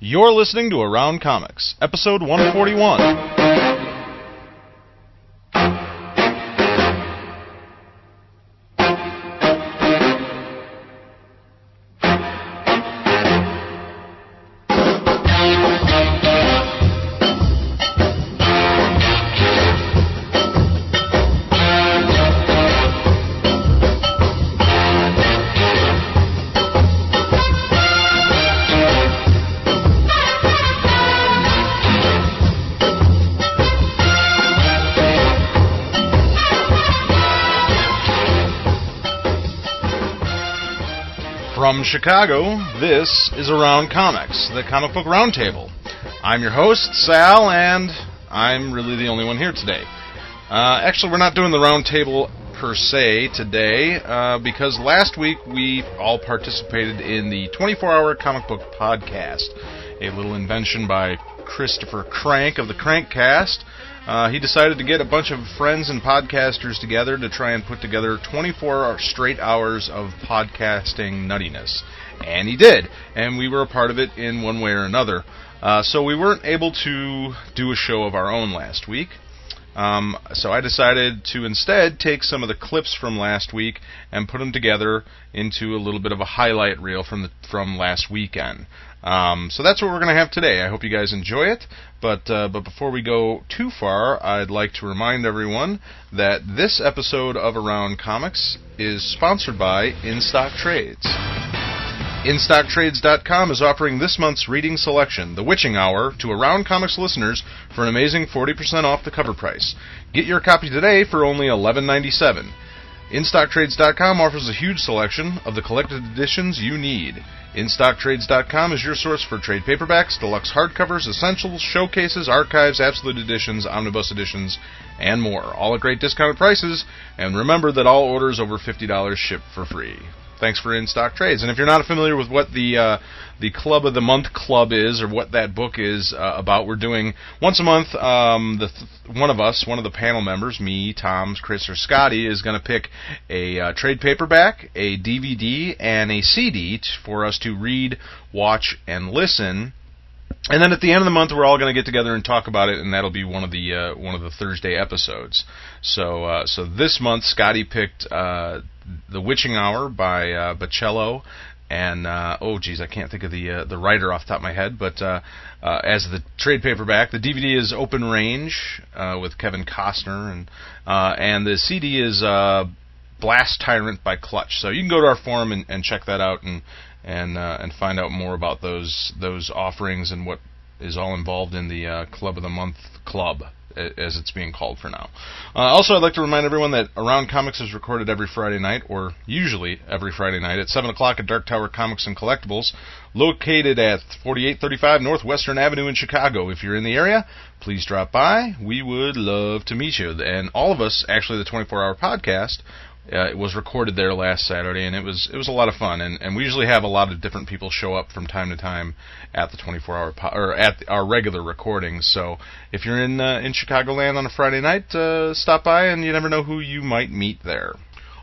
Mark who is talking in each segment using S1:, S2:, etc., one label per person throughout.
S1: You're listening to Around Comics, episode 141. From Chicago, this is Around Comics, the comic book roundtable. I'm your host, Sal, and I'm really the only one here today. Uh, actually, we're not doing the roundtable per se today uh, because last week we all participated in the 24 hour comic book podcast, a little invention by Christopher Crank of the Crankcast. Uh, he decided to get a bunch of friends and podcasters together to try and put together 24 hour- straight hours of podcasting nuttiness. And he did. And we were a part of it in one way or another. Uh, so we weren't able to do a show of our own last week. Um, so I decided to instead take some of the clips from last week and put them together into a little bit of a highlight reel from the, from last weekend. Um, so that's what we're going to have today. I hope you guys enjoy it. But uh, but before we go too far, I'd like to remind everyone that this episode of Around Comics is sponsored by In Stock Trades. InStockTrades.com is offering this month's reading selection, The Witching Hour, to Around Comics listeners for an amazing 40% off the cover price. Get your copy today for only $11.97. InStockTrades.com offers a huge selection of the collected editions you need. InStockTrades.com is your source for trade paperbacks, deluxe hardcovers, essentials, showcases, archives, absolute editions, omnibus editions, and more, all at great discounted prices. And remember that all orders over $50 ship for free thanks for in stock trades. And if you're not familiar with what the uh, the club of the month club is or what that book is uh, about, we're doing once a month. Um, the th- one of us, one of the panel members, me, Tom, Chris, or Scotty, is going to pick a uh, trade paperback, a DVD, and a CD t- for us to read, watch, and listen. And then at the end of the month, we're all going to get together and talk about it, and that'll be one of the uh, one of the Thursday episodes. So uh, so this month, Scotty picked uh, the Witching Hour by uh, Bocello, and uh, oh geez, I can't think of the uh, the writer off the top of my head, but uh, uh, as the trade paperback, the DVD is Open Range uh, with Kevin Costner, and uh, and the CD is. Uh, Blast Tyrant by Clutch. So you can go to our forum and, and check that out and and uh, and find out more about those those offerings and what is all involved in the uh, Club of the Month Club a- as it's being called for now. Uh, also, I'd like to remind everyone that Around Comics is recorded every Friday night, or usually every Friday night, at 7 o'clock at Dark Tower Comics and Collectibles, located at 4835 Northwestern Avenue in Chicago. If you're in the area, please drop by. We would love to meet you. And all of us, actually, the 24 hour podcast, uh, it was recorded there last Saturday, and it was it was a lot of fun. And, and we usually have a lot of different people show up from time to time at the 24 hour po- or at the- our regular recordings. So if you're in uh, in Chicagoland on a Friday night, uh, stop by, and you never know who you might meet there.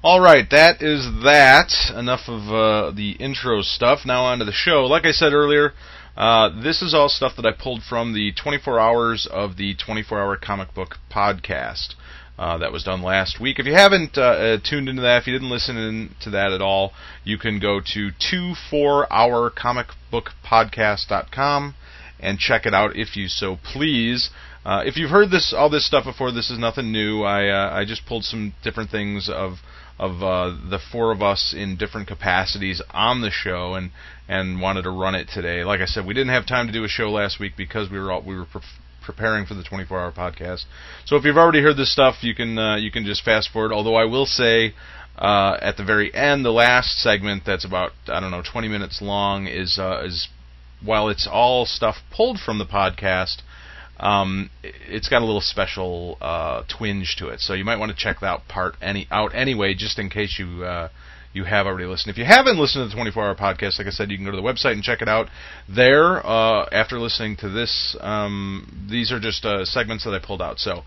S1: All right, that is that. Enough of uh, the intro stuff. Now on to the show. Like I said earlier, uh, this is all stuff that I pulled from the 24 hours of the 24 hour comic book podcast. Uh, that was done last week. If you haven't uh, uh, tuned into that, if you didn't listen in to that at all, you can go to 24hourcomicbookpodcast.com and check it out if you so please. Uh, if you've heard this all this stuff before, this is nothing new. I uh, I just pulled some different things of of uh, the four of us in different capacities on the show and and wanted to run it today. Like I said, we didn't have time to do a show last week because we were all, we were pre- preparing for the 24-hour podcast. So if you've already heard this stuff, you can uh, you can just fast forward. Although I will say, uh, at the very end, the last segment that's about I don't know 20 minutes long is uh, is while it's all stuff pulled from the podcast, um, i- it's got a little special uh, twinge to it. So you might want to check that part any out anyway, just in case you. Uh, you have already listened. If you haven't listened to the 24 hour podcast, like I said, you can go to the website and check it out there. Uh, after listening to this, um, these are just uh, segments that I pulled out. So,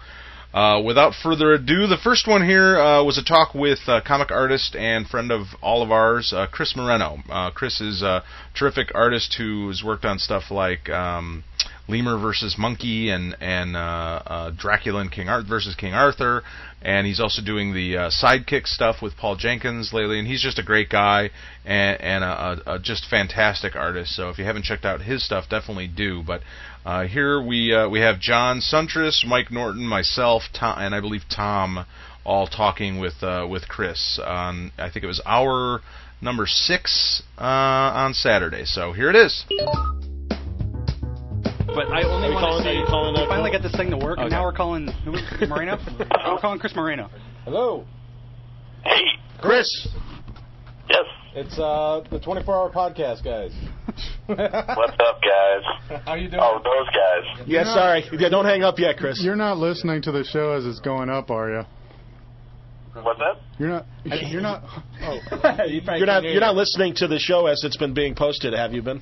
S1: Uh, without further ado, the first one here uh, was a talk with uh, comic artist and friend of all of ours, uh, Chris Moreno. Uh, Chris is a terrific artist who's worked on stuff like um, Lemur versus Monkey and and uh, uh, Dracula and King Art versus King Arthur, and he's also doing the uh, sidekick stuff with Paul Jenkins lately. And he's just a great guy and, and a, a, a just fantastic artist. So if you haven't checked out his stuff, definitely do. But uh, here we uh, we have John Suntress, Mike Norton, myself, Tom, and I believe Tom, all talking with uh, with Chris. On I think it was our number six uh, on Saturday. So here it is.
S2: But I only
S3: Are we
S2: want
S3: calling-
S2: to say,
S3: are you calling
S2: we
S3: that
S2: finally
S3: now?
S2: got this thing to work, and
S3: Okay.
S2: now we're calling who, Moreno. we're calling Chris Moreno.
S3: Hello.
S4: Hey,
S1: Chris,
S4: yes.
S3: It's uh the 24-hour podcast, guys.
S4: What's up, guys?
S3: How you doing?
S4: Oh, those guys.
S5: Yeah, sorry.
S3: Yeah, don't hang up yet, Chris.
S5: You're not listening to the show as it's going up, are you?
S4: What's up?
S5: You're not. You're not. Oh,
S3: You're not. You're not listening to the show as it's been being posted. Have you been?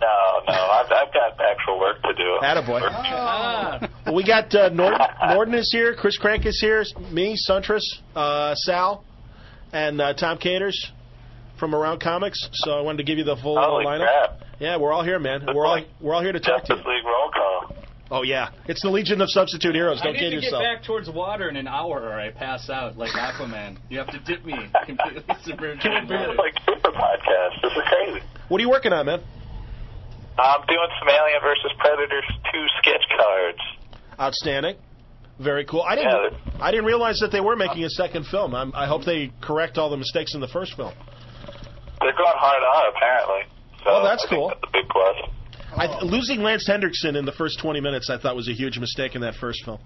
S4: No, no, I've, I've got actual work to do.
S3: Attaboy. Well, we got uh, Nor- Norton is here. Chris Crank is here. Me, Suntress, uh, Sal, and uh, Tom Caters from Around Comics. So I wanted to give you the full uh,
S4: Holy
S3: lineup.
S4: crap!
S3: Yeah, we're all here, man. We're all we're all here to talk to
S4: Justice
S3: you.
S4: League roll call.
S3: Oh yeah, it's the Legion of Substitute Heroes. Don't
S6: I need
S3: kid
S6: to
S3: yourself.
S6: get back towards water in an hour, or I pass out like Aquaman. You have to dip me completely submerged in water.
S4: It's like super podcast. This is crazy.
S3: What are you working on, man?
S4: I'm doing some Alien versus Predators two sketch cards.
S3: Outstanding. Very cool. I didn't.
S4: Yeah,
S3: I didn't realize that they were making a second film. I'm, I hope they correct all the mistakes in the first film.
S4: they're going hard on apparently. So
S3: Oh, that's
S4: I think
S3: cool.
S4: That's a big plus.
S3: I, losing Lance Hendrickson in the first 20 minutes, I thought was a huge mistake in that first film.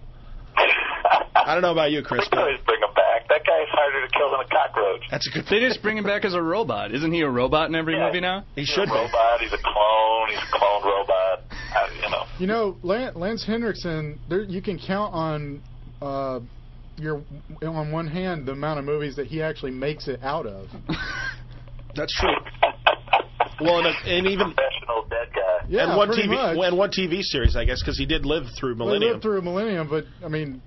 S3: I don't know about you,
S4: We
S3: Chris, but
S4: can always bring him back. That guy's harder to kill than a cockroach.
S3: that's a good.
S6: They just bring him back as a robot. Isn't he a robot in every
S4: Yeah.
S6: movie now?
S3: He
S4: He's a
S3: should be.
S4: robot. He's a clone. He's a clone robot. I, you know.
S5: you know, Lan- Lance Hendrickson. There, you can count on uh, your on one hand the amount of movies that he actually makes it out of.
S3: That's true. Well, and, and even
S4: professional dead guy.
S5: Yeah,
S3: and one
S5: pretty
S3: TV
S5: much.
S3: and one TV series, I guess, because he did live through
S5: Well, he
S3: Millennium.
S5: lived through Millennium, but I mean,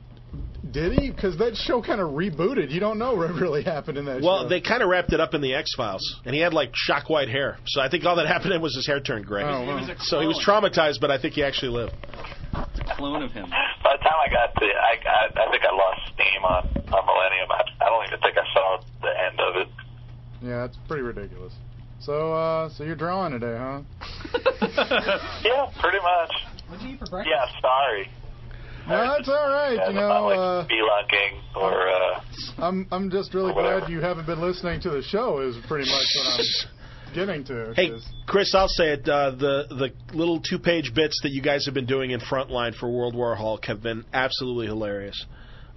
S5: did he? Because that show kind of rebooted. You don't know what really happened in that.
S3: well,
S5: show.
S3: they kind of wrapped it up in the X Files, and he had like shock white hair. So I think all that happened to him was his hair turned gray.
S5: Oh, wow.
S6: He was a clone,
S3: So he was traumatized, but I think he actually lived.
S6: a clone of him.
S4: By the time I got to, I, I, I think I lost steam on, on Millennium. I, I don't even think I saw the end of it.
S5: Yeah, it's pretty ridiculous. So, uh, so you're drawing today, huh?
S4: Yeah, pretty much.
S2: What did you eat for breakfast?
S4: Yeah, sorry.
S5: No, it's all right.
S4: Yeah,
S5: you
S4: I'm
S5: know,
S4: not, like
S5: uh,
S4: spelunking or uh,
S5: I'm I'm just really
S4: Whatever.
S5: glad you haven't been listening to the show. Is pretty much what I'm getting to.
S3: Hey,
S5: 'cause-
S3: Chris, I'll say it. Uh, the the little two page bits that you guys have been doing in Frontline for World War Hulk have been absolutely hilarious.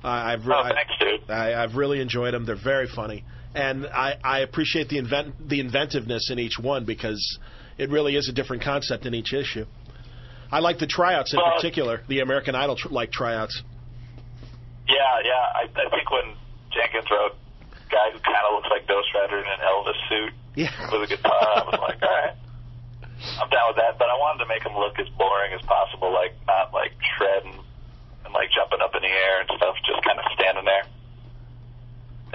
S3: Uh, I've re-
S4: oh,
S3: I-
S4: thanks, dude.
S3: I, I've really enjoyed them. They're very funny, and I, I appreciate the invent the inventiveness in each one because it really is a different concept in each issue. I like the tryouts in
S4: Well-
S3: particular, the American Idol tr- like tryouts.
S4: Yeah, yeah. I, I think when Jenkins wrote guy who kind of looks like Ghost Rider in an Elvis suit
S3: Yeah,
S4: with a guitar, I was like, all right. I'm down with that, but I wanted to make him look as boring as possible, like not like shredding and like jumping up in the air and stuff, just kind of standing there.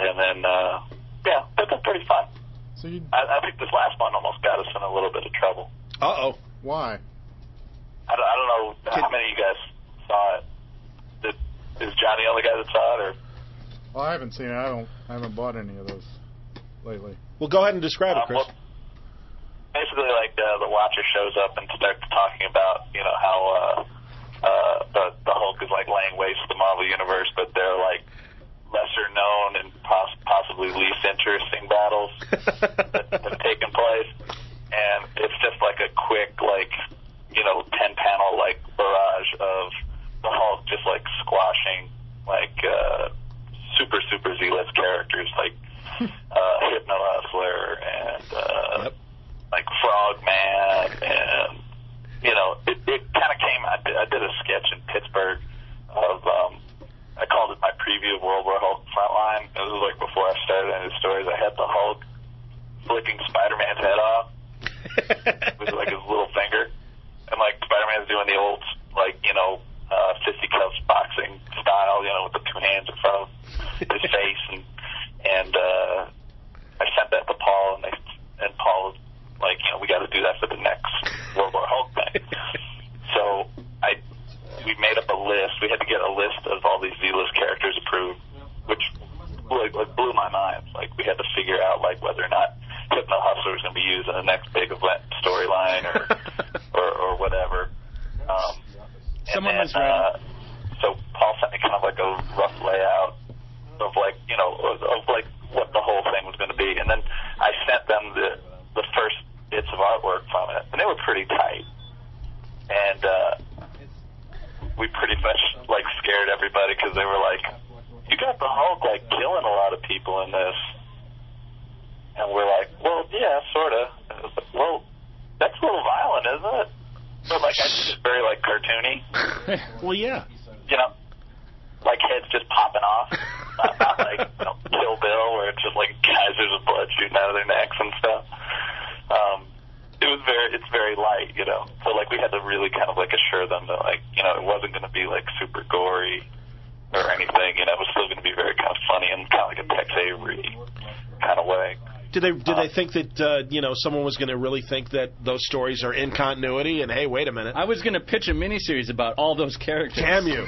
S4: And then, uh, yeah, that was pretty fun.
S5: so you
S4: I, I think this last one almost got us in a little bit of trouble.
S3: Uh oh.
S5: why?
S4: I don't, I don't know how many of you guys saw it. Did, is Johnny the only guy that saw it, or
S5: Well, I haven't seen it. I don't. I haven't bought any of those lately.
S3: Well, go ahead and describe it,
S4: Um,
S3: Chris.
S4: well, basically, like uh, the Watcher shows up and starts talking about you know how uh, uh, the the Hulk is like laying waste to the Marvel universe, but they're like lesser known and pos- possibly least interesting battles that have taken place, and it's just like a quick like you know ten panel like barrage of the Hulk just like squashing like uh, super super zealous characters like. Uh, Hypno Hustler and uh,
S3: Yep.
S4: like Frogman, and you know, it, it kind of came. I did, I did a sketch in Pittsburgh of um, I called it my preview of World War Hulk Frontline. It was like before I started any of the stories. I had the Hulk flicking Spider-Man's head off with like his little finger, and like Spider-Man's doing the old like you know uh, fisticuffs boxing style uh, Nine or or, or whatever. Um, and
S6: Someone
S4: then,
S6: was right.
S4: Uh, so Paul sent me kind of like a rough layout of like you know of, of like what the whole thing was going to be, and then I sent them the the first bits of artwork from it, and they were pretty tight. And uh, we pretty much like scared everybody because they were like, "You got the Hulk like killing a lot of people in this," and we're like, "Well, yeah, sorta." Well, that's a little violent, isn't it? But like, I think it's very like cartoony,
S3: Well, yeah.
S4: you know, like heads just popping off, not, not like you know, Kill Bill where it's just like geysers of blood shooting out of their necks and stuff. Um, it was very, it's very light, you know. So like, we had to really kind of like assure them that like, you know, it wasn't going to be like super gory or anything. You know, it was still going to be very kind of funny and kind of like a Tex Avery kind of way.
S3: Did they did they think that uh, you know someone was going to really think that those stories are in continuity? And hey, wait a minute,
S6: I was gonna pitch a miniseries about all those characters.
S3: damn you,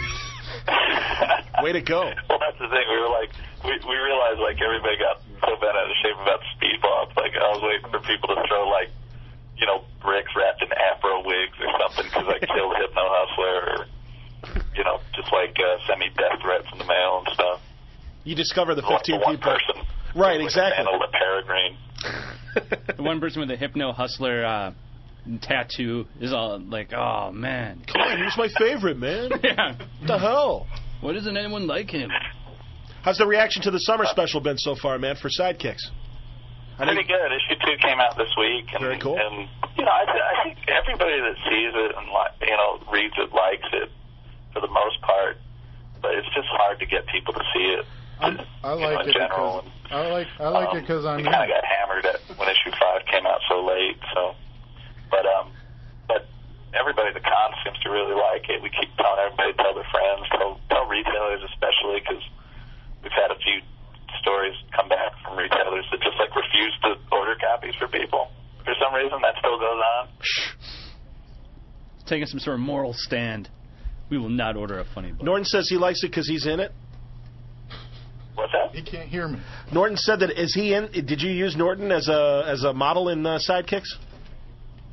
S3: way to go!
S4: Well, that's the thing. We were like, we, we realized like everybody got so bad out of shape about speed bumps. Like I was waiting for people to throw like, you know, bricks wrapped in afro wigs or something because I killed Hypno Hustler or, you know, just like uh, semi death threats in the mail and stuff.
S3: You discover the
S4: Like the
S3: fifteen
S4: one
S3: people.
S4: person.
S3: Right,
S4: with
S3: exactly.
S4: A the peregrine.
S6: The
S7: One
S6: one person with a hypno hustler uh, tattoo is all like, oh man.
S3: Come on, he's my favorite man. What
S6: Yeah.
S3: the hell?
S6: Why doesn't anyone like him?
S3: How's the reaction to the summer special been so far, man? For sidekicks, I
S4: Pretty
S3: think
S4: good. Issue two came out this week, and,
S3: Very cool.
S4: and you know, I, I think everybody that sees it and li- you know reads it likes it for the most part. But it's just hard to get people to see it.
S5: I'm, I
S4: you know,
S5: like
S4: in
S5: it
S4: general.
S5: because I like I like
S3: Um,
S5: it because I'm
S4: we
S5: in.
S4: kind of Um, got hammered at when issue five came out so late. So, but um, but everybody at the con seems to really like it. We keep telling everybody, tell their friends, tell tell retailers especially because we've had a few stories come back from retailers that just like refuse to order copies for people for some reason. That still goes on.
S6: Taking some sort of moral stand. We will not order a funny book.
S3: Norton says he likes it because he's in it.
S4: What's that?
S5: He can't hear me.
S3: Norton said that is he in? Did you use Norton as a as a model in uh, sidekicks?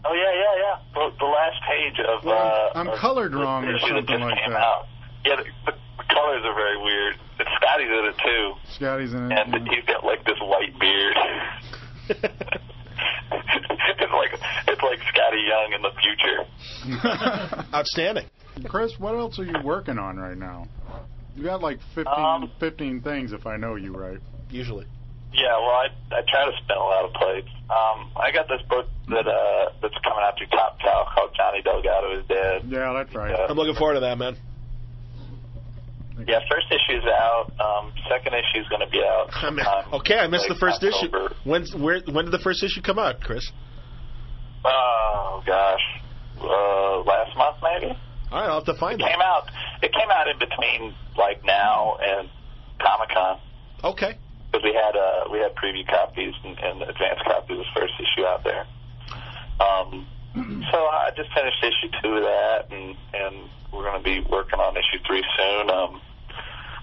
S4: Oh yeah, yeah, yeah. The, the last page of
S5: Well,
S4: uh,
S5: I'm
S4: of
S5: colored
S4: the
S5: wrong or
S4: issue that
S5: something
S4: just
S5: like
S4: came
S5: that.
S4: Out. Yeah, the, the, the colors are very weird. And Scotty did it too,
S5: Scotty's in it.
S4: and
S5: yeah.
S4: he's got like this white beard. it's like it's like Scotty Young in the future.
S3: Outstanding.
S5: Chris, what else are you working on right now? You got like 15,
S4: Um,
S5: 15 things, if I know you right.
S3: Usually,
S4: Yeah, well, I I try to spin a lot of plates. Um, I got this book that uh that's coming out through Top Cow called Johnny Delgado is Dead.
S5: Yeah, that's right.
S4: Uh,
S3: I'm looking forward to that, man.
S4: Yeah, first issue's out. Um, second issue's going to be out.
S3: I'm-
S4: sometime,
S3: okay, I missed
S4: like,
S3: the first
S4: October.
S3: issue. When's where? When did the first issue come out, Chris?
S4: Oh gosh, uh, last month maybe.
S3: All right, I'll have to find
S4: Came
S3: that.
S4: out. It came out in between like now and Comic Con
S3: Okay.
S4: because we had uh, we had preview copies and, and advanced copies of the first issue out there. Um, so I just finished issue two of that, and and we're going to be working on issue three soon. Um,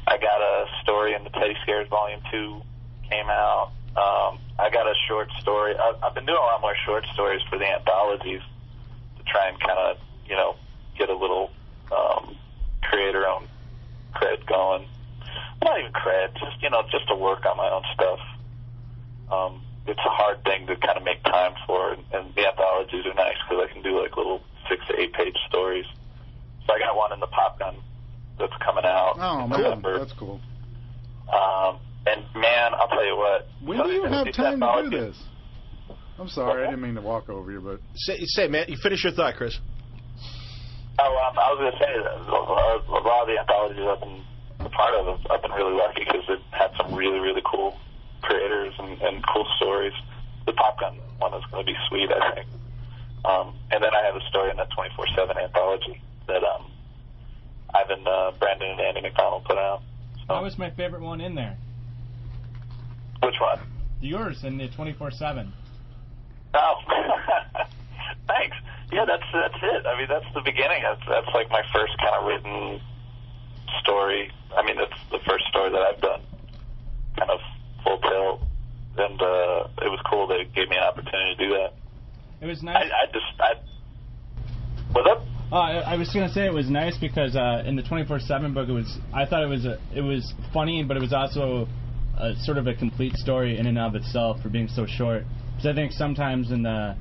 S4: I got a story in the Teddy Scares Volume Two came out. Um, I got a short story. I, I've been doing a lot more short stories for the anthologies to try and kind of you know get a little um, creator-owned cred going. Not even cred, just you know, just to work on my own stuff. Um, it's a hard thing to kind of make time for, and, and the anthologies are nice because I can do like little six to eight page stories. So I got one in the pop gun that's coming out.
S5: Oh,
S4: in
S5: man,
S4: November.
S5: that's cool.
S4: Um, and man, I'll tell you what.
S5: When do you
S4: these
S5: have time to do
S4: anthologies-
S5: this? I'm sorry, I didn't mean to walk over you, but
S3: Say, say, man, you finish your thought, Chris.
S4: Oh, um, I was going to say that a lot of- a lot of the anthologies I've been a part of, I've- I've been really lucky because they've had some really, really cool creators and, and cool stories. The Top Gun one is going to be sweet, I think. Um, and then I have a story in that 24/7 anthology that um, Ivan uh, Brandon and Andy McDonald put out.
S8: That was my favorite one in there.
S4: Which one?
S8: Yours in the 24/7.
S4: Oh, thanks. Yeah, that's that's it. I mean, that's the beginning. That's that's like my first kind of written story. I mean, that's the first story that I've done, kind of full tilt. And uh, it was cool. They gave me an opportunity to do that.
S6: It was
S4: I,
S6: nice.
S4: I just I was up.
S6: Uh, I I was gonna say it was nice because uh, in the 24/7 book, it was I thought it was a, it was funny, but it was also a, sort of a complete story in and of itself for being so short. Because I think sometimes in the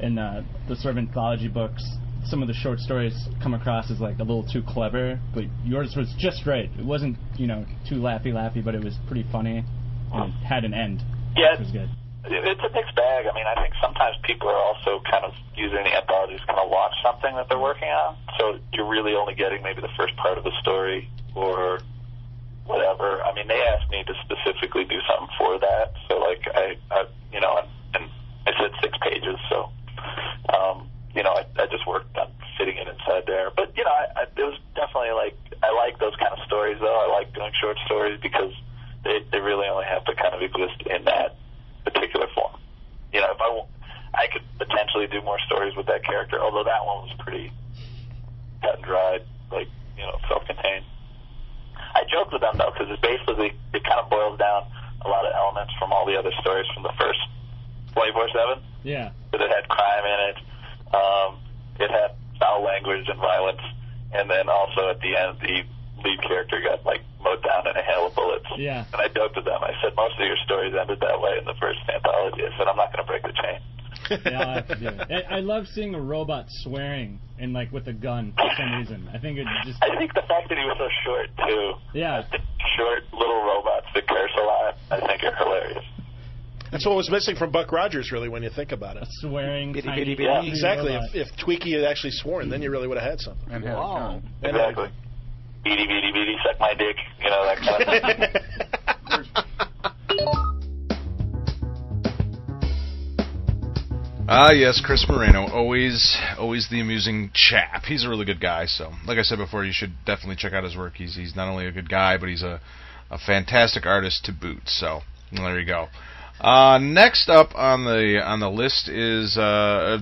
S6: in the, the sort of anthology books, some of the short stories come across as like a little too clever, but yours was just right. It wasn't you know too lappy lappy, but it was pretty funny and it had an end.
S4: Yeah,
S6: which was good.
S4: It- it's a mixed bag. I mean, I think sometimes people are also kind of using the anthologies to kind of watch something that they're working on. So you're really only getting maybe the first part of the story or whatever. I mean, they asked me to specifically do something for that. So like I, I you know, and, and I said six pages. So, um, you know, I, I just worked on fitting it inside there. But you know, I, I, it was definitely like I like those kind of stories though. I like doing short stories because they they really only have to kind of exist in that particular form. You know, if I wa- I could potentially do more stories with that character, although that one was pretty cut and dried, like you know, self-contained. I joked with them though, because it basically it kind of boils down a lot of elements from all the other stories from the first 24/7
S6: Yeah.
S4: that it had crime in it. Um, it had foul language and violence, and then also at the end, the lead character got like mowed down in a hail of bullets.
S6: Yeah.
S4: And I joked with them. I said most of your stories ended that way in the first anthology. I said I'm not going to break the chain.
S6: yeah, I'll have to do it. I, I love seeing a robot swearing and like with a gun for some reason. I think it just
S4: I think the fact that he was so short too.
S6: yeah.
S4: The short little robots that curse a lot. I think are hilarious.
S3: That's what was missing from Buck Rogers, really, when you think about
S6: A
S3: it.
S6: swearing
S9: Bitty,
S6: tiny
S9: bitty, bitty.
S4: Yeah,
S3: Exactly.
S6: robot.
S3: If, if Tweaky had actually sworn, then you really would have had something.
S5: And had a gun.
S3: And
S4: Exactly. Beady, beady, beady, suck my dick. You know that kind of thing.
S1: Ah, yes, Chris Moreno, always, always the amusing chap. He's a really good guy. So, like I said before, you should definitely check out his work. He's he's not only a good guy, but he's a, a fantastic artist to boot. So, there you go. Uh, next up on the on the list is uh,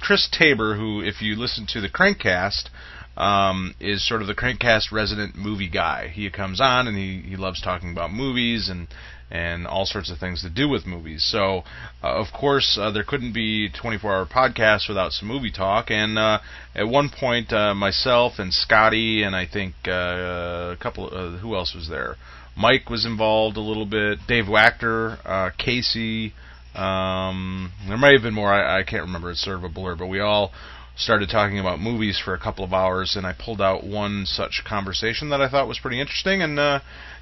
S1: Chris Tabor, who, if you listen to the Crankcast, um, is sort of the Crankcast resident movie guy. He comes on and he, he loves talking about movies and and all sorts of things to do with movies. So, uh, of course, uh, there couldn't be 24-hour podcasts without some movie talk. And uh, at one point, uh, myself and Scotty and I think uh, a couple, uh, who else was there? Mike was involved a little bit. Dave Wachter, uh, Casey. Um, there might have been more. I, I can't remember. It's sort of a blur. But we all started talking about movies for a couple of hours, and I pulled out one such conversation that I thought was pretty interesting, and uh,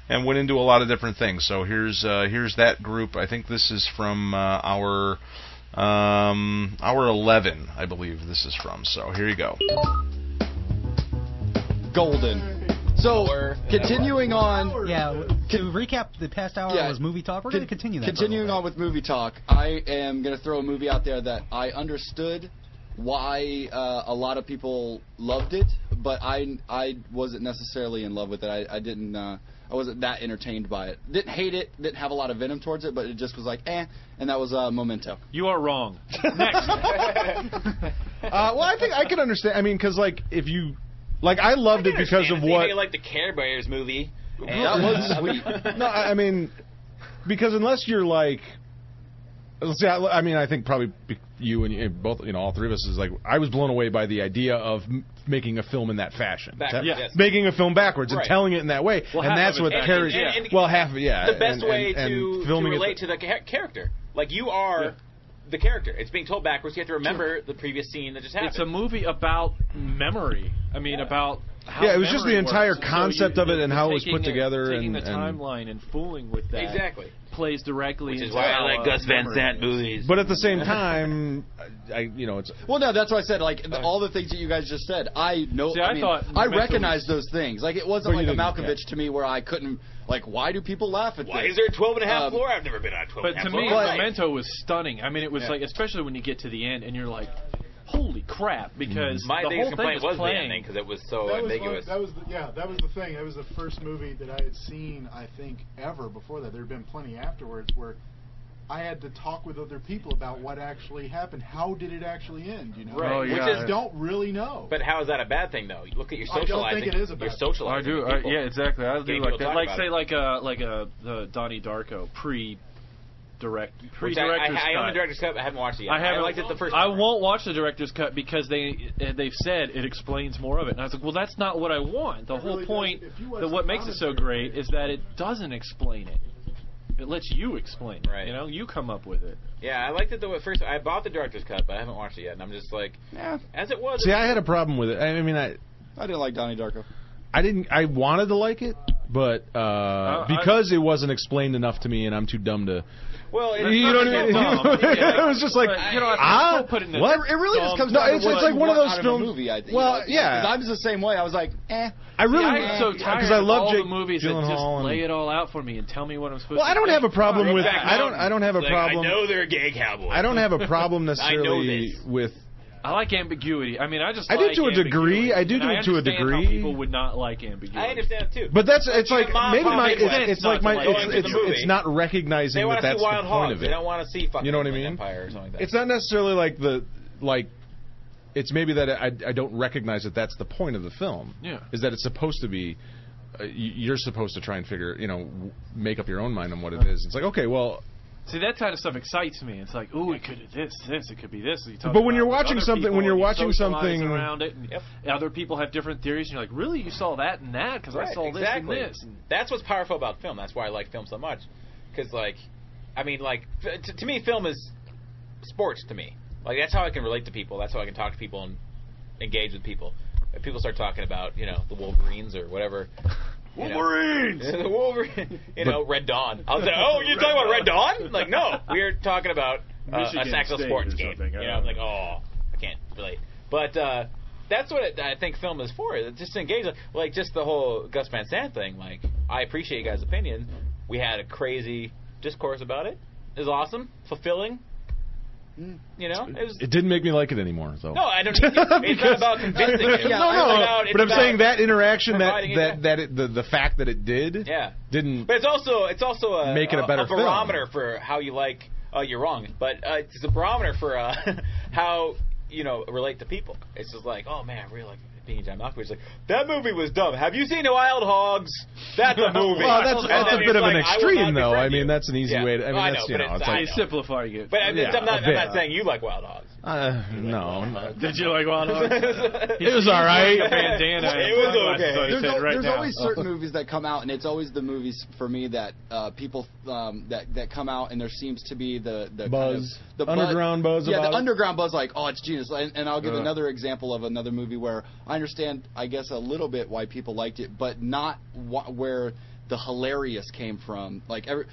S1: and went into a lot of different things. So here's uh, here's that group. I think this is from uh, our um, hour 11, I believe this is from. So here you go.
S2: Golden. So continuing on,
S10: Yeah. To recap, the past hour
S2: Yeah.
S10: was movie talk. We're going to continue that. for a
S2: continuing
S10: little
S2: on with movie talk, I am gonna throw a movie out there that I understood why uh, a lot of people loved it, but I I wasn't necessarily in love with it. I, I didn't uh, I wasn't that entertained by it. Didn't hate it. Didn't have a lot of venom towards it, but it just was like eh. And that was uh, Memento.
S11: You are wrong.
S5: Uh, well, I think I can understand. I mean, because like if you, like I loved it because of what.
S9: like the Care Bears movie.
S2: That was sweet.
S5: No, I, I mean, because unless you're like, let's see, I, I mean, I think probably be- you and you, both, you know, all three of us is like, I was blown away by the idea of m- making a film in that fashion, Is that-
S9: Backwards, yes.
S5: making a film backwards
S9: Right.
S5: and telling it in that way,
S11: Well,
S5: and
S11: half
S5: that's
S11: of
S5: what
S11: it is.
S5: carries.
S9: And- and- and-
S5: well, half, yeah,
S9: the best
S5: and-
S9: way
S5: and-
S9: to,
S5: and filming
S9: to
S5: it-
S9: relate to the cha- character. Like you are the character. It's being told backwards. You have to remember the previous scene that just happened.
S11: It's a movie about memory. I mean, about how
S5: Yeah, it was just the
S11: memory
S5: entire
S11: works. So
S5: concept
S11: you-
S5: of it and how it was
S11: taking
S5: put together and-
S11: Taking the
S5: and-
S11: timeline and fooling with that
S9: exactly.
S11: plays directly.
S9: Which is uh,
S11: into
S9: why I
S11: how
S9: like
S11: a
S9: Gus Van
S11: memory
S9: Sant
S11: is.
S9: movies.
S5: But at the same time, I, I you know, it's
S2: Well, no, that's why I said like the, all the things that you guys just said. I know.
S11: See,
S2: I,
S11: I
S2: mean,
S11: thought
S2: I
S11: Memento
S2: recognize those things. Like it wasn't
S5: But
S2: like
S5: you
S2: a
S5: didn't,
S2: Malkovich to me where I couldn't like. Why do people laugh at
S9: Why
S2: this?
S9: is there a 12 and a half
S2: Um,
S9: floor? I've never been on a 12
S11: But
S9: and a half
S11: to
S9: floor.
S11: me,
S9: in my life.
S11: Memento was stunning. I mean, it was like, especially when you get to the end and you're like, holy crap, because
S9: my
S11: the
S9: biggest
S11: whole thing
S9: complaint
S11: was,
S9: was the
S11: playing.
S9: ending because it was
S6: uh,
S9: so
S5: That was
S9: ambiguous.
S5: one- that was the, yeah, that was the thing. That was the first movie that I had seen, I think, ever before that. There had been plenty afterwards where I had to talk with other people about what actually happened. How did it actually end? You know,
S9: Right. Oh,
S5: we
S9: yeah.
S5: just don't really know.
S9: but how is that a bad thing though? You Look at your
S5: I don't think
S9: socializing.
S5: it is a bad
S9: You're
S5: thing.
S9: socializing. with people.
S11: exactly. I
S9: Getting like people that. to talk
S11: Like uh,
S9: about
S11: say
S9: it.
S11: like a like a the Donnie Darko pre direct pre
S9: Which I, I,
S11: director's cut.
S9: I own the director's cut. but I haven't watched it yet.
S11: I haven't
S9: liked it the first.
S11: I
S9: time.
S11: won't watch the director's cut because they eh, they've said it explains more of it. And I was like, well, that's not what I want. The
S12: It
S11: whole
S12: really
S11: point
S12: doesn't. If you watch
S11: that what
S12: the
S11: makes it so
S12: commentary,
S11: great is that it doesn't explain it. It lets you explain it. You know, you come up with it.
S9: Yeah, I liked it the first. I bought the director's cut, but I haven't watched it yet, and I'm just like, as it was.
S1: See, I had a problem with it. I I mean, I
S2: I didn't like Donnie Darko.
S1: I didn't. I wanted to like it, but uh,
S9: I-
S1: because it wasn't explained enough to me, and I'm too dumb to.
S9: Well,
S1: You- you don't even- it was just like,
S2: But,
S1: you know, ah, what?
S2: It really just comes
S1: No,
S2: down
S1: it's-
S2: to
S1: it's
S2: what
S1: like
S2: you
S1: one of
S2: want
S1: those
S2: out
S1: films-
S2: a movie, I think.
S1: Well, yeah.
S2: I was the same way. I was like, eh.
S1: I really-
S11: See, I'm so
S1: Yeah,
S11: tired
S1: 'cause I
S11: of
S1: love
S11: all
S1: Jake
S11: the movies that just
S1: Gyllenhaal and-
S11: lay it all out for me and tell me what I'm supposed.
S1: Well,
S11: to
S1: I don't
S11: think.
S1: have a problem with.
S11: Brokeback
S1: I don't. I don't have a
S11: Mountain.
S1: problem.
S9: they're gay cowboys.
S1: I don't have a problem
S11: I know
S1: necessarily
S11: this.
S1: with.
S11: I like ambiguity. I mean, I just
S1: I do
S11: like
S1: to a degree.
S11: ambiguity.
S1: I do
S11: And
S1: do it to a
S11: understand how
S1: degree.
S11: people would not like ambiguity.
S9: I understand too.
S1: But that's it's like
S9: mom
S1: maybe
S9: probably
S1: my
S9: went
S1: it's, it's
S9: not
S1: like
S9: to
S1: my
S9: like
S1: it's
S9: going to
S1: it's,
S9: the
S1: it's
S9: movie.
S1: not recognizing
S9: They
S1: that
S9: want to
S1: that's
S9: see Wild
S1: the point
S9: Hogs.
S1: of
S9: They
S1: it.
S9: don't want to see fucking
S1: You know what I
S9: Inland
S1: mean?
S9: Empire or something like that.
S1: It's not necessarily like the like. It's maybe that I, I don't recognize that that's the point of the film.
S11: Yeah.
S1: Is that it's supposed to be. Uh, y- you're supposed to try and figure, you know, w- make up your own mind on what it is. It's like, okay, well,
S11: See that kind of stuff excites me. It's like, ooh, it could be this, this, it could be this. You talk
S1: But when
S11: about
S1: you're
S11: with
S1: watching
S11: other
S1: something-
S11: people
S1: when you're
S11: and you
S1: watching
S11: socialize
S1: something-
S11: around it, and and other people have different theories, and you're like, really, you saw that and that because I
S9: Right,
S11: saw
S9: exactly.
S11: this and this. And
S9: That's what's powerful about film. That's why I like film so much, because like, I mean, like f- to, to me, film is sports to me. Like that's how I can relate to people. That's how I can talk to people and engage with people. If people start talking about you know the Wolverines or whatever. you know.
S11: Wolverines!
S9: the Wolverine. You know,
S11: But-
S9: Red Dawn. I was like, oh, you're talking about Red Dawn? Like, no, we're talking about uh,
S11: Michigan
S9: a actual
S11: State
S9: sports
S11: or
S9: game.
S11: something, I
S9: You know,
S11: don't
S9: I'm like,
S11: know.
S9: oh, I can't relate. But uh, that's what it, I think film is for. It's just engage, like, like just the whole Gus Van Sant thing. Like, I appreciate you guys' opinion. We had a crazy discourse about it. It was awesome, fulfilling.
S11: Mm.
S9: You know, it was.
S1: it didn't make me like it anymore. So
S9: No, I don't. It's, it's not about convincing.
S1: no, no.
S9: you. It's about- it's
S1: but I'm
S9: about
S1: saying that interaction, that
S9: providing
S1: that that it, the the fact that it did,
S9: Yeah.
S1: didn't.
S9: But it's also it's also a
S1: Make it a better film.
S9: barometer for how you like. Oh, you're wrong, but uh, it's a barometer for uh, how you know relate to people. It's just like, oh man, I really like being John Malkovich. It's Like that movie was dumb. Have you seen Wild Hogs? That's a movie.
S1: Well, that's
S9: And
S1: that's a
S9: then
S1: bit
S9: it's
S1: of an
S9: like, I will
S1: extreme,
S9: not
S1: though.
S9: befriend
S1: I
S9: you.
S1: mean, that's an easy
S9: Yeah.
S1: way. To, I mean,
S9: Well, I
S1: that's
S9: know,
S1: you
S9: but
S1: know,
S9: it's-
S1: it's
S9: I
S1: like
S9: know.
S11: simplifying it.
S9: But I'm,
S1: Yeah,
S9: I'm, not,
S1: a
S9: I'm
S1: bit.
S9: not saying you like Wild Hogs.
S1: Uh, no.
S11: Did you like Wild
S9: Hogs?
S1: It was all right.
S11: A bandana and
S9: It was
S11: sunglasses,
S9: okay.
S11: so he
S2: There's,
S11: said
S2: al-
S11: right
S2: there's
S11: now.
S2: always certain movies that come out, and it's always the movies for me that uh, people um, that that come out, and there seems to be the the
S1: Buzz.
S2: kind of, the bu-
S1: Underground buzz
S2: Yeah,
S1: about
S2: the
S1: it.
S2: underground buzz, like oh, it's genius. And, and I'll give
S1: Yeah.
S2: another example of another movie where I understand, I guess, a little bit why people liked it, but not wh- where the hilarious came from. Like every,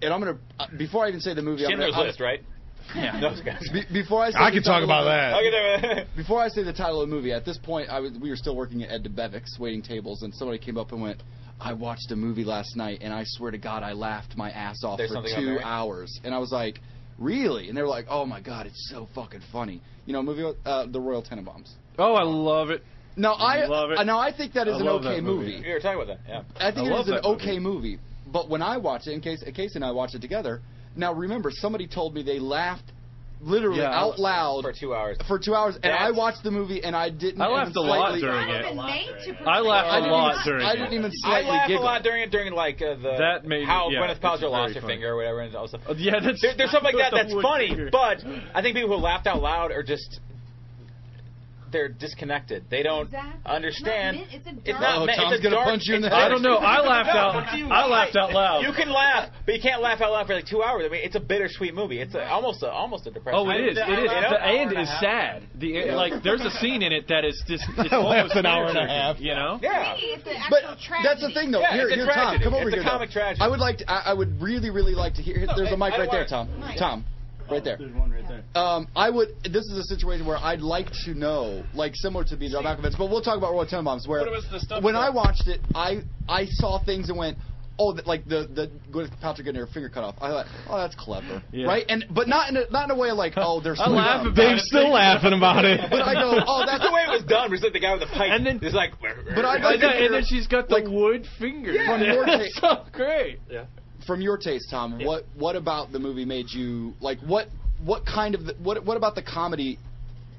S2: and I'm gonna uh, before I even say the movie, I'm
S9: Schindler's
S2: gonna, I'm-
S9: List, right? Yeah. Those guys.
S2: Be- before I, say
S9: I
S2: the
S9: can talk
S2: title
S9: about
S2: of-
S9: that. I can talk about
S2: before I say the title of the movie, at this point, I was, we were still working at Ed DeBevick's waiting tables, and somebody came up and went, "I watched a movie last night, and I swear to God, I laughed my ass off
S9: There's
S2: for
S9: something on
S2: two
S9: there.
S2: hours." And I was like, "Really?" And they were like, "Oh my God, it's so fucking funny." You know, a movie with, uh, the Royal Tenenbaums.
S11: Oh, I love it.
S2: No, I
S11: love it.
S2: uh, no, I think that is
S11: I
S2: an
S11: love
S2: okay
S11: that movie.
S2: movie.
S9: We were talking about that. Yeah.
S2: I think
S9: I
S2: it
S9: love
S2: is an
S9: that movie.
S2: okay movie. But when I watch it, in case Casey and I watch it together, now remember somebody told me they laughed literally
S9: Yeah.
S2: out loud
S9: for two hours.
S2: For two hours, and I
S9: That's-
S2: watched the movie and I didn't.
S9: I
S2: even
S9: laughed a lot
S2: slightly-
S9: during it.
S11: I laugh
S2: I
S11: a
S2: didn't
S11: lot
S2: even-
S11: during
S2: I
S11: it.
S2: didn't even
S9: I
S2: slightly
S9: laugh a
S2: giggle.
S9: lot during it during like uh, the
S11: That made-
S9: how
S11: yeah,
S9: Gwyneth
S11: it's
S9: Paltrow
S11: very
S9: lost her
S11: funny.
S9: finger or whatever. And also,
S11: Oh, yeah, that's
S9: there, there's stuff like that
S11: the
S9: that's
S11: wood
S9: funny,
S11: finger.
S9: but I think people who laughed out loud are just they're disconnected. They don't understand.
S6: It's a dark.
S9: It's not.
S2: Oh,
S9: me-
S2: Tom's
S9: it's a
S2: gonna
S9: dark,
S2: punch you in the
S9: it's dark-
S2: head. I don't know. I laughed
S9: No,
S2: out-
S9: but you-
S2: I laughed out loud.
S9: You can laugh, but you can't laugh out loud for like two hours. I mean, it's a bittersweet movie. It's a, almost a almost a depressing.
S11: Oh, it
S9: movie.
S11: is. It is.
S9: You know?
S11: The end
S9: Hour and a
S11: is
S9: half.
S11: sad. The like, there's a scene in it that is just it's
S1: I laughed
S11: almost
S1: an hour and a
S11: tear-jerking,
S1: half.
S11: You know?
S9: Yeah.
S6: It's an
S2: But
S6: actual tragedy.
S2: that's the thing, though. here, here, Tom, come over here. though. I would like to. I, I would really, really like to hear. There's a
S9: I-
S2: mic
S9: I
S2: right there,
S9: don't
S2: Tom.
S9: wanna- Mic.
S2: Tom, right there.
S13: There's one right there.
S2: Um, I would. This is a situation where I'd like to know, like similar to Beat Malkovich, but we'll talk about Royal Tenenbaums. Where
S9: What was the stuff
S2: when I
S9: that-
S2: watched it, I I saw things and went, oh, that, like the the Gwyneth Paltrow getting her finger cut off. I thought, oh, that's clever,
S1: Yeah.
S2: right? And but not in a, not in a way like, oh, they're so dumb.
S1: Dave's still laughing about it.
S2: But I go, oh, that's
S9: the way it was done. Was like the guy with the pipe. And then it's like,
S2: But I
S11: And then- and then
S2: she's
S11: got the wood finger.
S2: From your
S11: That's so great. Yeah.
S2: from your taste, Tom, what what about the movie made you like? What what kind of the, what what about the comedy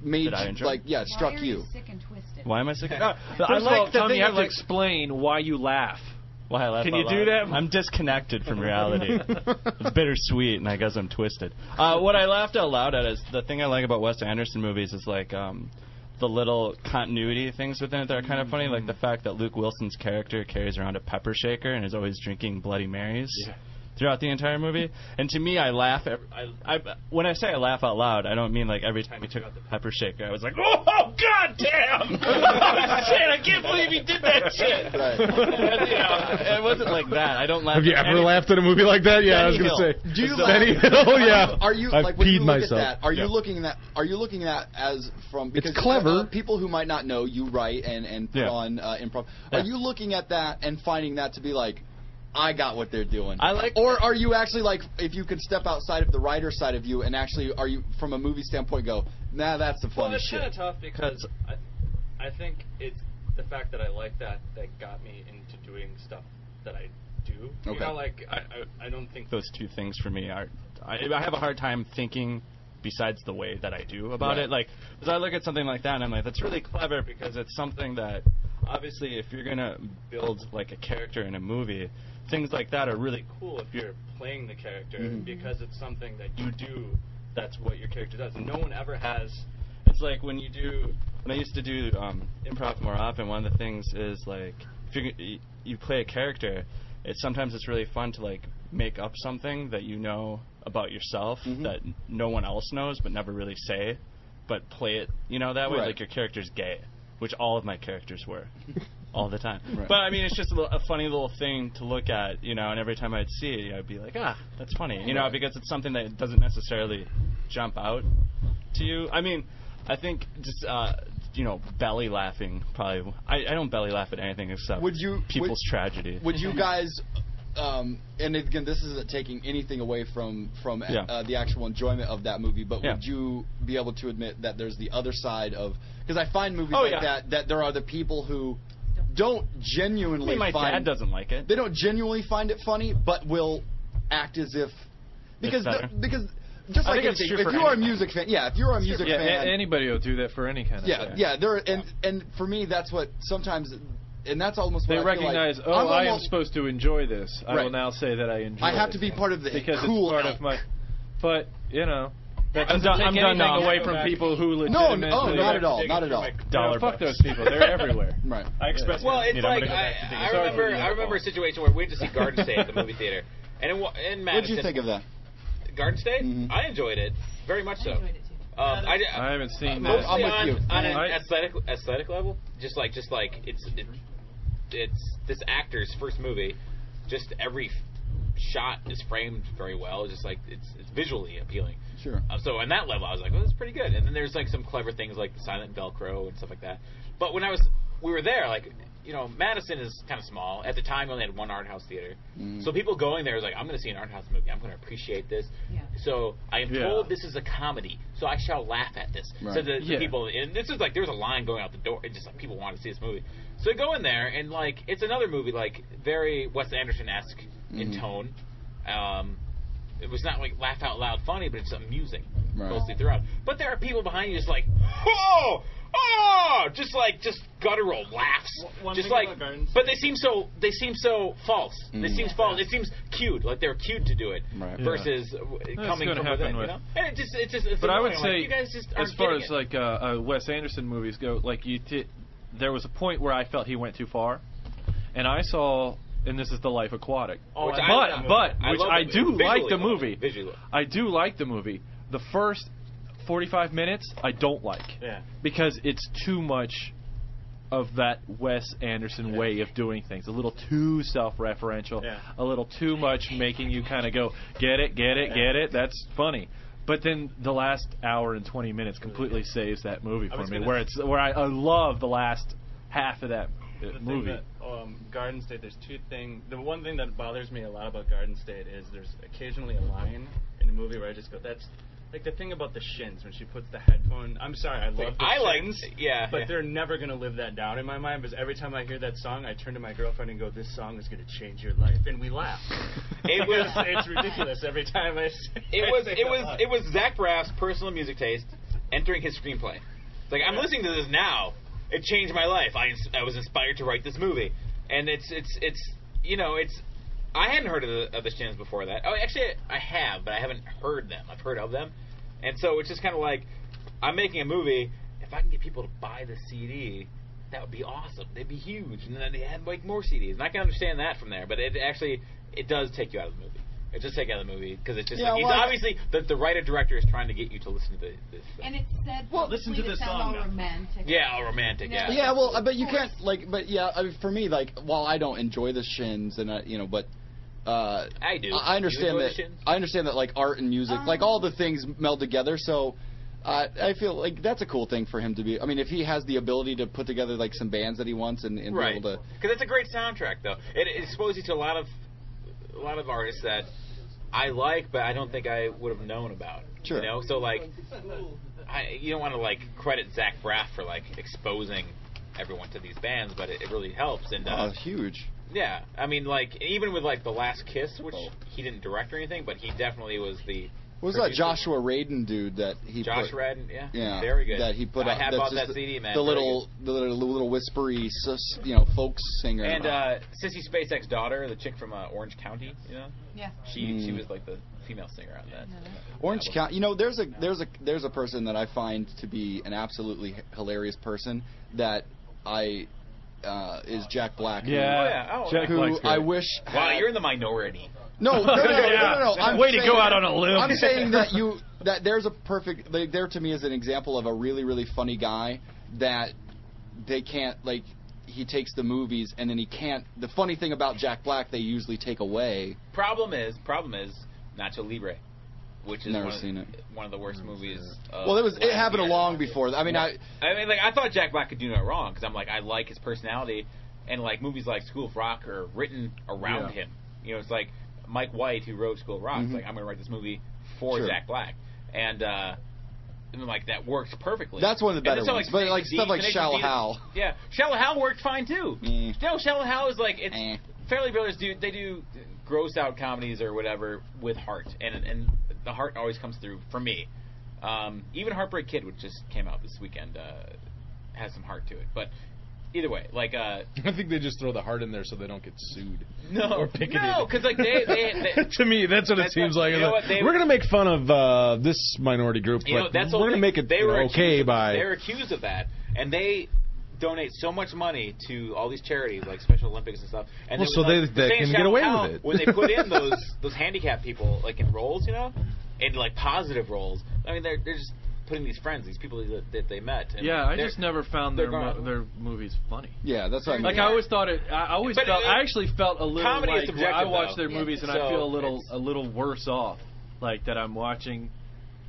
S2: made
S13: Did I
S2: you-
S13: enjoy?
S2: like? Yeah, struck
S6: Why are
S2: you.
S6: Sick and twisted.
S13: Why am I sick?
S11: First of all, Tom, you have to explain why you laugh.
S6: Why I laugh
S11: Can
S6: out
S11: you do
S6: loud?
S11: that?
S6: I'm disconnected from reality. it's bittersweet, and I guess I'm twisted. Uh, what I laughed out loud at is the thing I like about Wes Anderson movies is like um, the little continuity things within it that are kind
S11: Mm-hmm.
S6: of funny, like the fact that Luke Wilson's character carries around a pepper shaker and is always drinking Bloody Marys. Throughout the entire movie, and to me, I laugh. ev- I, I, when I say I laugh out loud, I don't mean like every time he took out the pepper shaker. I was like, oh, god damn! shit, I can't believe he did that shit.
S11: Right.
S6: And, you know, it wasn't like that. I don't laugh.
S5: Have you
S6: at
S5: ever
S6: any-
S5: laughed at a movie like that? Yeah, I was
S6: Benny
S5: gonna
S6: Hill.
S5: say.
S6: Do you
S5: Benny
S6: laugh-
S5: Hill? Yeah.
S2: Are you
S5: I
S2: like when
S5: peed
S2: you look
S5: myself.
S2: at that? Are you
S5: Yeah.
S2: looking that? Are you looking at as from because
S5: clever.
S2: uh, people who might not know you write and and put
S6: Yeah.
S2: on uh, improv?
S6: Yeah.
S2: Are you looking at that and finding that to be like? I got what they're doing.
S6: I like-
S2: Or are you actually like, if you could step outside of the writer side of you and actually, are you from a movie standpoint go, nah, that's the
S4: Well,
S2: funny
S4: it's
S2: shit.
S4: kind of tough because I, I think it's the fact that I like that that got me into doing stuff that I do. You
S6: Okay.
S4: know, like I, I, I don't think
S6: Those two things for me are. I, I have a hard time thinking besides the way that I do about
S4: Right.
S6: it. Like, because I look at something like that and I'm like, that's really clever because it's something that obviously if you're gonna build like a character in a movie, things like that are really
S4: cool if you're playing the character
S6: Mhm.
S4: because it's something that you do. That's what your character does. No one ever has.
S6: It's like when you do. When I used to do um, improv more often, one of the things is like if you're, g- y- you play a character, it's sometimes it's really fun to like make up something that you know about yourself that no one else knows but never really say, but play it you know that way
S11: Right.
S6: like your character's gay, which all of my characters were. All the time,
S11: Right.
S6: but I mean, it's just a, little, a funny little thing to look at, you know. And every time I'd see it, I'd be like, "Ah, that's funny," you know,
S11: Right.
S6: because it's something that doesn't necessarily jump out to you. I mean, I think just uh, you know, belly laughing probably. I, I don't belly laugh at anything except
S2: Would you-
S6: people's
S2: would-
S6: tragedy.
S2: Would you guys? Um, and again, this isn't taking anything away from from
S6: Yeah.
S2: uh, the actual enjoyment of that movie, but
S6: Yeah.
S2: would you be able to admit that there's the other side of? Because I find movies
S6: Oh,
S2: like
S6: yeah.
S2: that that there are the people who don't
S6: I
S2: genuinely
S6: mean, my
S2: find
S6: dad doesn't like it.
S2: they don't genuinely find it funny, but will act as if because
S11: better.
S2: the, because just
S11: I
S2: like
S11: think it's
S2: anything,
S11: true
S2: if
S11: for
S2: you are a
S11: anything.
S2: music fan, yeah, if you are a music
S11: yeah,
S2: fan,
S11: a- anybody will do that for any kind of
S2: yeah,
S11: thing.
S2: yeah. There and and for me, that's what sometimes, and that's almost what
S11: They
S2: I feel like-
S11: recognize, oh,
S2: I'm
S11: I am
S2: almost-
S11: supposed to enjoy this. I will
S2: Right.
S11: now say that I enjoy.
S2: I have
S11: it.
S2: to be part of the
S11: because
S2: cool
S11: it's part
S2: elk.
S11: of my. But you know, that
S6: I'm
S11: doesn't
S6: done-
S11: take
S6: I'm done
S11: anything
S6: now.
S11: away
S6: Go
S11: from
S6: back.
S11: people who
S6: No,
S11: legitimately.
S6: oh, not at all, not at all.
S11: Dollar
S6: Dollar
S11: fuck
S6: bucks.
S11: those people. They're everywhere.
S2: right.
S6: I express.
S9: Well,
S6: my
S9: it's
S6: opinion. I'm
S9: like
S6: gonna go
S9: I,
S6: back to
S9: I
S6: digging.
S9: remember I remember a situation where we went to see Garden State at the movie theater, and in, Wa- in
S2: What'd
S9: Madison.
S2: you think of Mm-hmm. that?
S9: Garden State? I enjoyed it very much so. Um, I,
S11: I haven't seen that.
S9: mostly
S11: I'm
S9: on,
S11: with you.
S9: on an
S11: I-
S9: aesthetic aesthetic level. Just like just like it's it, it's this actor's first movie. Just every f- shot is framed very well. It's Just like it's it's visually appealing.
S2: Sure.
S9: Uh, so on that level, I was like, "Oh, that's pretty good." And then there's like some clever things like the silent Velcro and stuff like that. But when I was, we were there, like, you know, Madison is kind of small. At the time, we only had one art house theater,
S11: Mm.
S9: so people going there was like, "I'm going to see an art house movie. I'm going to appreciate this." So I am
S11: Yeah.
S9: told this is a comedy, so I shall laugh at this. So
S11: Right.
S9: the, the
S11: Yeah.
S9: people, and this is like there was a line going out the door, and just like people wanted to see this movie. So I go in there, and like it's another movie, like very Wes Anderson esque in
S11: Mhm.
S9: tone. Um, it was not like laugh out loud funny, but it's amusing
S11: Right.
S9: mostly throughout. But there are people behind you just like, oh, oh, just like just guttural laughs,
S6: one
S9: just
S6: thing
S9: like.
S6: about Gardens-
S9: But they seem so they seem so false. They
S6: Mm.
S9: seem false. It seems cued, like they're cued to do it,
S6: Right.
S9: versus
S6: Yeah.
S9: w-
S6: That's
S9: coming
S11: gonna
S9: from
S11: happen
S9: within.
S11: with-
S9: You know? And it just, it just, it's
S11: but I would
S9: annoying.
S11: say,
S9: like, you guys just
S11: as
S9: aren't
S11: far
S9: getting
S11: as
S9: it.
S11: like uh, uh, Wes Anderson movies go, like you, t- there was a point where I felt he went too far, and I saw, and this is the Life Aquatic,
S9: Oh,
S11: but
S9: I love that movie.
S11: but
S9: I
S11: which
S9: love
S11: I
S9: it.
S11: do
S9: Visually
S11: like the
S9: love it.
S11: movie.
S9: Visually.
S11: I do like the movie. The first 45 minutes, I don't like.
S9: Yeah.
S11: Because it's too much of that Wes Anderson way of doing things. A little too self-referential.
S9: Yeah.
S11: A little too much making you kind of go, get it, get it, get it. That's funny. But then the last hour and 20 minutes completely saves that movie
S6: I
S11: for
S6: was
S11: me,
S6: gonna-
S11: where it's where I, I love the last half of that uh,
S4: the
S11: movie.
S4: Thing that, um, Garden State, there's two things. The one thing that bothers me a lot about Garden State is there's occasionally a line in a movie where I just go, that's. Like the thing about the shins when she puts the headphone. I'm sorry, I love. The
S9: I like-
S4: shins,
S9: yeah,
S4: But
S9: yeah.
S4: they're never gonna live that down in my mind because every time I hear that song, I turn to my girlfriend and go, "This song is gonna change your life," and we laugh.
S9: It was-
S4: Because it's ridiculous every time I. Say,
S9: it was
S4: I say
S9: it
S4: that
S9: was
S4: line.
S9: it was Zach Braff's personal music taste entering his screenplay. It's like I'm listening to this now. It changed my life. I ins- I was inspired to write this movie, and it's it's it's you know, it's I hadn't heard of the, of the Shins before that. Oh, actually, I have, but I haven't heard them. I've heard of them, and so it's just kind of like I'm making a movie. If I can get people to buy the CD, that would be awesome. They'd be huge, and then they had like more CDs. And I can understand that from there, but it actually it does take you out of the movie. It does take you out of the movie because it's just
S14: Yeah,
S9: like, he's
S14: well, I-
S9: obviously the, the writer director is trying to get you to listen to the, this.
S14: And it's said
S9: Well,
S14: listen to this sound all romantic.
S9: Yeah, all romantic. Yeah.
S2: Yeah, well, uh, but you can't like, but yeah, I mean, for me, like, while I don't enjoy the Shins, and I, you know, but uh,
S9: I do.
S2: I
S9: You
S2: understand
S9: enjoy the
S2: that.
S9: Shins?
S2: I understand that like art and music, like all
S14: Um.
S2: the things meld together. So. Uh, I feel like that's a cool thing for him to be. I mean, if he has the ability to put together like some bands that he wants and, and
S9: Right.
S2: be able to,
S9: Because it's a great soundtrack, though. It, it exposes you to a lot of a lot of artists that I like, but I don't think I would have known about.
S2: Sure.
S9: You know, so like, I you don't want to like credit Zach Braff for like exposing everyone to these bands, but it, it really helps. And uh,
S2: oh, huge.
S9: yeah, I mean, like even with like the Last Kiss, which he didn't direct or anything, but he definitely was the
S2: What was that Joshua Radin dude that he
S9: Josh
S2: put,
S9: Radin, yeah.
S2: yeah,
S9: Very good.
S2: That he put
S9: I
S2: out.
S9: have
S2: that's
S9: bought
S2: just
S9: that CD, man.
S2: The
S9: Very
S2: little, the little, the little whispery, sus, you know, folk singer.
S9: And uh, Sissy Spacek's daughter, the chick from uh, Orange County, you know?
S14: Yeah.
S9: She she
S2: Mm.
S9: was like the female singer on that.
S2: Orange County. You know, there's a there's a there's a person that I find to be an absolutely h- hilarious person that I uh, is Jack Black. who-
S9: Yeah. Oh, yeah. Oh, Jack
S2: who
S9: Black's great.
S2: I wish.
S9: Wow,
S2: had-
S9: you're in the minority.
S2: No, no, no, no, no, no, no. I'm
S9: Way to
S2: saying-
S9: go out on a limb.
S2: I'm saying that you that there's a perfect like, there to me is an example of a really really funny guy that they can't like he takes the movies and then he can't. The funny thing about Jack Black they usually take away.
S9: Problem is, problem is Nacho Libre, which is
S2: Never
S9: one, of,
S2: seen
S9: one of the worst movies. Of
S2: Well, it was it
S9: last
S2: happened
S9: year.
S2: long before. I mean, I
S9: I mean, like I thought Jack Black could do no wrong because I'm like I like his personality, and like movies like School of Rock are written around
S15: Yeah.
S9: him. You know, it's like Mike White who wrote School of Rock. it's
S15: Mhm.
S9: Like I'm gonna write this movie for
S2: Mm-hmm. Sure.
S9: Jack Black, and uh, and, like that works perfectly.
S2: That's one of the
S9: And
S2: better
S9: so,
S2: ones, but, like,
S9: Snakes and
S2: stuff like
S9: Thieves-
S2: Shallow
S9: Snakes and
S2: Hal. Mm.
S9: Thieves- Yeah, Shallow Hal worked fine too. No, Shallow Hal is like it's Fairly Brothers do they do gross out comedies or whatever with heart, and and the heart always comes through for me. Um, even Heartbreak Kid, which just came out this weekend, uh, has some heart to it. But either way, like uh,
S5: I think they just throw the heart in there so they don't get sued.
S9: No.
S5: or picketed.
S9: No, 'cause, like, they- they- they-
S5: to me, that's what it
S9: That's
S5: seems
S9: what-
S5: like.
S9: you know
S5: Like,
S9: what, they-
S5: we're gonna make fun of uh, this minority group, but
S9: you know that's the
S5: we're
S9: whole
S5: gonna
S9: thing.
S5: make it
S9: they
S5: you know,
S9: were accused
S5: okay
S9: of-
S5: by.
S9: they were accused of that, and they donate so much money to all these charities like Special Olympics and stuff. And
S5: Well,
S9: it
S5: so
S9: was like
S5: they-
S9: the
S5: they
S9: same
S5: can
S9: shout
S5: get away
S9: out
S5: with it.
S9: when they put in those those handicapped people like in roles, you know, in like positive roles. I mean, they're they're just putting these friends, these people that, that they met. And
S11: Yeah, I
S9: they're-
S11: just never found
S9: they're
S11: their
S9: gone.
S11: mo- their movies funny.
S2: Yeah, that's what I mean.
S11: Like I always thought it. I always
S9: But
S11: felt.
S9: it-
S11: I actually felt a little
S9: comedy is
S11: like
S9: subjective,
S11: I watch
S9: though.
S11: their movies and
S9: So
S11: I feel a little a little worse off. Like that I'm watching.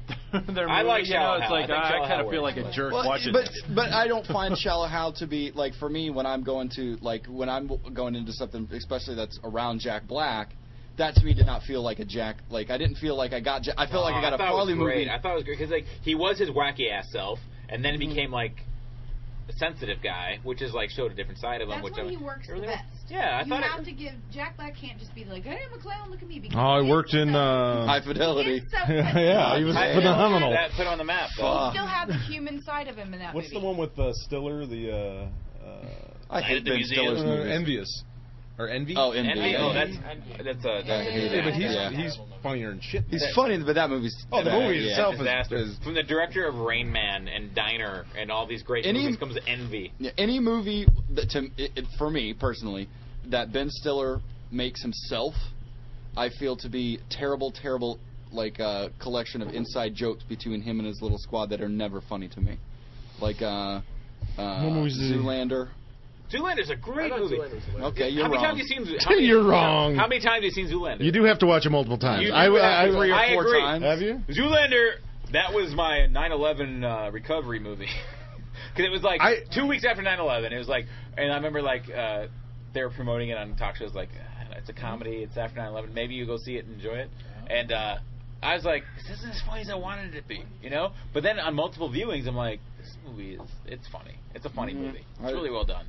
S11: their
S9: I
S11: movies,
S9: like
S11: you know,
S9: Shallow
S11: it's
S9: Hal. I
S11: like
S9: think
S11: I,
S9: Shallow
S11: kind
S9: Hal
S11: of feel
S9: works.
S11: like a jerk
S2: Well,
S11: watching.
S2: but
S11: this.
S2: but I don't find Shallow Hal to be like for me when I'm going to like when I'm w- going into something especially that's around Jack Black. That to me did not feel like a Jack. Like I didn't feel like I got. Ja- I felt like I got a
S9: thought it was
S2: Farley
S9: great.
S2: movie.
S9: Oh, I thought it was great because like he was his wacky ass self, and then
S2: Mm-hmm.
S9: he became like a sensitive guy, which is like showed a different side of him.
S14: That's
S9: which
S14: when
S9: I'm,
S14: he works the
S9: Everything-
S14: best.
S9: Yeah, I
S14: you
S9: thought it-
S14: have to give Jack Black can't just be like, I am a clown. Look at me. Because
S5: Oh, I worked in uh,
S2: High Fidelity.
S14: So-
S5: yeah, he was
S9: I-
S5: phenomenal.
S9: That put on the map. Though.
S14: You still have the human side of him in that
S15: What's
S14: movie.
S15: the one with uh, Stiller? The uh, uh,
S2: I hate Ben Stiller's
S5: Uh,
S2: movies.
S5: envious or envy?
S2: Oh, Envy, Envy, yeah.
S9: oh, that's that's
S2: Yeah,
S9: uh, that's-
S2: yeah,
S5: Yeah, but he's
S2: yeah.
S5: he's funnier and shit.
S2: He's
S5: That-
S2: funny, but that movie's
S5: Oh, the
S2: bad,
S5: movie
S2: yeah.
S5: itself is
S9: disaster. From the director of Rain Man and Diner and all these great
S2: Any-
S9: movies comes Envy.
S2: Yeah, any movie that to it, it, for me personally that Ben Stiller makes himself, I feel to be terrible, terrible like uh, collection of inside jokes between him and his little squad that are never funny to me. Like uh, uh,
S5: What movies did he-
S2: Zoolander.
S9: Zoolander's a great movie.
S2: Okay, you're
S9: how many
S2: wrong.
S9: times have you seen? Zo- How many,
S5: You're wrong.
S9: How many times have you seen Zoolander?
S5: You do have to watch it multiple times.
S9: You-
S5: I,
S9: you
S5: I,
S9: have-
S5: I-
S9: I agree.
S5: Have you?
S9: Zoolander, that was my 9/11 uh, recovery movie. Because it was like two weeks after 9/11, it was like, and I remember like uh, they were promoting it on talk shows, like "Ah, it's a comedy, it's after 9/11, maybe you go see it and enjoy it. And uh, I was like, this isn't as funny as I wanted it to be, you know. But then on multiple viewings, I'm like, this movie is it's funny, it's a funny
S5: Mm-hmm.
S2: Mhm.
S9: movie,
S2: I-
S9: it's really well done,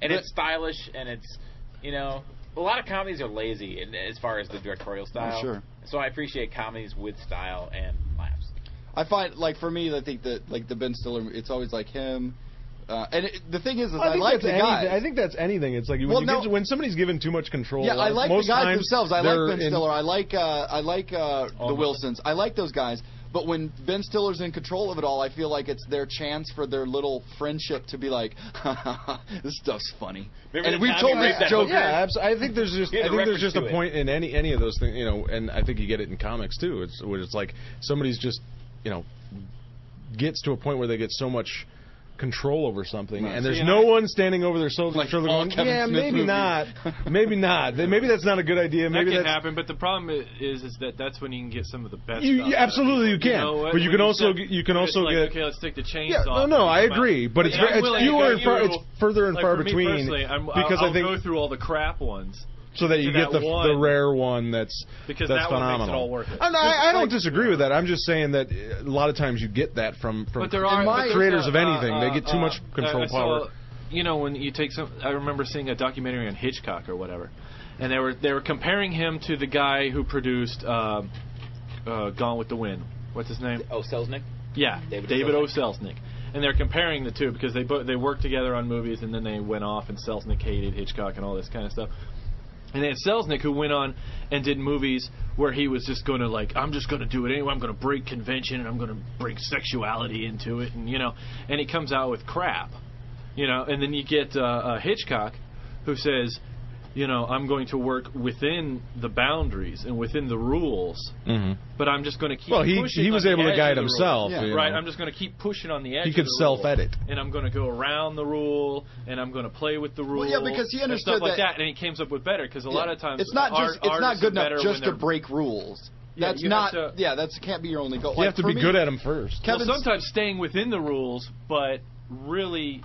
S9: and
S2: But-
S9: it's stylish, and it's you know. A lot of comedies are lazy, in, as far as the directorial style.
S2: sure.
S9: So I appreciate comedies with style and laughs.
S2: I find like for me, I think that like the Ben Stiller, it's always like him, Uh, and it, the thing is, is
S15: Well,
S2: I,
S15: think
S2: like
S15: that's
S2: the
S15: anything-
S2: guys.
S15: I think that's anything. It's like when,
S2: Well,
S15: you
S2: no-
S15: give, when somebody's given too much control.
S2: Yeah, I like
S15: most
S2: the guys
S15: times
S2: themselves. I
S15: they're
S2: like Ben
S15: in-
S2: Stiller. I like uh, I like uh, the
S15: Almost.
S2: Wilsons. I like those guys. But when Ben Stiller's in control of it all, I feel like it's their chance for their little friendship to be like, "This stuff's funny."
S15: Remember
S2: and
S15: the
S2: we've
S15: time
S2: told
S15: you
S2: this
S15: read that
S2: joke.
S15: book? Yeah, abso- I think there's just
S2: Yeah,
S15: I
S2: the
S15: think there's
S2: reference
S15: just
S2: to
S15: a
S2: it.
S15: point in any any of those things, you know, and I think you get it in comics too. It's where it's like somebody's just, you know, gets to a point where they get so much control over something,
S5: Right.
S15: and there's
S5: See,
S15: no one standing over their shoulder shoulder
S5: all
S15: going,
S5: Kevin
S15: yeah,
S5: Smith
S15: maybe
S5: movies."
S15: not, maybe not, Th- maybe that's not a good idea,
S11: That
S15: maybe
S11: can
S15: that's.
S11: happen, but the problem i- is, is that that's when you can get some of the best.
S15: You-
S11: stuff
S15: you-
S11: out of
S15: absolutely
S11: people.
S15: you can,
S11: know what?
S15: but you
S11: When
S15: can also
S11: step-
S15: get- you can
S11: when it's
S15: also
S11: like,
S15: get-
S11: okay, let's take the chains
S15: Yeah,
S11: off.
S15: no, no, I
S11: and come
S15: agree,
S11: out.
S15: but it's
S11: And
S15: ve-
S11: I'm
S15: it's
S11: willing to
S15: fewer
S11: go
S15: and far-
S11: you-
S15: it's further and
S11: like,
S15: far
S11: for me
S15: between,
S11: personally, I'm,
S15: because
S11: I'll,
S15: I think-
S11: I'll go through all the crap ones.
S15: So that you
S11: to
S15: get the,
S11: that one,
S15: the rare one that's
S11: Because
S15: that's
S11: that one makes it
S15: phenomenal.
S11: all worth it.
S15: I, know, Oh, I, I don't
S11: Like-
S15: disagree with that. I'm just saying that uh, a lot of times you get that from from
S11: but there are but
S15: the
S11: there's
S15: creators
S11: a-
S15: of anything.
S11: uh,
S15: they get too
S11: uh,
S15: much control
S11: I- I
S15: power.
S11: saw- you know, when you take some, I remember seeing a documentary on Hitchcock or whatever, and they were they were comparing him to the guy who produced um uh, Gone with the Wind. What's his name?
S9: Oh, Selznick.
S11: Yeah, David, O. Selznick. And they're comparing the two because they bo- they worked together on movies and then they went off and Selznick hated Hitchcock and all this kind of stuff. And they had Selznick who went on and did movies where he was just going to like I'm just going to do it anyway. I'm going to break convention and I'm going to bring sexuality into it and you know and he comes out with crap. You know, and then you get uh, uh, Hitchcock who says, you know, I'm going to work within the boundaries and within the rules
S15: Mhm.
S11: but I'm just going to keep.
S15: Well, he-
S11: pushing
S15: he was
S11: on the
S15: able to
S11: edge
S15: guide
S11: of the
S15: himself,
S11: Rule.
S15: Yeah. you
S11: Right,
S15: know.
S11: I'm just going to keep pushing on the edge.
S15: He
S11: of
S15: could
S11: the
S15: self-edit.
S11: rule, and I'm going to go around the rule, and I'm going to play with the rule.
S2: Well, yeah, because he
S11: and
S2: understood
S11: stuff like
S2: that-
S11: that, and he came up with better because a lot of times
S2: it's not
S11: art-
S2: just it's not
S11: artists
S2: good
S11: are
S2: enough
S11: better
S2: just
S11: when
S2: to
S11: they're-
S2: break rules.
S11: Yeah,
S2: That's
S11: you
S2: not
S11: have
S2: yeah. That's can't be your only goal.
S11: You
S2: Like,
S11: have to
S2: for
S11: be
S2: me-
S11: good at
S15: 'em first.
S2: Kevin's-
S11: well, sometimes staying within the rules, but really.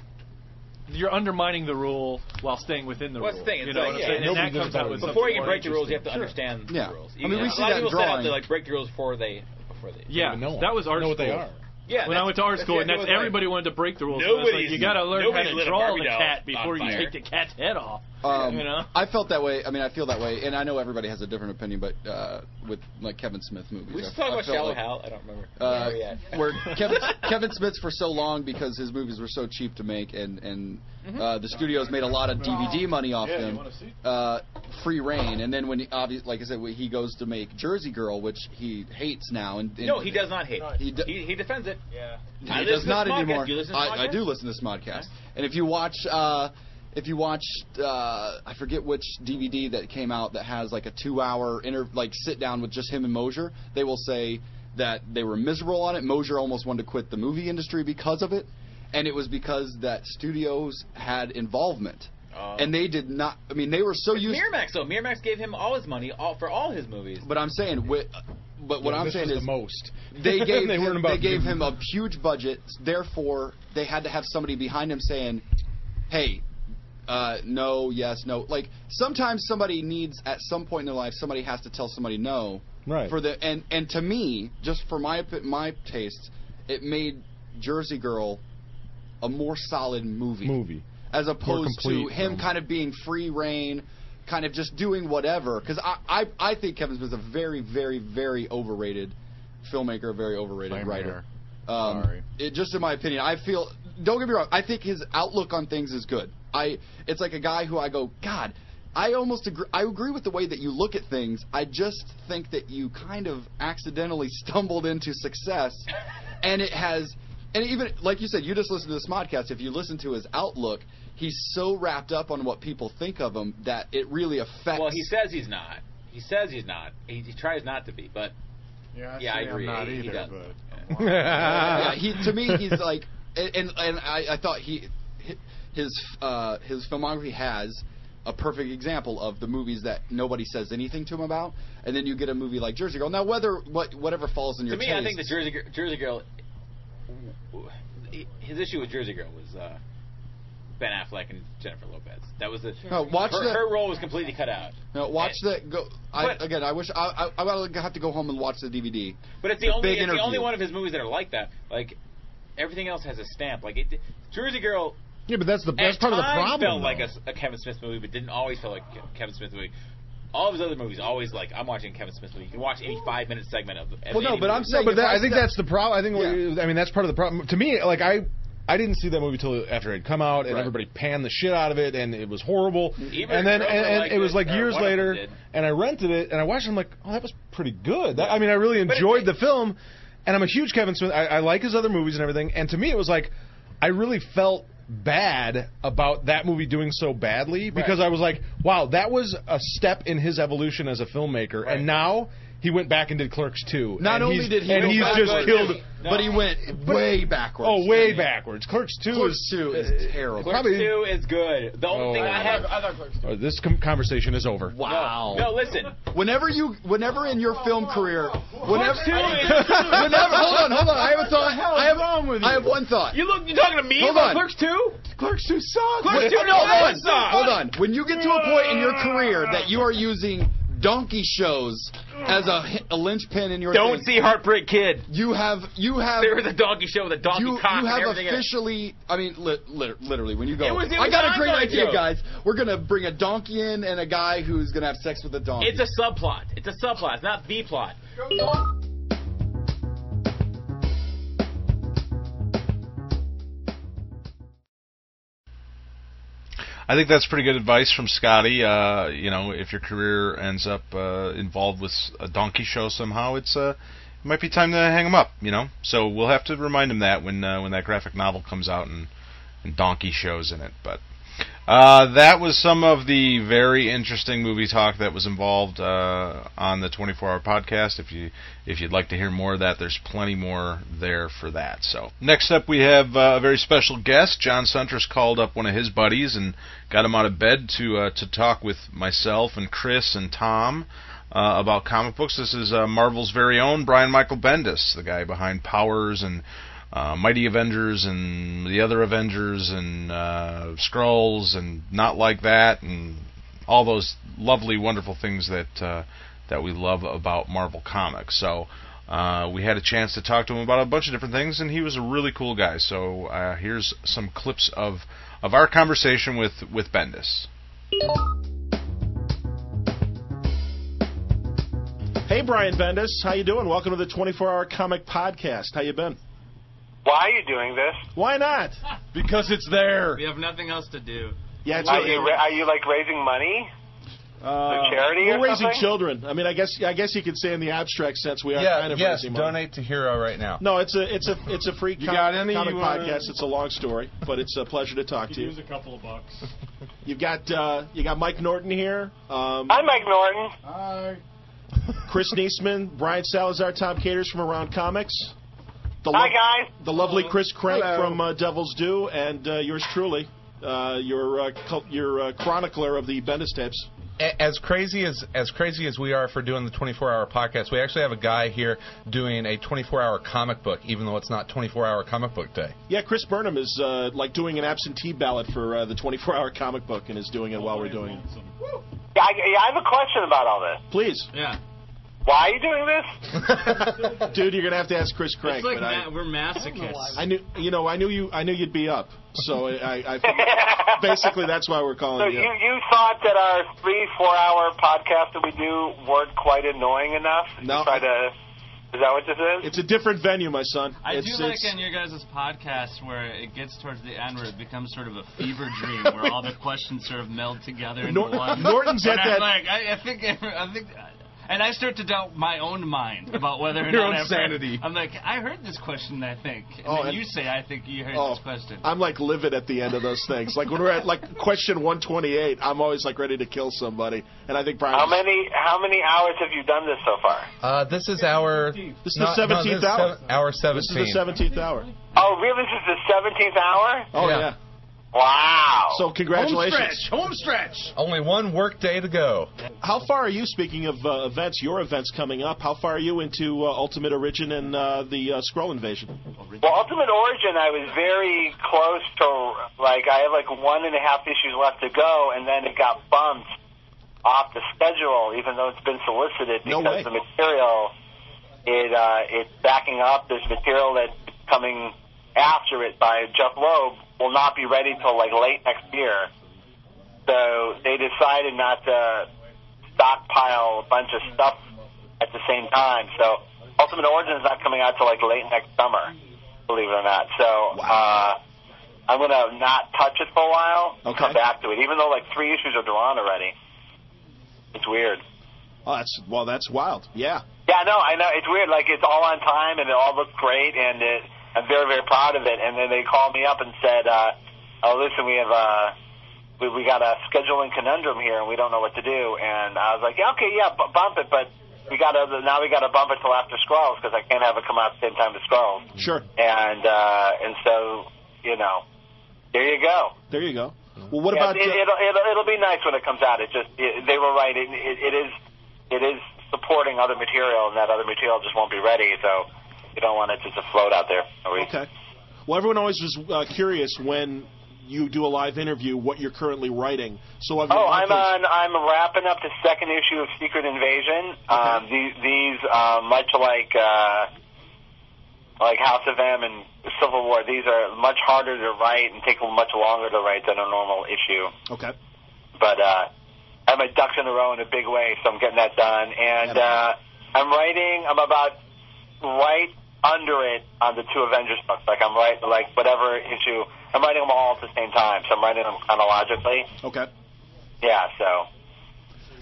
S11: You're undermining the rule while staying within the
S9: Well, that's
S11: rule.
S9: the thing. It's
S11: You know
S9: like,
S11: what I'm
S9: yeah,
S11: saying? And
S9: nobody
S11: that comes out with
S9: Before
S11: something
S9: you can break the
S11: more
S9: rules, you have to
S11: interesting.
S9: understand
S11: Yeah.
S9: the rules.
S11: I
S9: You-
S11: mean, we
S9: a
S11: see
S9: lot
S11: that
S9: of
S11: in
S9: people set out
S11: drawing.
S9: to like break the rules before they before they.
S11: Yeah, that was art
S9: Know what
S11: school.
S9: they are. Yeah,
S11: when I
S9: that's-
S11: went to art
S9: that's
S11: school,
S9: the
S11: and
S9: idea
S11: that's
S9: was, like,
S11: everybody wanted to break the rules. and I was like,
S9: nobody's-
S11: you got to learn how
S9: nobody's
S11: to
S9: lit a
S11: draw
S9: Barbie
S11: the
S9: doll
S11: cat
S9: on
S11: before you
S9: fire.
S11: take the cat's head off.
S2: Um,
S11: you know,
S2: I felt that way. I mean, I feel that way, and I know everybody has a different opinion. But uh, with like Kevin Smith movies,
S9: We
S2: I-
S9: just talked
S2: I
S9: about
S2: felt
S9: Shallow
S2: like-
S9: Hal. I don't remember.
S2: Uh,
S9: Where we at.
S2: where Kevin, Kevin Smith's for so long because his movies were so cheap to make, and and
S9: Mm-hmm.
S2: uh, the studios made a lot of DVD money off
S9: Oh. Yeah, you
S2: them.
S9: wanna see?
S2: Uh, free reign, and then when he, obvi- like I said, when he goes to make Jersey Girl, which he hates now. And, and
S9: No, he does not hate.
S2: He, d-
S9: he, he defends it. Yeah.
S2: he does not anymore. I, I do listen to this podcast, and if you watch, uh, if you watch, uh, I forget which DVD that came out that has like a two-hour inter like sit down with just him and Mosier, they will say that they were miserable on it. Mosier almost wanted to quit the movie industry because of it, and it was because that studios had involvement, and they did not. I mean, they were so
S9: It's
S2: used.
S9: Miramax though. Miramax gave him all his money all, for all his movies.
S2: But I'm saying, wi- but what
S9: Yeah,
S2: I'm
S9: this
S2: saying
S9: was
S2: is
S9: the most.
S2: They gave
S9: They weren't
S2: him,
S9: about
S2: they gave
S9: to do-
S2: him a huge budget. Therefore, they had to have somebody behind him saying, "Hey, uh, no, yes, no." Like sometimes somebody needs at some point in their life somebody has to tell somebody no.
S15: Right.
S2: For the and and to me, just for my opi- my taste, it made Jersey Girl a more solid movie.
S15: Movie.
S2: As opposed to
S15: complete
S2: him
S15: film.
S2: kind of being free reign, kind of just doing whatever. Because I, I, I think Kevin Smith is a very, very, very overrated filmmaker, a very overrated
S15: Blame
S2: writer.
S15: her.
S2: Um,
S15: Sorry.
S2: It, just in my opinion, I feel. Don't get me wrong. I think his outlook on things is good. I. It's like a guy who I go, God. I almost agree. I agree with the way that you look at things. I just think that you kind of accidentally stumbled into success, and it has. And even like you said, you just listen to this podcast. If you listen to his outlook, he's so wrapped up on what people think of him that it really affects.
S9: Well, he says he's not. He says he's not. He, he tries not to be, but
S4: yeah,
S9: yeah, I agree. he, he does.
S2: yeah, he to me he's like, and and, and I, I thought he his uh, his filmography has a perfect example of the movies that nobody says anything to him about, and then you get a movie like Jersey Girl. Now whether what whatever falls in
S9: to
S2: your
S9: me,
S2: taste,
S9: I think the Jersey Girl, Jersey Girl. His issue with Jersey Girl was uh, Ben Affleck and Jennifer Lopez. That was the
S2: No, watch
S9: her,
S2: the-
S9: her role was completely cut out.
S2: Now, watch the go. I, again, I wish I, I I would have to go home and watch the DVD.
S9: But it's the, only
S2: big
S9: it's the
S2: interview.
S9: only one of his movies that are like that. Like everything else has a stamp. Like it, Jersey Girl.
S15: Yeah, but that's the
S9: At
S15: that's part of the
S9: times
S15: problem.
S9: Felt
S15: though.
S9: like a, s- a Kevin Smith movie, but didn't always feel like a Kevin Smith movie. All of his other movies, always like I'm watching a Kevin Smith movie. You can watch any five minute segment of the. of
S15: Well, no,
S9: any
S15: but I'm
S9: movie.
S15: saying. but that, I think that's the problem. I think. what- I mean, that's part of the problem. To me, like I,
S16: I didn't see that movie till after it had come out, and
S2: Right.
S16: everybody panned the shit out of it, and it was horrible.
S2: Even
S16: and then
S2: Grover
S16: and, and
S2: liked
S16: it was
S2: it,
S16: like
S2: or
S16: years
S2: one of them
S16: later,
S2: did.
S16: and I rented it, and I watched. it, I'm like, oh, that was pretty good. That, I mean, I really enjoyed the film, and I'm a huge Kevin Smith. I, I like his other movies and everything, and to me, it was like I really felt bad about that movie doing so badly because I was like, wow, that was a step in his evolution as a filmmaker, and now. He went back and did Clerks 2.
S2: Not
S16: and
S2: only
S16: he's-
S2: did he
S16: and
S2: go
S16: he's
S2: back,
S16: just
S2: but-
S16: killed,
S2: but he went way backwards.
S16: Oh, way backwards. Clerks 2
S2: Clerks
S16: is
S2: 2 is terrible.
S9: Clerks
S16: Probably-
S9: Two is good. The only
S16: Oh.
S9: thing
S16: I
S9: I, have.
S16: thought-
S2: Oh,
S16: this com- conversation is over.
S2: Wow.
S9: No, listen.
S2: Whenever you, whenever in your film career, whenever,
S9: Clerks two is-
S2: whenever, hold on, hold on. I have a
S9: What
S2: thought.
S9: the hell
S2: I have,
S9: is wrong with
S2: I
S9: you?
S2: have one thought.
S9: You look. You talking to me
S2: Hold on.
S9: about Clerks Two?
S2: Clerks 2 sucks.
S9: Clerks 2
S2: no, hold on.
S9: does suck.
S2: Hold on. When you get to a point in your career that you are using donkey shows as a, hi- a linchpin in your
S9: Don't
S2: thing,
S9: see Heartbreak Kid.
S2: You have you have
S9: There was a donkey show with a donkey
S2: you,
S9: cock
S2: you
S9: and
S2: have
S9: everything. in it.
S2: officially, I mean, li- li- literally, when you go,
S9: It was- it
S2: I
S9: was
S2: got a
S9: on
S2: great
S9: Donkey
S2: idea,
S9: Show.
S2: guys. We're gonna bring a donkey in and a guy who's gonna have sex with a donkey.
S9: It's a subplot. It's a subplot. It's not the plot.
S1: I think that's pretty good advice from Scotty. Uh, you know, if your career ends up uh, involved with s- a donkey show somehow, it's uh, it might be time to hang him up. You know, so we'll have to remind him that when uh, when that graphic novel comes out and, and donkey shows in it. But uh, that was some of the very interesting movie talk that was involved uh, on the 24-hour podcast. If you if you'd like to hear more of that, there's plenty more there for that. So next up, we have uh, a very special guest. John Suntress called up one of his buddies and got him out of bed to uh, to talk with myself and Chris and Tom. Uh, about comic books. This is uh, Marvel's very own Brian Michael Bendis, the guy behind Powers and uh, Mighty Avengers and the other Avengers and uh, Skrulls and not like that and all those lovely, wonderful things that uh, that we love about Marvel Comics. So uh, we had a chance to talk to him about a bunch of different things, and he was a really cool guy. So uh, here's some clips of of our conversation with with Bendis.
S3: Hey, Brian Bendis, how you doing? Welcome to the 24-hour comic podcast. How you been?
S17: Why are you doing this?
S3: Why not?
S16: Because it's there.
S18: We have nothing else to do.
S3: Yeah, it's
S17: are
S3: really-
S17: you ra- are you like raising money?
S3: Uh,
S17: For charity
S3: We're
S17: or
S3: raising
S17: something?
S3: children. I mean, I guess I guess you could say in the abstract sense we are kind of raising money.
S2: to Hero right now.
S3: No, it's a it's a it's a free
S2: You
S3: com-
S2: got any uh,
S3: comic
S2: you wanna-
S3: podcast. It's a long story, but it's a pleasure to talk to you.
S6: a couple of bucks.
S3: You've got uh, you got Mike Norton here. Um,
S17: Hi, Mike Norton.
S6: Hi.
S3: Chris Niesman, Brian Salazar, Tom Caters from Around Comics.
S17: Hi,
S3: lo-
S17: guys.
S3: The lovely Chris Crank
S17: Hello.
S3: from uh, Devil's Due, and uh, yours truly, uh, your uh, col- your uh, chronicler of the Bendis tapes.
S10: A- as crazy as as crazy as we are for doing the 24-hour podcast, we actually have a guy here doing a 24-hour comic book, even though it's not 24-hour comic book day.
S3: Yeah, Chris Burnham is uh, like doing an absentee ballot for uh, the 24-hour comic book, and is doing it while we're doing it.
S17: Yeah, I, yeah, I have a question about all this.
S3: Please.
S18: Yeah.
S17: Why are you doing this?
S3: Dude, you're gonna have to ask Chris
S18: it's
S3: Crank.
S18: like
S3: but I-
S18: ma- we're masochists.
S3: I knew, you know, I knew you, I knew you'd be up. So I, I, I basically that's why we're
S17: So
S3: calling you.
S17: you
S3: up.
S17: you thought that our three four hour podcast that we do weren't quite annoying enough?
S3: No.
S17: You try to. Is that what this is?
S3: It's a different venue, my son.
S6: I
S3: it's,
S6: do like
S3: it's,
S6: on your guys' podcast where it gets towards the end where it becomes sort of a fever dream where all the questions sort of meld together into
S3: Nor-
S6: one.
S3: Norton's
S6: and
S3: at
S6: I'm
S3: that-
S6: Like, I, I think, I think, and I start to doubt my own mind about whether or
S3: Your
S6: not
S3: own
S6: I've
S3: sanity.
S6: Heard, I'm like, I heard this question. I think. And
S3: Oh,
S6: then
S3: and-
S6: you say, I think you heard
S3: Oh,
S6: this question.
S3: I'm like livid at the end of those things. Like when we're at like question 128, I'm always like ready to kill somebody. And I think Brian.
S17: How many how many hours have you done this so far?
S10: Uh, this is our
S3: This is
S10: not-
S3: the
S10: no, this
S3: 17th
S10: is
S3: hour.
S10: sev- hour 17.
S3: This is the 17th hour.
S17: Oh, really? This is the seventeenth hour?
S3: Oh yeah.
S17: Wow.
S3: So congratulations.
S6: Home stretch.
S10: Only one work day to go.
S3: How far are you? Speaking of uh, events, your events coming up. How far are you into uh, Ultimate Origin and uh, the uh, Scroll Invasion?
S17: Well, Ultimate Origin, I was very close to like I have like one and a half issues left to go, and then it got bumped off the schedule, even though it's been solicited
S3: No
S17: because
S3: way.
S17: the material it uh, it's backing up. There's material that's coming after it by Jeff Loeb will not be ready till like late next year. So they decided not to stockpile a bunch of stuff at the same time. So Ultimate Origin is not coming out till like late next summer, believe it or not. So uh, I'm gonna not touch it for a while and come back to it, even though like three issues are drawn already. It's weird.
S3: Oh, that's well, that's wild. Yeah.
S17: Yeah, no, I know it's weird. Like it's all on time and it all looks great, and it, I'm very very proud of it. And then they called me up and said, uh, "Oh, listen, we have uh, we we got a scheduling conundrum here, and we don't know what to do." And I was like, "Yeah, okay, yeah, b- bump it, but." We gotta now. We gotta bump it till after Scrolls because I can't have it come out at the same time as Scrolls.
S3: Sure.
S17: And uh, and so you know, there you go.
S3: There you go. Well, what
S17: Yeah,
S3: about? uh,
S17: it, it'll, it'll it'll be nice when it comes out. It just it, they were right. It, it, it is it is supporting other material, and that other material just won't be ready. So you don't want it to just float out there.
S3: Okay. Well, everyone always was uh, curious when you do a live interview what you're currently writing. So, of your
S17: Oh,
S3: live
S17: I'm
S3: things-
S17: on. I'm wrapping up the second issue of Secret Invasion. Um, these, these uh, much like uh, like House of M and Civil War, these are much harder to write and take much longer to write than a normal issue.
S3: Okay.
S17: but uh, I'm a ducks in a row in a big way, so I'm getting that done. And uh, I'm writing. I'm about right under it on the two Avengers books. Like I'm right, like whatever issue. I'm writing them all at the same time, so I'm writing them chronologically.
S3: Okay.
S17: Yeah. So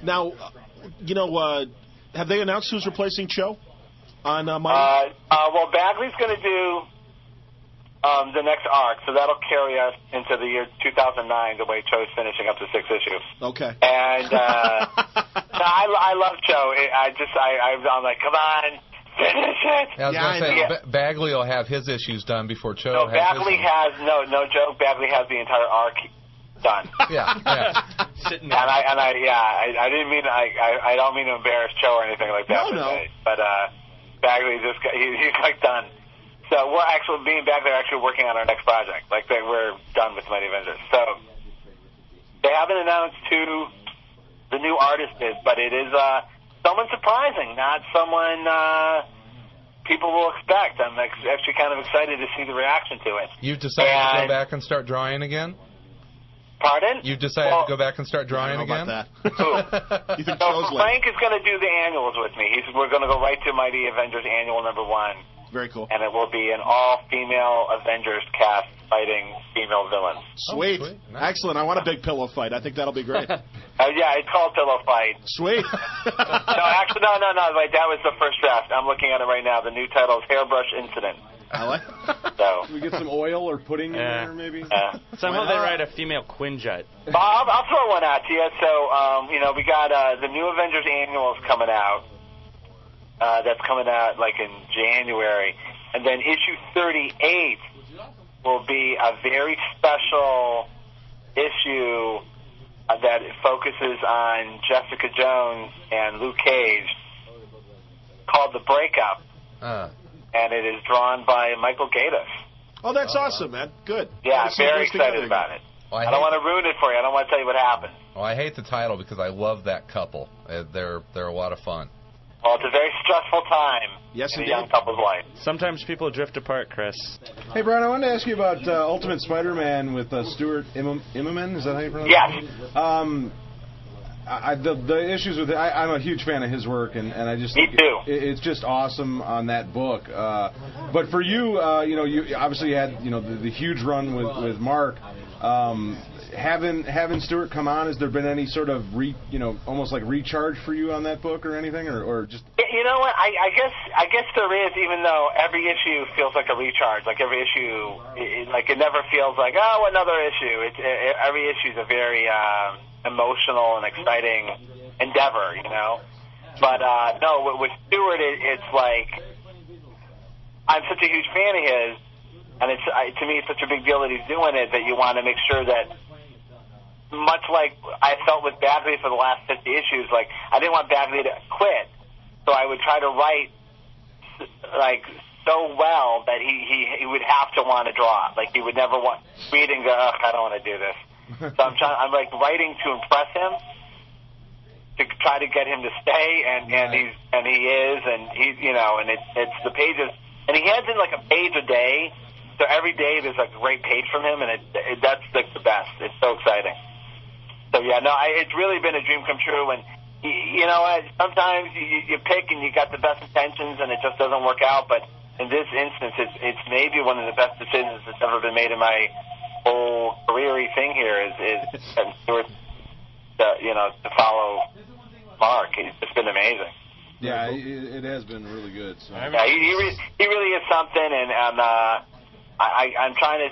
S3: Now, uh, you know, uh, have they announced who's replacing Cho on uh, my?
S17: Uh, uh, well, Bagley's going to do um, the next arc, so that'll carry us into the year 2009, the way Cho's finishing up the six issues.
S3: okay.
S17: And uh, no, I, I love Cho. I I just I, I I'm like, come on, finish it.
S10: I was going to say,
S17: Yeah.
S10: Ba- Bagley will have his issues done before Cho
S17: No,
S10: has
S17: Bagley
S10: his.
S17: has no no joke. Bagley has the entire arc done.
S10: Yeah, yeah.
S17: and I and I yeah I, I didn't mean I, I I don't mean to embarrass Cho or anything like
S3: No,
S17: that. but,
S3: no.
S17: uh, But uh, Bagley just got, he, he's like done. So we're actually being back there, actually working on our next project. Like they, we're done with Mighty Avengers. So they haven't announced who the new artist is, but it is uh someone surprising, not someone uh people will expect. I'm ex- actually kind of excited to see the reaction to it.
S10: You've decided to
S17: And-
S10: go back and start drawing again?
S17: Pardon?
S10: You've decided
S17: Well-
S10: to go back and start drawing again?
S17: you think so Frank is going to do the annuals with me. He's, we're going to go right to Mighty Avengers Annual Number One,
S3: Very cool.
S17: and it will be an all-female Avengers cast fighting female villains.
S3: Sweet. Excellent. I want a big pillow fight. I think that'll be great.
S17: Uh, yeah, it's called Pillow Fight.
S3: Sweet.
S17: no, actually, no, no, no. Wait, that was the first draft. I'm looking at it right now. The new title is Hairbrush Incident.
S3: I like.
S17: So.
S19: Can we get some oil or pudding
S17: Yeah.
S19: in there, maybe? uh,
S17: Yeah.
S20: Somehow they write a female Quinjet.
S17: Well, I'll, I'll throw one out to you. So, um, you know, we got uh, the new Avengers annuals coming out. Uh, that's coming out like in January, and then issue 38 will be a very special issue uh, that focuses on Jessica Jones and Luke Cage, called "The Breakup,"
S10: Uh,
S17: and it is drawn by Michael Gatiss.
S3: Oh, that's awesome, man. Good.
S17: Yeah,
S3: Glad to see
S17: very
S3: those together again.
S17: excited about it.
S10: Well, I
S17: I,
S10: hate-
S17: don't want to ruin it for you. I don't want to tell you what happened.
S10: well, Oh, I hate the title because I love that couple. Uh, they're they're a lot of fun.
S17: Well, Oh, it's a very stressful time
S20: Yes,
S17: in a
S20: indeed.
S17: young couple's life.
S20: Sometimes people drift apart, Chris.
S19: Hey, Brian, I wanted to ask you about uh, Ultimate Spider-Man with uh, Stuart Immo- Immonen. Is that how you pronounce
S17: Yes.
S19: it? Um, I, I- the, the issues with it, I, I'm a huge fan of his work, and, and I just
S17: Me
S19: think
S17: too.
S19: It, it's just awesome on that book. Uh, but for you, uh, you know, you obviously had you know the, the huge run with with Mark. Um, having having Stuart come on, has there been any sort of re, you know almost like recharge for you on that book or anything, or, or just
S17: Y- You know what? I, I guess I guess there is, even though every issue feels like a recharge. Like every issue, it, it- like it never feels like oh another issue. It's it, it- every issue is a very um, emotional and exciting endeavor, you know. But uh, no, with, with Stewart, it, it's like I'm such a huge fan of his, and it's I, to me it's such a big deal that he's doing it that you want to make sure that much like I felt with Bagley for the last 50 issues, like I didn't want Bagley to quit, so I would try to write like so well that he he, he would have to want to draw. Like he would never want read and go, Ugh, I don't want to do this. So I'm trying. I'm like writing to impress him, to try to get him to stay, and and he's and he is, and he's you know, and it's it's the pages, and he has in like a page a day. So every day there's like a great page from him, and it, it that's like the best. It's so exciting. So yeah, no, I, it's really been a dream come true. And y you know, what? sometimes you- you, you pick and you got the best intentions, and it just doesn't work out. But in this instance, it's it's maybe one of the best decisions that's ever been made in my whole careery thing here is is and Stewart, uh, you know, to follow Mark. He's just been amazing.
S19: Yeah, it, it has been really good. So.
S17: Yeah, he he, re- he really is something, and and uh, I, I I'm trying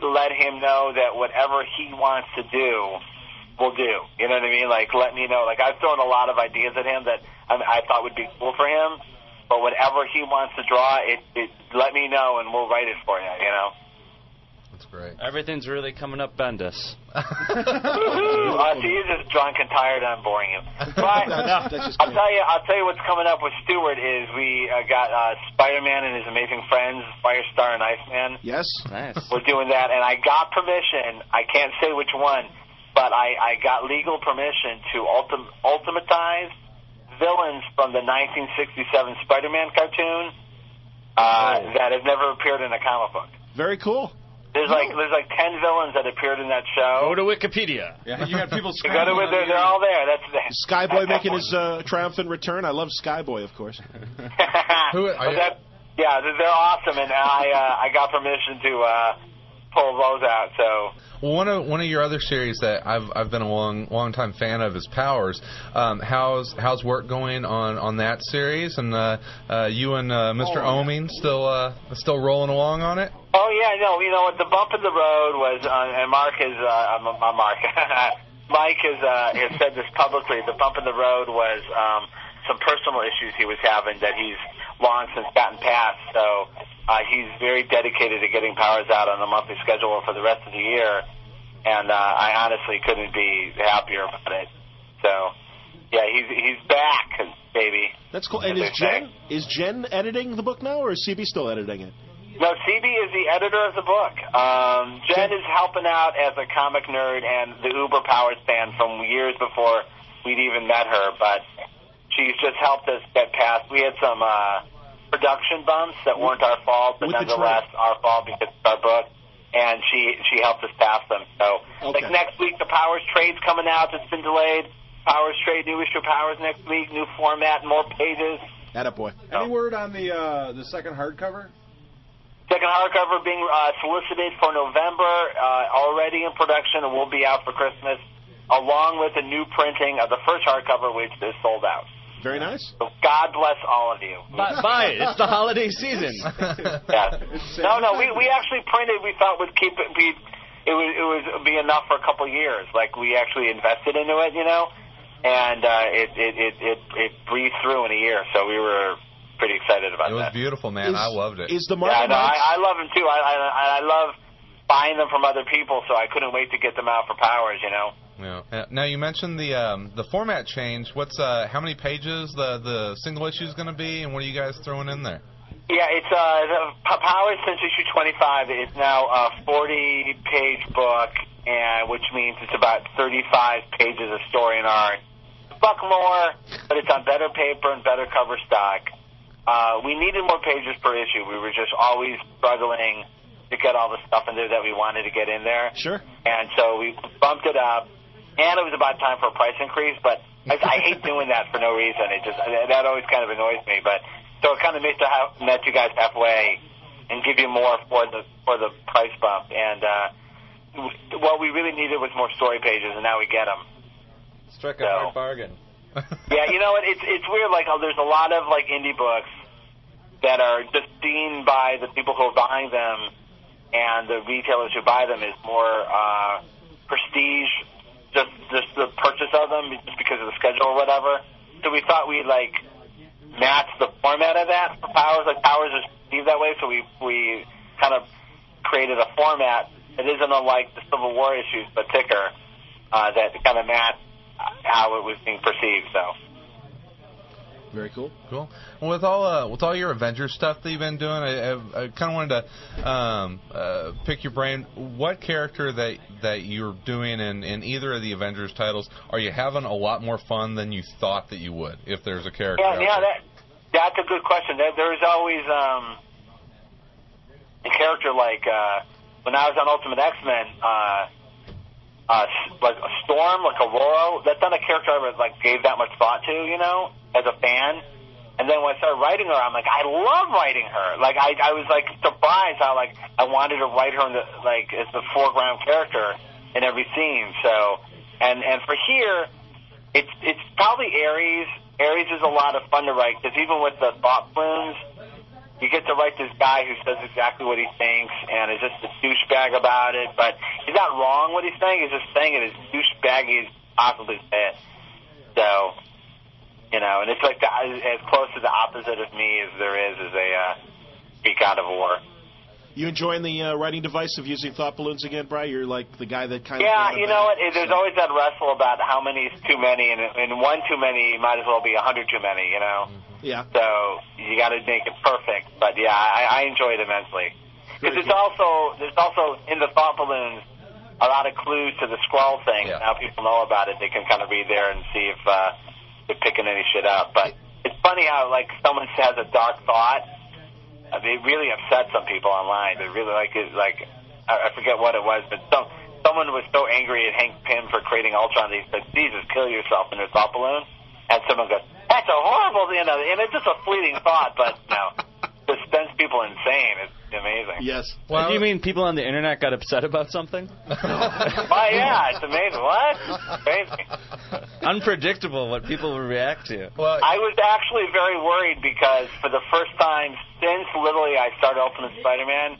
S17: to let him know that whatever he wants to do, we'll do. You know what I mean? Like let me know. Like I've thrown a lot of ideas at him that I, I thought would be cool for him, but whatever he wants to draw, it, it let me know, and we'll write it for you. You know.
S10: That's great.
S20: Everything's really coming up Bendis.
S17: uh, so you're just drunk and tired. I'm boring you. But
S20: That's- that's just
S17: I'll tell you, I'll tell you what's coming up with Stewart is we uh, got uh, Spider-Man and his amazing friends, Firestar and Iceman.
S19: Yes.
S20: Nice.
S17: We're doing that, and I got permission. I can't say which one, but I, I got legal permission to ultim- ultimatize villains from the 1967 Spider-Man cartoon uh,
S20: Oh.
S17: that have never appeared in a comic book.
S3: Very cool.
S17: There's like there's like ten villains that appeared in that
S4: Go
S17: show.
S4: to Wikipedia.
S19: Yeah, you got people
S17: You go to they're, they're all there. That's the,
S3: Skyboy making his uh, triumphant return. I love Skyboy, of course.
S17: Who that, yeah, they're, they're awesome, and I uh, I got permission to uh, pull those out. So
S10: Well, one of one of your other series that I've I've been a long long time fan of is Powers. Um, how's how's work going on on that series? And uh, uh, you and uh, Mr. Oming still uh, still rolling along on it?
S17: Oh yeah, no, you know what? The bump in the road was, uh, and Mark is, uh, uh, my Mark, Mike has uh, has said this publicly. The bump in the road was um, some personal issues he was having that he's long since gotten past. So uh, he's very dedicated to getting powers out on a monthly schedule for the rest of the year, and uh, I honestly couldn't be happier about it. So yeah, he's he's back, baby.
S3: That's cool. And is Jen is Jen editing the book now, or is CB still editing it?
S17: No, CB is the editor of the book. Um, Jen is helping out as a comic nerd and the Uber Powers fan from years before we'd even met her, but she's just helped us get past. We had some uh, production bumps that weren't our fault, but
S3: With the
S17: nonetheless our fault because it's our book. And she she helped us pass them. So like next week the Powers trade's coming out that's been delayed. Powers trade, new issue of Powers next week, new format, more pages.
S3: That up boy.
S19: Any word on the uh, the second hardcover?
S17: Second hardcover being uh, solicited for November, uh, already in production and will be out for Christmas, along with a new printing of the first hardcover, which is sold out.
S3: Very nice.
S17: So God bless all of you.
S4: Buy, buy it. It's the holiday season.
S17: Yeah. No, no, we we actually printed. We thought would keep it be it was it was be enough for a couple of years. Like we actually invested into it, you know, and uh, it, it it it it breathed through in a year. So we were pretty excited about
S10: It was
S17: that.
S10: beautiful, man.
S17: Is-
S10: I loved it.
S3: Is the
S17: yeah, no, I, I love them too. I, I I love buying them from other people, so I couldn't wait to get them out for Powers. You know,
S10: Yeah. Uh, Now you mentioned the um, the format change. What's uh, how many pages the the single issue is going to be, and what are you guys throwing in there?
S17: yeah, it's uh the, P- Powers since issue 25 is now a 40 page book, and which means it's about 35 pages of story and art. A buck more, but it's on better paper and better cover stock. Uh, we needed more pages per issue. We were just always struggling to get all the stuff in there that we wanted to get in there.
S3: Sure.
S17: And so we bumped it up, and it was about time for a price increase. But I, I hate doing that for no reason. It just that always kind of annoys me. But so it kind of makes to have met you guys halfway and give you more for the for the price bump. And uh, w- what we really needed was more story pages, and now we get them.
S6: Struck a
S17: No.
S6: hard bargain.
S17: yeah, you know what? It's it's weird. Like, oh, there's a lot of like indie books that are just seen by the people who are buying them, and the retailers who buy them is more uh, prestige. Just just the purchase of them, just because of the schedule or whatever. So we thought we'd like match the format of that for Powers. Like Powers is perceived that way, so we we kind of created a format that isn't unlike the Civil War issues, but thicker. Uh, that kind of matched how it was being perceived. So.
S3: Very cool.
S10: Cool. Well, with all uh, with all your Avengers stuff that you've been doing, I, I, I kind of wanted to um, uh, pick your brain. What character that that you're doing in, in either of the Avengers titles are you having a lot more fun than you thought that you would? If there's a character,
S17: Yeah,
S10: out
S17: yeah,
S10: there?
S17: that that's a good question. There, there's always um, a character like uh, when I was on Ultimate X Men, uh, uh, s- like a Storm, like Aurora. That's not a character I ever like gave that much thought to, you know, as a fan. And then when I started writing her, I'm like, I love writing her. Like I, I was like surprised how like I wanted to write her in the, like as the foreground character in every scene. So, and and for here, it's it's probably Aries. Aries is a lot of fun to write because even with the thought balloons, you get to write this guy who says exactly what he thinks and is just a douchebag about it. But he's not wrong what he's saying. He's just saying it as douchebaggy as possibly can. So, you know, and it's like the, as, as close to the opposite of me as there is as a uh, speak out of war.
S3: You enjoying the uh, writing device of using thought balloons again, Bri? You're like the guy that kind
S17: yeah,
S3: of.
S17: you know what? There's always that wrestle about how many is too many, and, and one too many might as well be a hundred too many. You know.
S3: Yeah.
S17: So you got to make it perfect. But yeah, I, I enjoy it immensely because it's also there's also in the thought balloons a lot of clues to the scroll thing. Now people know about it; they can kind of read there and see if uh, they're picking any shit up. But it's funny how like someone has a dark thought. Uh, They really upset some people online. They really like it. Like I I forget what it was, but some someone was so angry at Hank Pym for creating Ultron that he said, "Jesus, kill yourself in your thought balloon." And someone goes, "That's a horrible," you know, and it's just a fleeting thought, but you know, just sends people insane. It's amazing.
S3: Yes.
S6: do you mean people on the internet got upset about something?
S17: Well, yeah, it's amazing. What? It's Crazy.
S6: Unpredictable what people will react to.
S17: I was actually very worried because for the first time since literally I started Ultimate Spider-Man,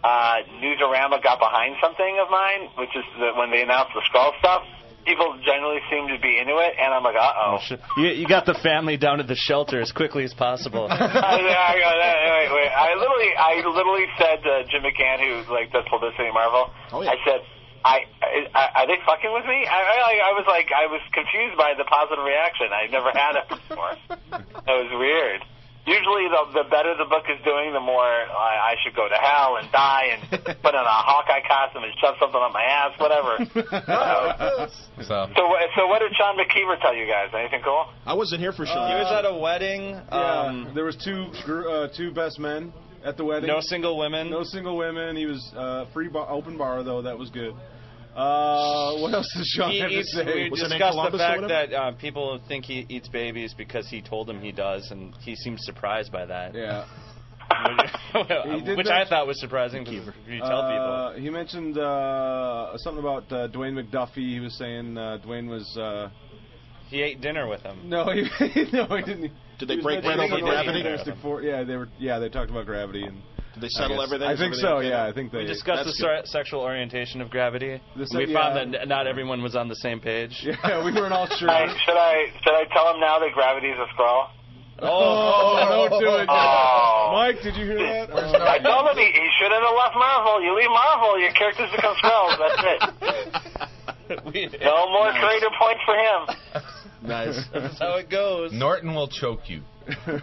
S17: uh, Newsarama got behind something of mine, which is the, when they announced the Skull stuff. People generally seem to be into it, and I'm like, uh-oh.
S6: shit. You, you got the family down to the shelter as quickly as possible.
S17: I, I, go, wait, wait. I literally, I literally said to Jim McCann, who like does publicity at Marvel, I said, I, I, are they fucking with me? I, I, I was like, I was confused by the positive reaction. I never had it before. that was weird. Usually, the the better the book is doing, the more I, I should go to hell and die and put on a Hawkeye costume and shove something up my ass, whatever. so,
S10: So
S17: so, what- so what did Sean McKeever tell you guys? Anything cool?
S3: I wasn't here for
S17: sure. He was at
S6: a wedding.
S1: Yeah,
S6: um,
S1: there was two screw- uh, two best men at the wedding.
S6: No single women.
S1: No single women. He was uh, free bar, open bar though. That was good. Uh, what else did Sean
S6: He
S1: have to
S6: eats-
S1: say?
S6: We discussed the fact that uh, people think he eats babies because he told them he does, and he seemed surprised by that.
S1: Yeah. He did
S6: Which I
S1: mention-
S6: thought was surprising because you tell people.
S1: Uh, he mentioned uh, something about uh, Dwayne McDuffie. He was saying uh, Dwayne was. Uh,
S6: He ate dinner with him.
S1: no, he, no, he didn't.
S3: Did they
S1: He was
S3: break
S1: mentioning
S3: bread over
S1: something
S3: gravity?
S1: Fantastic Four- Yeah, they were. Yeah, they talked about gravity and.
S3: Did they
S6: settle everything?
S1: I
S6: Is
S1: think
S6: everything
S1: so.
S6: okay?
S1: Yeah, I think they
S6: We discussed the se- sexual orientation of gravity.
S1: The se-
S6: we found
S1: yeah.
S6: that n- not everyone was on the same page.
S1: Yeah, we weren't all sure.
S17: I, should I should I tell him now that gravity is a scroll?
S1: Oh, don't do it.
S17: Oh.
S1: Mike, did you hear that?
S17: I told him he, he shouldn't have left Marvel. You leave Marvel, your characters become scrolls. That's it. No more creator points for him.
S3: Nice.
S6: That's
S1: Oh,
S6: how it goes.
S10: Norton will choke you.
S6: He's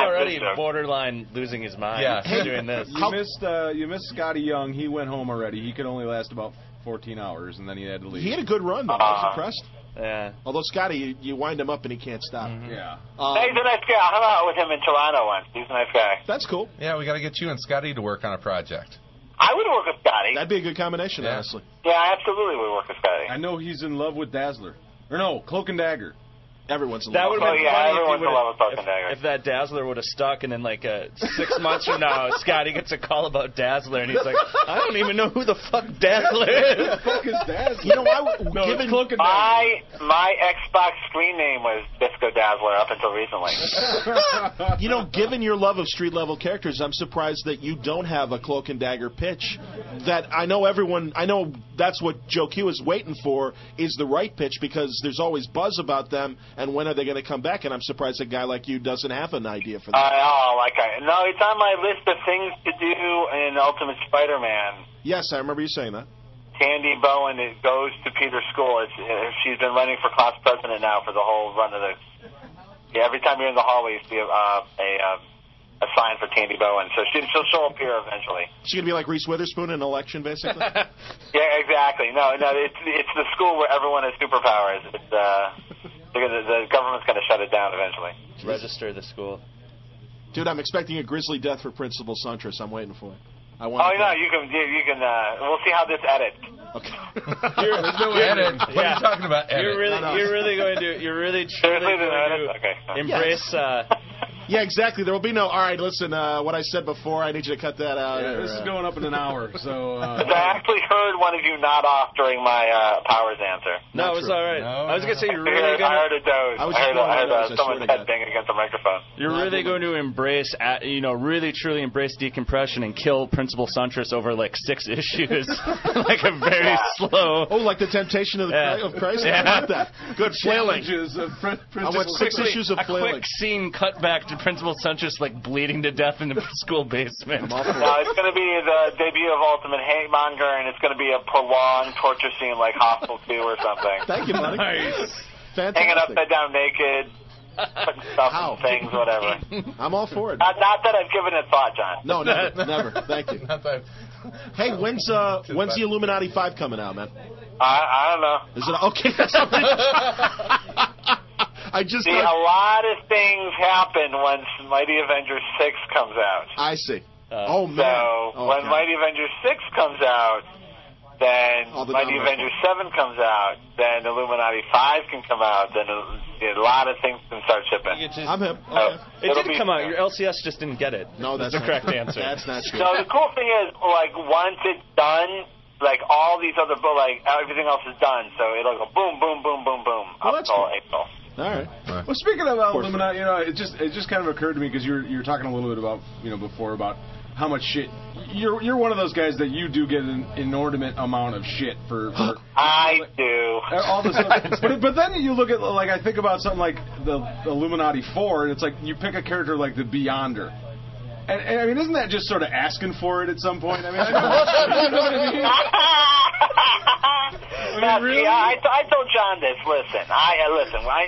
S6: already borderline losing his mind
S10: Yeah. Hey,
S6: doing this.
S1: You missed. Uh, you missed Scotty Young. He went home already. He could only last about 14 hours, and then he had to leave.
S3: He had a good run though. I was
S1: Uh-huh.
S3: impressed.
S6: Ah. Yeah.
S3: Although Scotty, you, you wind him up and he can't stop.
S1: Yeah.
S17: Hey, he's a nice guy. I hung out with him in Toronto once. He's a nice guy.
S3: That's cool.
S10: Yeah, we got to get you and Scotty to work on a project.
S17: I would work with Scotty.
S3: That'd be a good combination, honestly.
S17: Yeah, I absolutely would work with Scotty.
S1: I know he's in love with Dazzler. Or no, Cloak and Dagger.
S3: Everyone's in
S6: That
S1: love.
S6: would
S17: Oh,
S6: have been funny if, he would've- if, if that Dazzler would have stuck, and then like uh, six months from now, Scotty gets a call about Dazzler, and he's like, I don't even know who the fuck Dazzler is.
S3: You know, I would-
S6: No,
S3: given
S6: Cloak
S17: My my Xbox screen name was Disco Dazzler up until recently.
S3: you know, given your love of street level characters, I'm surprised that you don't have a cloak and dagger pitch. That I know everyone, I know that's what Joe Q is waiting for is the right pitch because there's always buzz about them. And when are they going to come back? And I'm surprised a guy like you doesn't have an idea for that.
S17: Uh, oh, like I no, it's on my list of things to do in Ultimate Spider-Man.
S3: yes, I remember you saying that.
S17: Candy Bowen it goes to Peter's school. It's, uh, she's been running for class president now for the whole run of the. Yeah, every time you're in the hallway, you see a uh, a, uh, a sign for Candy Bowen. So she, she'll she'll appear eventually.
S3: She's going to be like Reese Witherspoon in an election, basically.
S17: Yeah, exactly. No, no, it's it's the school where everyone has superpowers. It's uh, they're gonna, the government's going to shut it down eventually.
S6: Register the school.
S3: Dude, I'm expecting a grisly death for Principal Suntress. I'm waiting for it. I want.
S17: Oh no, you can you, you can. Uh, we'll see how this edits.
S3: Okay.
S10: You're, There's no edit. What are you talking about? Edit?
S6: You're really, you're really going to, you're really truly going to embrace. Uh,
S3: Yeah, exactly. There will be no. All right, listen. Uh, what I said before, I need you to cut that out.
S19: Yeah,
S3: or,
S19: this is
S3: uh,
S19: going up in an hour, so. Uh,
S17: I actually heard one of you not off during my uh, powers answer.
S6: no, it's all right. I was going to say you're
S17: I heard,
S6: really going
S17: I
S6: to.
S17: heard a doze.
S6: I
S17: I,
S6: was just
S17: heard, I
S6: blowing
S17: heard
S6: my
S17: uh,
S6: nose, I
S17: someone's
S6: swear to
S17: head bang against the microphone.
S6: You're really going to embrace, uh, you know, really truly embrace decompression and kill Principal Suntress over like six issues, like a very slow.
S3: Oh, like the temptation of the
S6: Yeah.
S3: of Christ.
S6: Yeah.
S3: I like that. Good flailing. I
S6: Just
S3: want six
S6: quickly,
S3: issues of
S6: a
S3: flailing.
S6: quick scene cut back to Principal Suntress like bleeding to death in the school basement.
S17: No, it's going to be the debut of Ultimate Hangmonger, and it's going to be a prolonged torture scene like Hostile 2 or something.
S3: Thank you, buddy. Nice.
S17: Hanging
S3: Fantastic.
S17: upside down naked, putting stuff in things, whatever.
S3: I'm all for it.
S17: Not, not that I've given it thought, John.
S3: No, never, never. Thank you. Hey, when's uh, when's the Illuminati Five coming out, man?
S17: I, I don't know.
S3: Is it okay? That's something. I just
S17: See,
S3: thought-
S17: a lot of things happen when Mighty Avengers 6 comes out.
S3: I see. oh man.
S17: Uh, So
S3: Oh,
S17: when
S3: God.
S17: Mighty Avengers six comes out, then
S3: All Oh, the
S17: Mighty
S3: dominoes
S17: Avengers seven comes out, then Illuminati five can come out, then a, a lot of things can start shipping.
S3: I'm hip.
S17: So
S6: It
S17: it'll
S6: did
S17: be-
S6: come out. Your LCS just didn't get it.
S3: No, that's
S6: the
S3: not
S6: correct
S3: true.
S6: answer.
S3: That's not
S17: So the cool thing is, like once it's done, like all these other, but like everything else is done, so it'll go boom, boom, boom, boom, boom
S19: Well,
S17: up
S19: that's
S17: until
S19: cool.
S17: April.
S3: All right.
S19: Well, speaking of uh,
S3: course.
S19: Illuminati, you know, it just it just kind of occurred to me because you were you were talking a little bit about you know before about how much shit you're you're one of those guys that you do get an inordinate amount of shit for. for
S17: I do.
S19: all this stuff. but but then you look at like I think about something like the Illuminati Four, and it's like you pick a character like the Beyonder. And, and I mean, isn't that just sort of asking for it at some point? I mean, I know, you know what I mean?
S17: Now, see, I, I told John this. Listen, I uh, listen. I,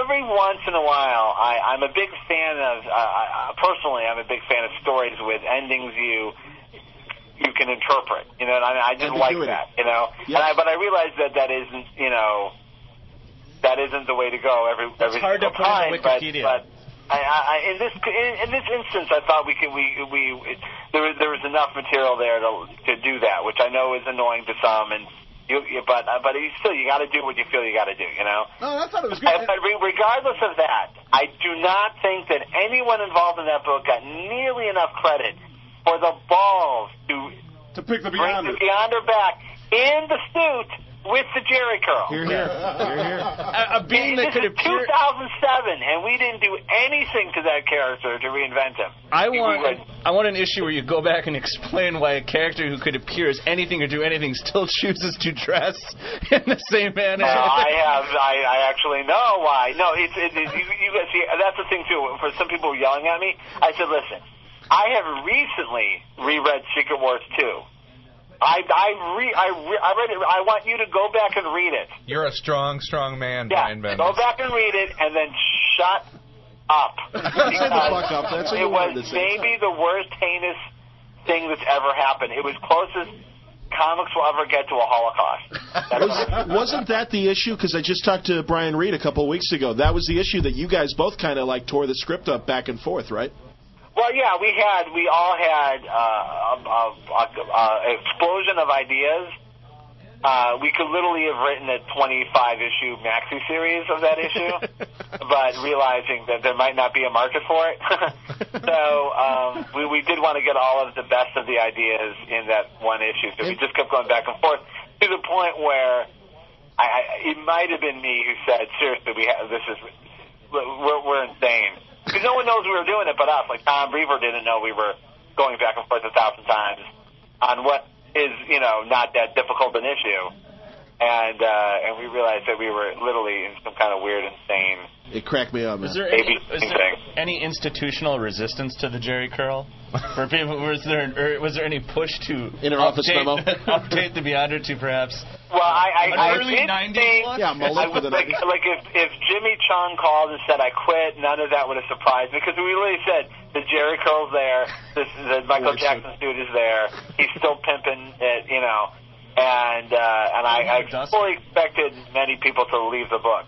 S17: every once in a while, I, I'm a big fan of. Uh, I, I- personally, I'm a big fan of stories with endings you you can interpret. You know, what I mean, I just like
S21: Ambiguity.
S17: that. You know, and I, but I realize that that isn't. You know, that isn't the way to go every
S6: That's
S17: every
S6: hard to
S17: single
S6: put on
S17: time. but-
S6: Wikipedia.
S17: But, I, I, I- in this in, in this instance, I thought we could we we it, there was there was enough material there to to do that, which I know is annoying to some, and you, you but uh, but you still you got to do what you feel you got to do, you know.
S19: No, I thought it was good.
S17: I, but re- regardless of that, I do not think that anyone involved in that book got nearly enough credit for the balls
S19: to
S17: to
S19: pick the
S17: bring the Beyonder back in the suit with the Jerry curl.
S3: You're here. You're here.
S6: A, a being
S17: this
S6: that could
S17: is 2007,
S6: appear.
S17: and we didn't do anything to that character to reinvent him.
S6: I want I want an issue where you go back and explain why a character who could appear as anything or do anything still chooses to dress in the same manner.
S17: Uh, I have. I, I actually know why. No, it's it, it, you, you guys see. That's the thing too. For some people yelling at me, I said, "Listen, I have recently reread Secret Wars 2. I I re I re, I read it. I want you to go back and read it.
S10: You're a strong, strong man, Brian Bendis.
S17: Go back and read it, and then shut up.
S3: Shut the fuck up. That's what
S17: it
S3: you
S17: was
S3: wanted to say.
S17: maybe the worst heinous thing that's ever happened. It was closest comics will ever get to a Holocaust.
S3: Was, wasn't that the issue? Because I just talked to Brian Reed a couple of weeks ago. That was the issue that you guys both kind of like tore the script up back and forth, right?
S17: Well, yeah, we had we all had uh, a, a, a, a explosion of ideas. Uh, we could literally have written a 25 issue maxi series of that issue, but realizing that there might not be a market for it, so um, we, we did want to get all of the best of the ideas in that one issue. So we just kept going back and forth to the point where I, I it might have been me who said, "Seriously, we have this is we're, we're insane." Because no one knows we were doing it but us. Like Tom Brever didn't know we were going back and forth a thousand times on what is you know not that difficult an issue, and uh, and we realized that we were literally in some kind of weird, insane
S3: It cracked me up, man.
S6: Is there any,
S17: baby
S6: is there
S17: thing.
S6: any institutional resistance to the Jerry curl? For people, was there or was there any push to
S3: In her office
S6: update,
S3: memo?
S6: update the Beyonder to perhaps?
S17: Well, I,
S6: An
S17: I, I
S6: early
S17: did
S6: 90s
S17: think,
S6: look? Yeah, Malik
S17: I
S6: with
S17: was
S6: an
S17: like, like if if Jimmy Chung called and said I quit, none of that would have surprised me because we really said the Jerry curl's there, this the Michael Jackson suit is there, he's still pimping it, you know, and uh, and I, I fully expected many people to leave the book,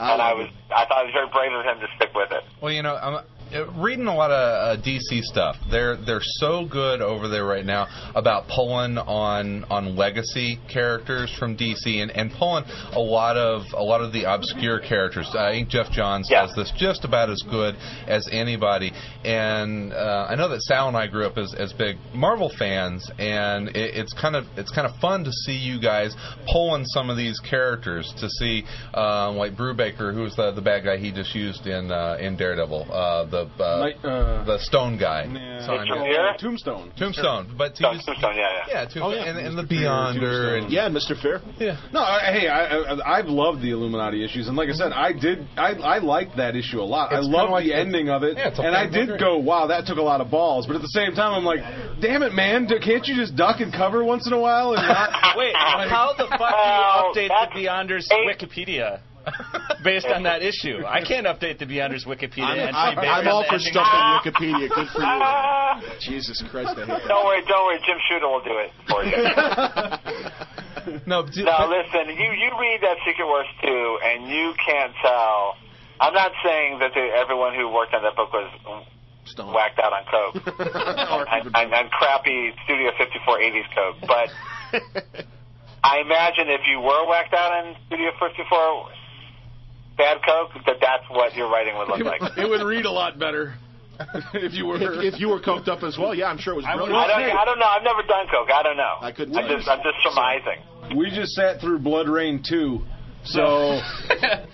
S17: and I was I thought it was very brave of him to stick with it.
S10: Well, you know, I'm, reading a lot of uh, DC stuff. They're they're so good over there right now about pulling on on legacy characters from DC and, and pulling a lot of a lot of the obscure characters. I think Jeff Johns does this just about as good as anybody. And uh, I know that Sal and I grew up as, as big Marvel fans, and it, it's kind of it's kind of fun to see you guys pulling some of these characters to see um, like Brubaker, who was the, the bad guy he just used in uh, in Daredevil, uh, the uh,
S19: Like, uh,
S10: the stone guy.
S19: Yeah.
S10: Sorry,
S19: Oh,
S10: yeah.
S19: Tombstone.
S10: Tombstone, but he was- yeah, Tombstone, and, and the
S19: Fear,
S10: Beyonder,
S19: Tombstone.
S10: and
S19: yeah, Mister Fair.
S10: uh, Yeah.
S19: No, I, hey, I, I, I've loved the Illuminati issues, and like I said, I did. I, I liked that issue a lot. I
S10: It's
S19: loved
S10: kinda like-
S19: the ending of it,
S10: yeah, it's a
S19: and I
S10: fan
S19: did
S10: wondering.
S19: go, "Wow, that took a lot of balls." But at the same time, I'm like, "Damn it, man! d- Can't you just duck and cover once in a while?" And not,
S6: Wait, how the fuck do you update the Beyonder's Wikipedia based on that issue? I can't update the Beyonder's Wikipedia
S17: I'm-
S6: entry
S17: I'm-
S6: based
S17: I'm
S6: on
S17: all
S6: the
S17: for
S6: ending
S17: stuff
S6: of-
S17: on Wikipedia. Good for you.
S6: Jesus Christ, I hate
S17: Don't worry, don't worry. Jim Shooter will do it for you.
S10: no,
S17: no, listen. You you read that Secret Wars two, and you can't tell. I'm not saying that they, everyone who worked on that book was whacked out on coke and, and, and crappy Studio 54 80s coke, but I imagine if you were whacked out on Studio 54 bad coke, that that's what your writing would look like.
S3: it would read a lot better if you were if, you were coked up as well. Yeah, I'm sure it was.
S17: I,
S3: brilliant.
S17: don't, I don't know. I've never done coke. I don't know. I couldn't. I'm just, I'm just surmising.
S19: we just sat through Blood Rain two, so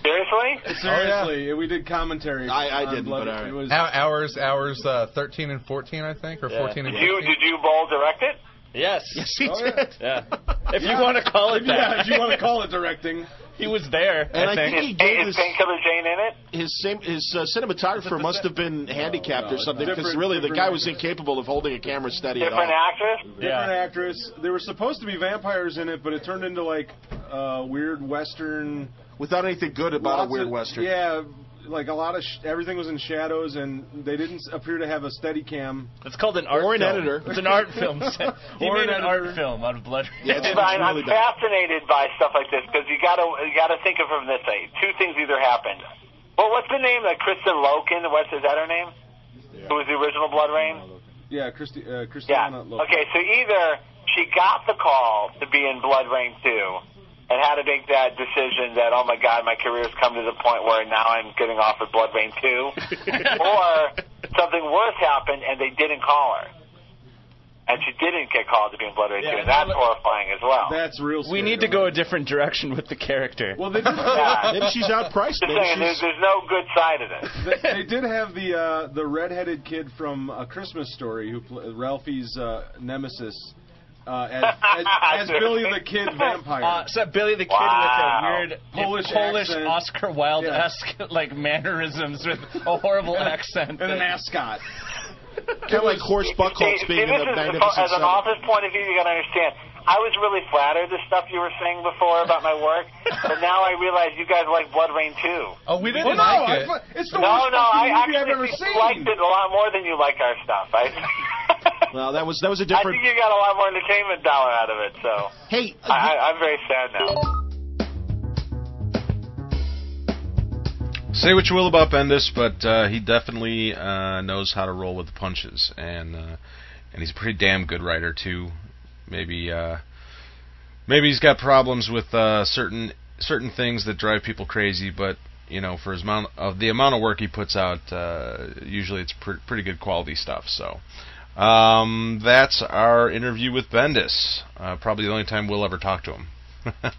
S17: Seriously?
S10: Oh,
S19: seriously, we did commentary.
S17: I- I
S19: on
S17: didn't,
S19: Blood-
S17: but all right.
S19: it was-
S10: Hou- hours hours uh, thirteen and fourteen, I think, or fourteen and
S17: Did you
S10: 15.
S17: did you Ball direct it?
S6: Yes. Yes,
S19: he Oh, yeah. did.
S6: Yeah. If you want to call it
S19: Yeah,
S6: that.
S19: if you wanna call it directing.
S6: He was there.
S3: And I think he gave
S17: Is
S3: his
S17: Painkiller Jane in it?
S3: his same, his uh, cinematographer must have been handicapped
S19: no,
S3: or something
S19: no.
S3: because
S19: Different-
S3: really the
S19: different
S3: guy was incapable of holding a camera steady at all.
S17: Different actress?
S19: different actress. There were supposed to be vampires in it, but it turned into like uh, weird western.
S3: Without anything good about
S19: lots
S3: a weird
S19: of-
S3: western.
S19: Yeah, like a lot of sh- everything was in shadows, and they didn't s- appear to have a steady cam.
S6: It's called an art
S19: Or an
S6: film.
S19: editor.
S6: It's an art film. he
S19: Or
S6: made
S19: an
S6: an, art film out of Blood.
S17: Brian, I'm fascinated by stuff like this because you gotta you gotta think of it from this way. Two things either happened. Well, what's the name? Like Kristen Loken? What's is that her name? Who was the original Blood Rain?
S19: Yeah, Christi- uh,
S17: Yeah.
S19: Christiana. Loken.
S17: Okay, so either she got the call to be in Blood Rain two, and had to make that decision that oh my god, my career's come to the point where now I'm getting off of Blood Rain two, or something worse happened and they didn't call her. And she didn't get called to be in Blood Rain 2, and that's horrifying as well.
S19: That's real.
S6: We need to go a different direction with the character.
S19: Well, they did,
S17: Yeah.
S3: outpriced.
S17: Just
S19: Maybe
S17: saying,
S19: she's-
S17: there's, there's no good side of this.
S19: they, they did have the uh, the redheaded kid from A Christmas Story, who pl- Ralphie's uh, nemesis, uh, as, as, as Billy the Kid vampire.
S6: Uh, so Billy the Kid
S19: Wow.
S6: with a weird
S19: Polish
S6: Polish
S19: accent.
S6: Oscar Wilde esque like mannerisms with a horrible accent
S19: and an ascot.
S3: kind of like Horst Buckholz
S17: See,
S3: being in
S17: this
S3: the
S17: is,
S3: Magnificent
S17: as
S3: Seven.
S17: an office point of view, you got to understand. I was really flattered the stuff you were saying before about my work, but now I realize you guys like Blood Rain too.
S10: Oh, we
S19: Well,
S10: didn't
S19: no,
S10: like
S19: I
S10: it.
S19: fu- it's the
S17: no,
S19: worst fucking
S17: no, I
S19: movie
S17: actually
S19: I've ever
S17: think
S19: seen.
S17: you liked it a lot more than you like our stuff. I,
S3: Well, that was that was a
S17: I
S3: different.
S17: think you got a lot more entertainment dollar out of it. So
S3: hey,
S22: uh,
S17: I, I, I'm very sad now.
S1: Say what you will about Bendis, but uh, he definitely uh, knows how to roll with the punches, and uh, and he's a pretty damn good writer too. Maybe uh, maybe he's got problems with uh, certain certain things that drive people crazy, but you know, for his amount of the amount of work he puts out, uh, usually it's pr- pretty good quality stuff. So. Um, that's our interview with Bendis. Uh, probably the only time we'll ever talk to him.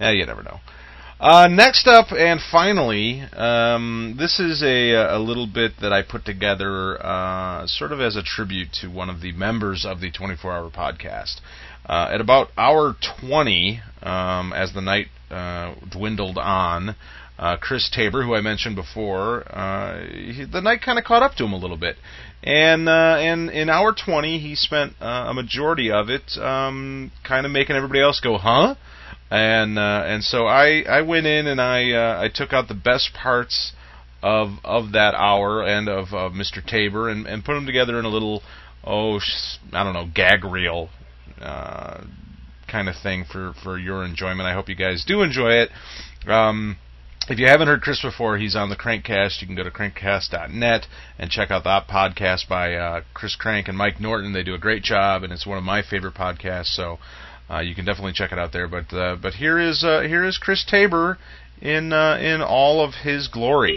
S1: yeah, you never know. Uh, next up and finally, um, this is a, a little bit that I put together uh, sort of as a tribute to one of the members of the 24 Hour Podcast. Uh, at about hour 20, um, as the night uh, dwindled on, uh, Chris Tabor, who I mentioned before, uh, he, the night kind of caught up to him a little bit, and uh, and in hour 20, he spent uh, a majority of it um, kind of making everybody else go, huh? and uh, and so I, I went in and I uh, I took out the best parts of of that hour and of, of Mr. Tabor and, and put them together in a little oh sh- I don't know gag reel uh, kind of thing for for your enjoyment. I hope you guys do enjoy it. Um, If you haven't heard Chris before, he's on the Crankcast. You can go to crankcast.net and check out that podcast by uh, Chris Crank and Mike Norton. They do a great job, and it's one of my favorite podcasts. So uh, you can definitely check it out there. But uh, but here is uh, here is Chris Tabor in uh, in all of his glory.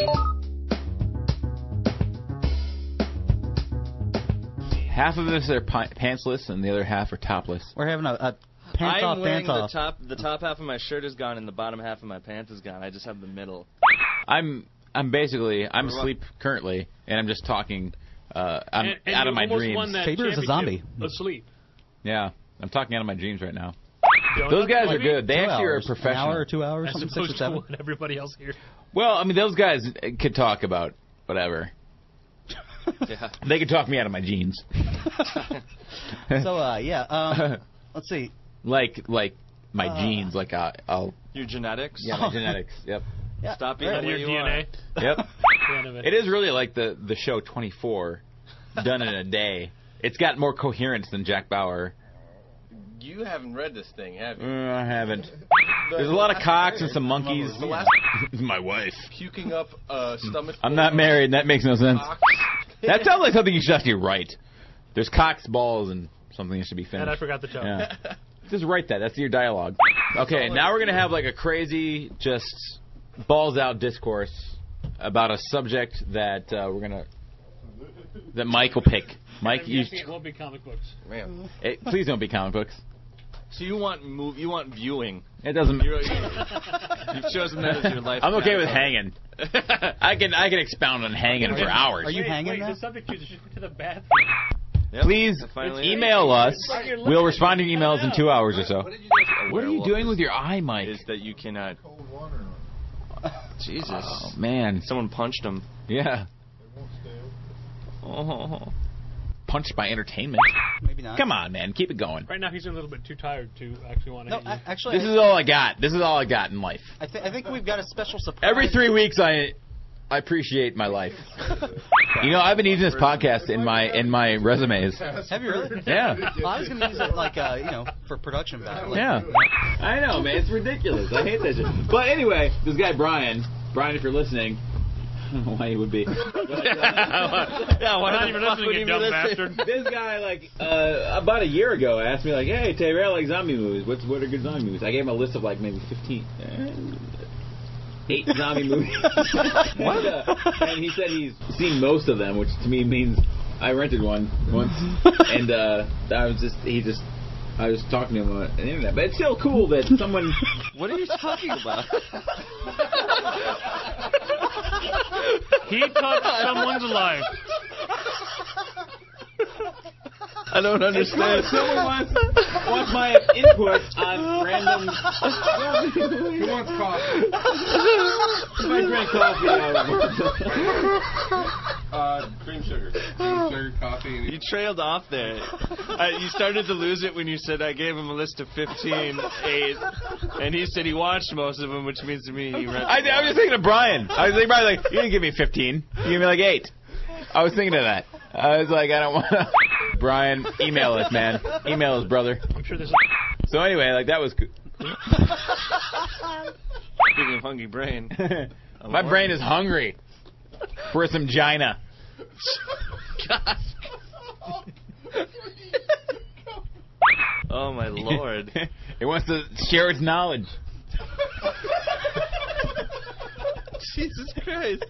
S9: Half of us are pi- pantsless, and the other half are topless.
S22: We're having a, a pants
S20: I'm
S22: off,
S20: wearing
S22: pants
S20: the
S22: off.
S20: top. The top half of my shirt is gone, and the bottom half of my pants is gone. I just have the middle.
S9: I'm I'm basically I'm
S20: Or what?
S9: asleep currently, and I'm just talking. Uh, I'm
S21: and, and
S9: out
S21: you
S9: of my
S21: almost
S9: dreams.
S21: Won that championship Asleep.
S9: Yeah, I'm talking out of my dreams right now.
S21: Don't
S9: Those guys
S21: know.
S9: are good. They
S21: Two
S9: actually
S21: hours.
S9: are
S21: An
S9: professional.
S21: hour or two
S22: hours,
S21: As
S22: something, six
S21: opposed
S22: or
S21: to
S22: seven?
S21: what everybody else here.
S9: Well, I mean, those guys uh, could talk about whatever.
S20: yeah.
S9: They could talk me out of my jeans.
S22: so uh, yeah, um, let's see.
S9: Like like my
S22: Uh,
S9: genes, like I, I'll
S20: Your genetics.
S9: yeah my genetics. Yep.
S22: Yeah.
S20: Stop being
S22: Out of
S20: the
S22: your
S20: way you
S22: DNA.
S20: are.
S9: Yep. It is really like the the show 24 done in a day. It's got more coherence than Jack Bauer.
S23: You haven't read this thing, have
S9: Uh,
S23: you?
S9: I haven't. There's a lot of cocks and some monkeys.
S23: The last
S9: This is my wife.
S23: puking up a stomach.
S9: I'm not married. and That makes no sense. That sounds like something you should actually write. There's cocks, balls, and something that should be finished.
S21: And I forgot the joke.
S9: Yeah. Just write that. That's your dialogue. Okay, now we're gonna have like a crazy, just balls out discourse about a subject that uh, we're gonna that Mike will pick. Mike,
S21: I'm
S9: you
S21: guessing it won't be comic books. Mm.
S23: Man.
S9: eh, please don't be comic books.
S6: So you want move? You want viewing?
S9: It doesn't.
S6: You're- You've chosen that as your life.
S9: I'm okay
S6: path.
S9: with hanging. I can I can expound on hanging for hours.
S21: Wait, Wait, the subject is just to the bathroom.
S9: Please
S21: finally-
S9: email us.
S21: It's like you're looking-
S9: We'll respond to your emails in two hours or so. What are you
S6: Werewolf
S9: doing with your eye, Mike?
S6: Is that you cannot? Jesus.
S9: Oh man,
S6: someone punched him.
S9: Yeah. Oh. Punched by entertainment. Maybe
S22: not.
S9: Come on, man, keep it going.
S21: Right now, he's a little bit too tired to actually want to.
S22: No,
S21: hit you.
S22: I, actually,
S9: This
S22: I,
S9: is all I got. This is all I got in life.
S22: I, thi- I think we've got a special surprise.
S9: Every three weeks, I I appreciate my life. You know, I've been using this podcast in my in my resumes.
S22: Have you really?
S9: Yeah.
S22: Well, I was gonna use it like uh, you know for production value.
S9: Yeah. I know, man. It's ridiculous. I hate that shit. But anyway, this guy Brian, Brian, if you're listening, I don't know why he would be. yeah,
S21: why
S9: the
S21: not even
S9: fuck
S21: listening,
S9: would
S21: you
S9: he be
S21: dumb
S9: listening? This guy, like, uh, about a year ago, asked me like, "Hey, Taylor, I like zombie movies. What's what are good zombie movies?" I gave him a list of like maybe 15, eh, eight zombie movies. what? and he said he's seen most of them, which to me means I rented one once, and uh, I was just he just I was talking to him on the internet, but it's still cool that someone.
S20: What are you talking about?
S21: He touched someone's life.
S9: I don't
S21: understand.
S9: It's cool if someone wants, wants my input on random. Who wants coffee? I drink coffee.
S23: uh, cream sugar. Cream sugar, coffee. And
S6: You trailed off there. I, you started to lose it when you said I gave him a list of 15, 8, and he said he watched most of them, which means to me he read.
S9: I, I was just thinking of Brian. I was thinking Brian like you didn't give me 15. You gave me like eight. I was thinking of that. I was like, I don't want to. Brian, email us, man. Email us, brother.
S21: I'm sure there's.
S9: So anyway, like that was. Cool.
S6: Speaking of hungry brain,
S9: My brain is hungry for some gina.
S6: God. oh my lord.
S9: it wants to share its knowledge.
S6: Jesus Christ.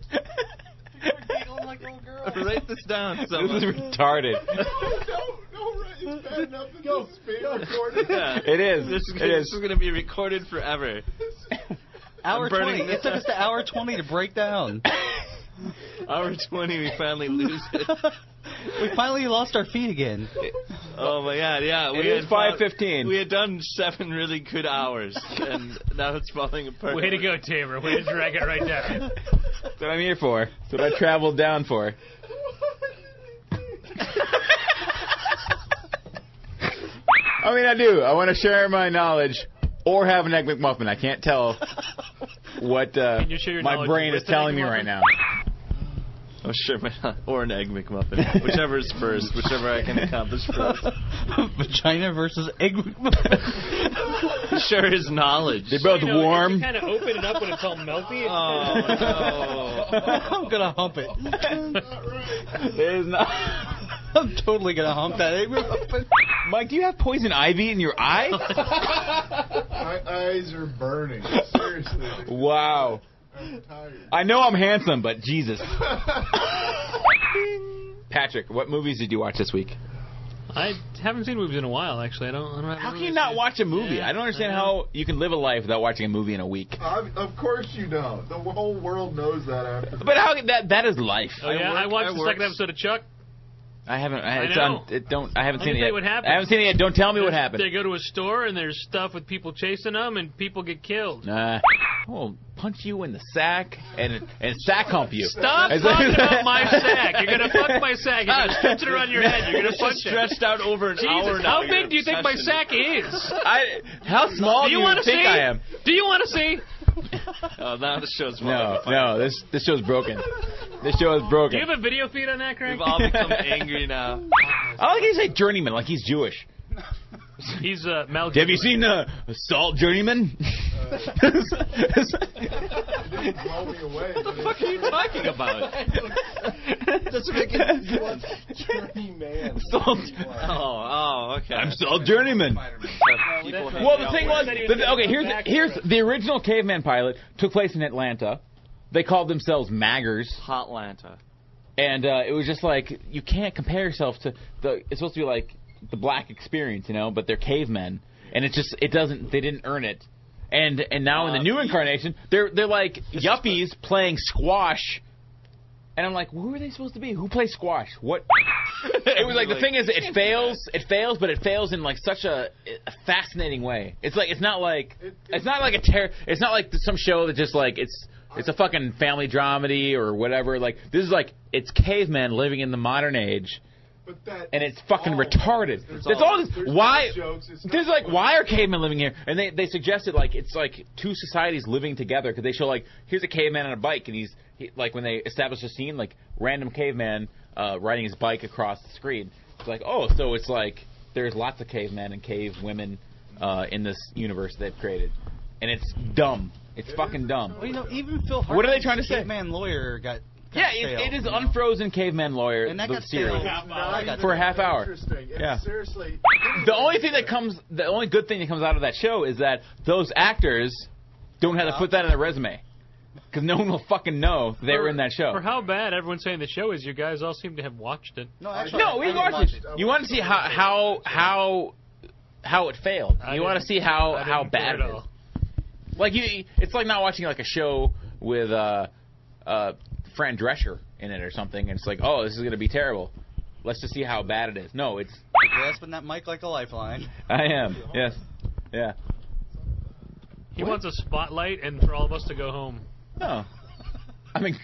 S6: Write this down.
S9: This is retarded.
S23: It's bad enough that go, this being recorded.
S9: It is.
S6: This is,
S9: It
S6: gonna-
S9: is.
S6: This is going to be recorded forever.
S22: Hour
S6: I'm burning
S22: twenty. It
S6: this
S22: took
S6: up.
S22: us to hour twenty to break down.
S6: Hour 20, we finally lose it.
S22: we finally Oh, lost our feet again.
S6: Oh my god, yeah.
S22: It
S6: we
S22: is
S6: had
S22: 5:15.
S6: We had done seven really good hours, and now it's falling apart.
S21: Way to go, Tabor. Way to drag it right down.
S9: That's what I'm here for. That's what I traveled down for. I mean, I do. I want to share my knowledge or have an egg McMuffin. I can't tell what uh,
S6: you share your
S9: my
S6: knowledge
S9: brain
S6: with
S9: is
S6: an
S9: telling
S6: Egg
S9: me right
S6: McMuffin?
S9: now.
S6: Oh, sure, man. Or an egg McMuffin. Whichever is first, whichever I can accomplish first.
S22: Vagina versus egg.
S24: share his knowledge.
S9: They're both
S21: You know,
S9: warm.
S21: You kind of open it up when it's all melty.
S22: Oh,
S24: I'm gonna hump it. It is not. I'm totally gonna hump that.
S9: Mike, do you have poison ivy in your eye?
S5: My eyes are burning. Seriously.
S9: wow.
S5: I'm tired.
S9: I know I'm handsome, but Jesus.
S21: uh,
S9: Patrick, what movies did you watch this week?
S21: I haven't seen movies in a while, actually. I don't. I don't
S9: How can you not watch a movie? I don't understand how you can live a life without watching a movie in a week.
S5: Ob- Of course you don't. The whole world knows that after.
S9: But how that that is life.
S21: Oh yeah, I watched the second episode of Chuck.
S9: I haven't. I,
S21: I
S9: it's
S21: know.
S9: on, it don't. I haven't
S21: I
S9: seen
S21: can
S9: it
S21: tell
S9: yet.
S21: you what happened.
S9: I haven't seen it yet. Don't tell me what
S21: There's-
S9: happened.
S21: They go to a store and there's stuff with people chasing them and people get killed.
S9: Nah. I will punch you in the sack and and sack hump you.
S21: Stop
S9: It's
S21: talking about my sack. You're gonna fuck my sack. You're gonna stretch it around your head. You're gonna
S9: It's
S21: punch
S9: just
S21: it.
S9: stretched out over an
S21: Jesus,
S9: hour now,
S21: How
S9: your
S21: big do you think my
S9: obsession.
S21: sack is?
S9: I, how small do you,
S21: wanna
S9: think
S21: see?
S9: I am?
S21: Do you want to see?
S9: Oh, now this show's no, no. This this show's broken. This show is
S21: Do
S9: broken.
S21: you have a video feed on that, Crank?
S9: We've all become angry
S24: now.
S9: I like how you say journeyman, like he's Jewish.
S21: He's uh, Mel.
S9: Have you seen uh, Salt Journeyman?
S5: blow me away. What the
S9: fuck are you talking about?
S5: That's making you want journeyman.
S9: Salt.
S24: Oh, okay.
S9: I'm Salt Journeyman. Well, the thing was, the, okay, here's here's the original caveman pilot took place in Atlanta. They called themselves Maggers.
S24: Hotlanta.
S9: and uh, it was just like you can't compare yourself to the. It's supposed to be like the black experience, you know, but they're cavemen, and it's just it doesn't. They didn't earn it, and and now in the new incarnation, they're they're like yuppies playing squash, and I'm like, who are they supposed to be? Who plays squash? What? it was like the thing is, it fails, it fails, but it fails in like such a, a fascinating way. It's like it's not like it's not like a ter- It's not like some show that just like it's it's a fucking family dramedy or whatever. Like this is like it's cavemen living in the modern age. and it's fucking retarded.
S5: There's
S9: That's
S5: all-
S9: all. This,
S5: there's no
S9: why?
S5: jokes, it's
S9: There's like why are cavemen living here? And they they suggested like it's like two societies living together because they show like here's a caveman on a bike and he's he, like when they establish a scene like random caveman uh, riding his bike across the screen. It's like oh so it's like there's lots of cavemen and cave women uh, in this universe they've created, and it's dumb. It's fucking dumb.
S17: Well, you know, even Phil.
S9: What are they
S17: Hartman's
S9: trying to say?
S17: Caveman lawyer got. got
S9: Yeah,
S17: stale,
S9: it, it is
S17: you know?
S9: unfrozen caveman lawyer.
S17: And that
S9: the
S17: got stale.
S9: series
S17: Half hour. That
S9: for a
S17: got
S9: half hour.
S5: Interesting. And
S9: Yeah.
S5: Seriously.
S9: The only thing that comes, the only good thing that comes out of that show is that those actors don't have to put that in their resume, because no one will fucking know they were in that
S21: For
S9: show.
S21: how bad everyone's saying the show is, you guys all seem to have watched it.
S17: No, actually,
S9: No, we watched it. You want to see how how how how it failed. You want to see how how bad it is. Like you, it's like not watching like a show with uh uh Fran Drescher in it or something. And it's like, oh, this is gonna be terrible. Let's just see how bad it is. No, it's
S17: Grasping that mic like a lifeline.
S9: I am. Yes. Yeah.
S21: He wants a spotlight and for all of us to go home.
S9: No. I mean,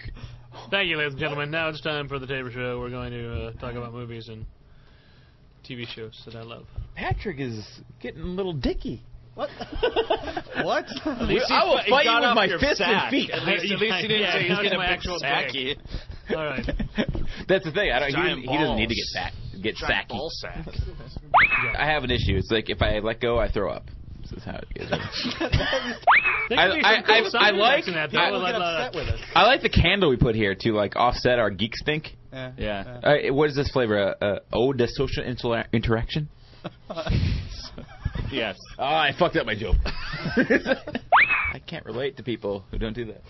S21: Thank you, ladies and gentlemen. Now it's time for the Tabor Show. We're going to uh, talk about movies and TV shows that I love.
S9: Patrick is getting a little dicky.
S17: What? what?
S9: I will fight you with my fists and feet.
S21: All right.
S9: That's the thing. I don't,
S21: Giant
S9: he, doesn't, he doesn't need to get
S21: balls.
S9: sack, get
S21: Giant
S9: sacky.
S21: ball sack.
S9: I have an issue. It's like if I let go, I throw up. This is how it is.
S21: There
S9: I-
S21: could be
S9: I-
S21: some cool
S9: I- I
S21: sound
S9: like-
S21: effects in that, though.
S9: I-
S21: Well,
S9: People get
S21: uh,
S9: upset I like the candle we put here to like offset our geek stink.
S17: Yeah.
S9: Yeah. All right, what is this flavor? Uh, uh, ode to social intera- interaction. yes. Oh, I fucked up my joke. I can't relate to people who don't do that.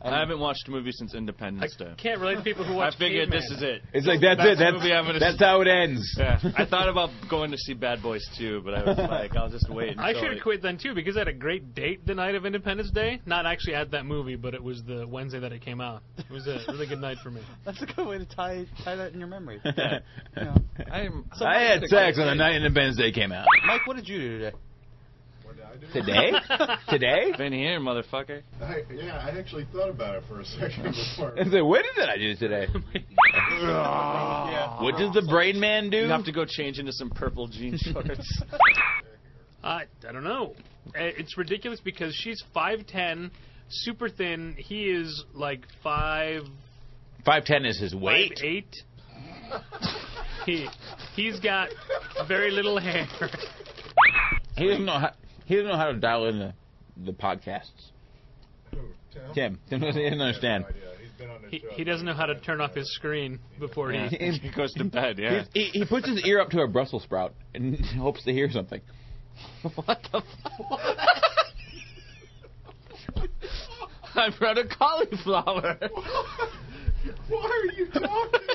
S6: I haven't watched a movie since Independence Day.
S21: Can't relate to people who watch.
S6: I figured
S21: Caveman.
S6: this is it.
S9: It's like that's, it.
S6: the
S9: That's
S6: movie I'm gonna
S9: that's
S6: see.
S9: how it ends.
S6: Yeah. I thought about going to see Bad Boys 2, but I was like, I'll just wait. Until
S21: I should have
S6: it-
S21: quit then too because I had a great date the night of Independence Day. Not actually at that movie, but it was the Wednesday that it came out. It was a really good night for me.
S17: That's a good way to tie tie that in your memory.
S9: Yeah.
S17: I'm,
S9: I had sex on the night Independence Day came out.
S17: Mike, what did you do today?
S9: Today? Today?
S6: Been here, motherfucker.
S5: I, yeah, I actually thought about it for a second before.
S9: I said, what did I do today? What does the brain man do?
S6: You have to go change into some purple jean shorts.
S21: I I don't know. Uh, It's ridiculous because she's five ten, super thin. He is like five
S9: Five ten is his weight.
S21: five eight. He he's got very little hair.
S9: He doesn't know how. He doesn't know how to dial in the, the podcasts. Tim. Tim doesn't, he doesn't understand.
S21: He, he doesn't know how to turn off his screen before he,
S9: he goes to bed. Yeah, he, he puts his ear up to a Brussels sprout and hopes to hear something. what the fuck? I brought a cauliflower.
S5: Why are you talking?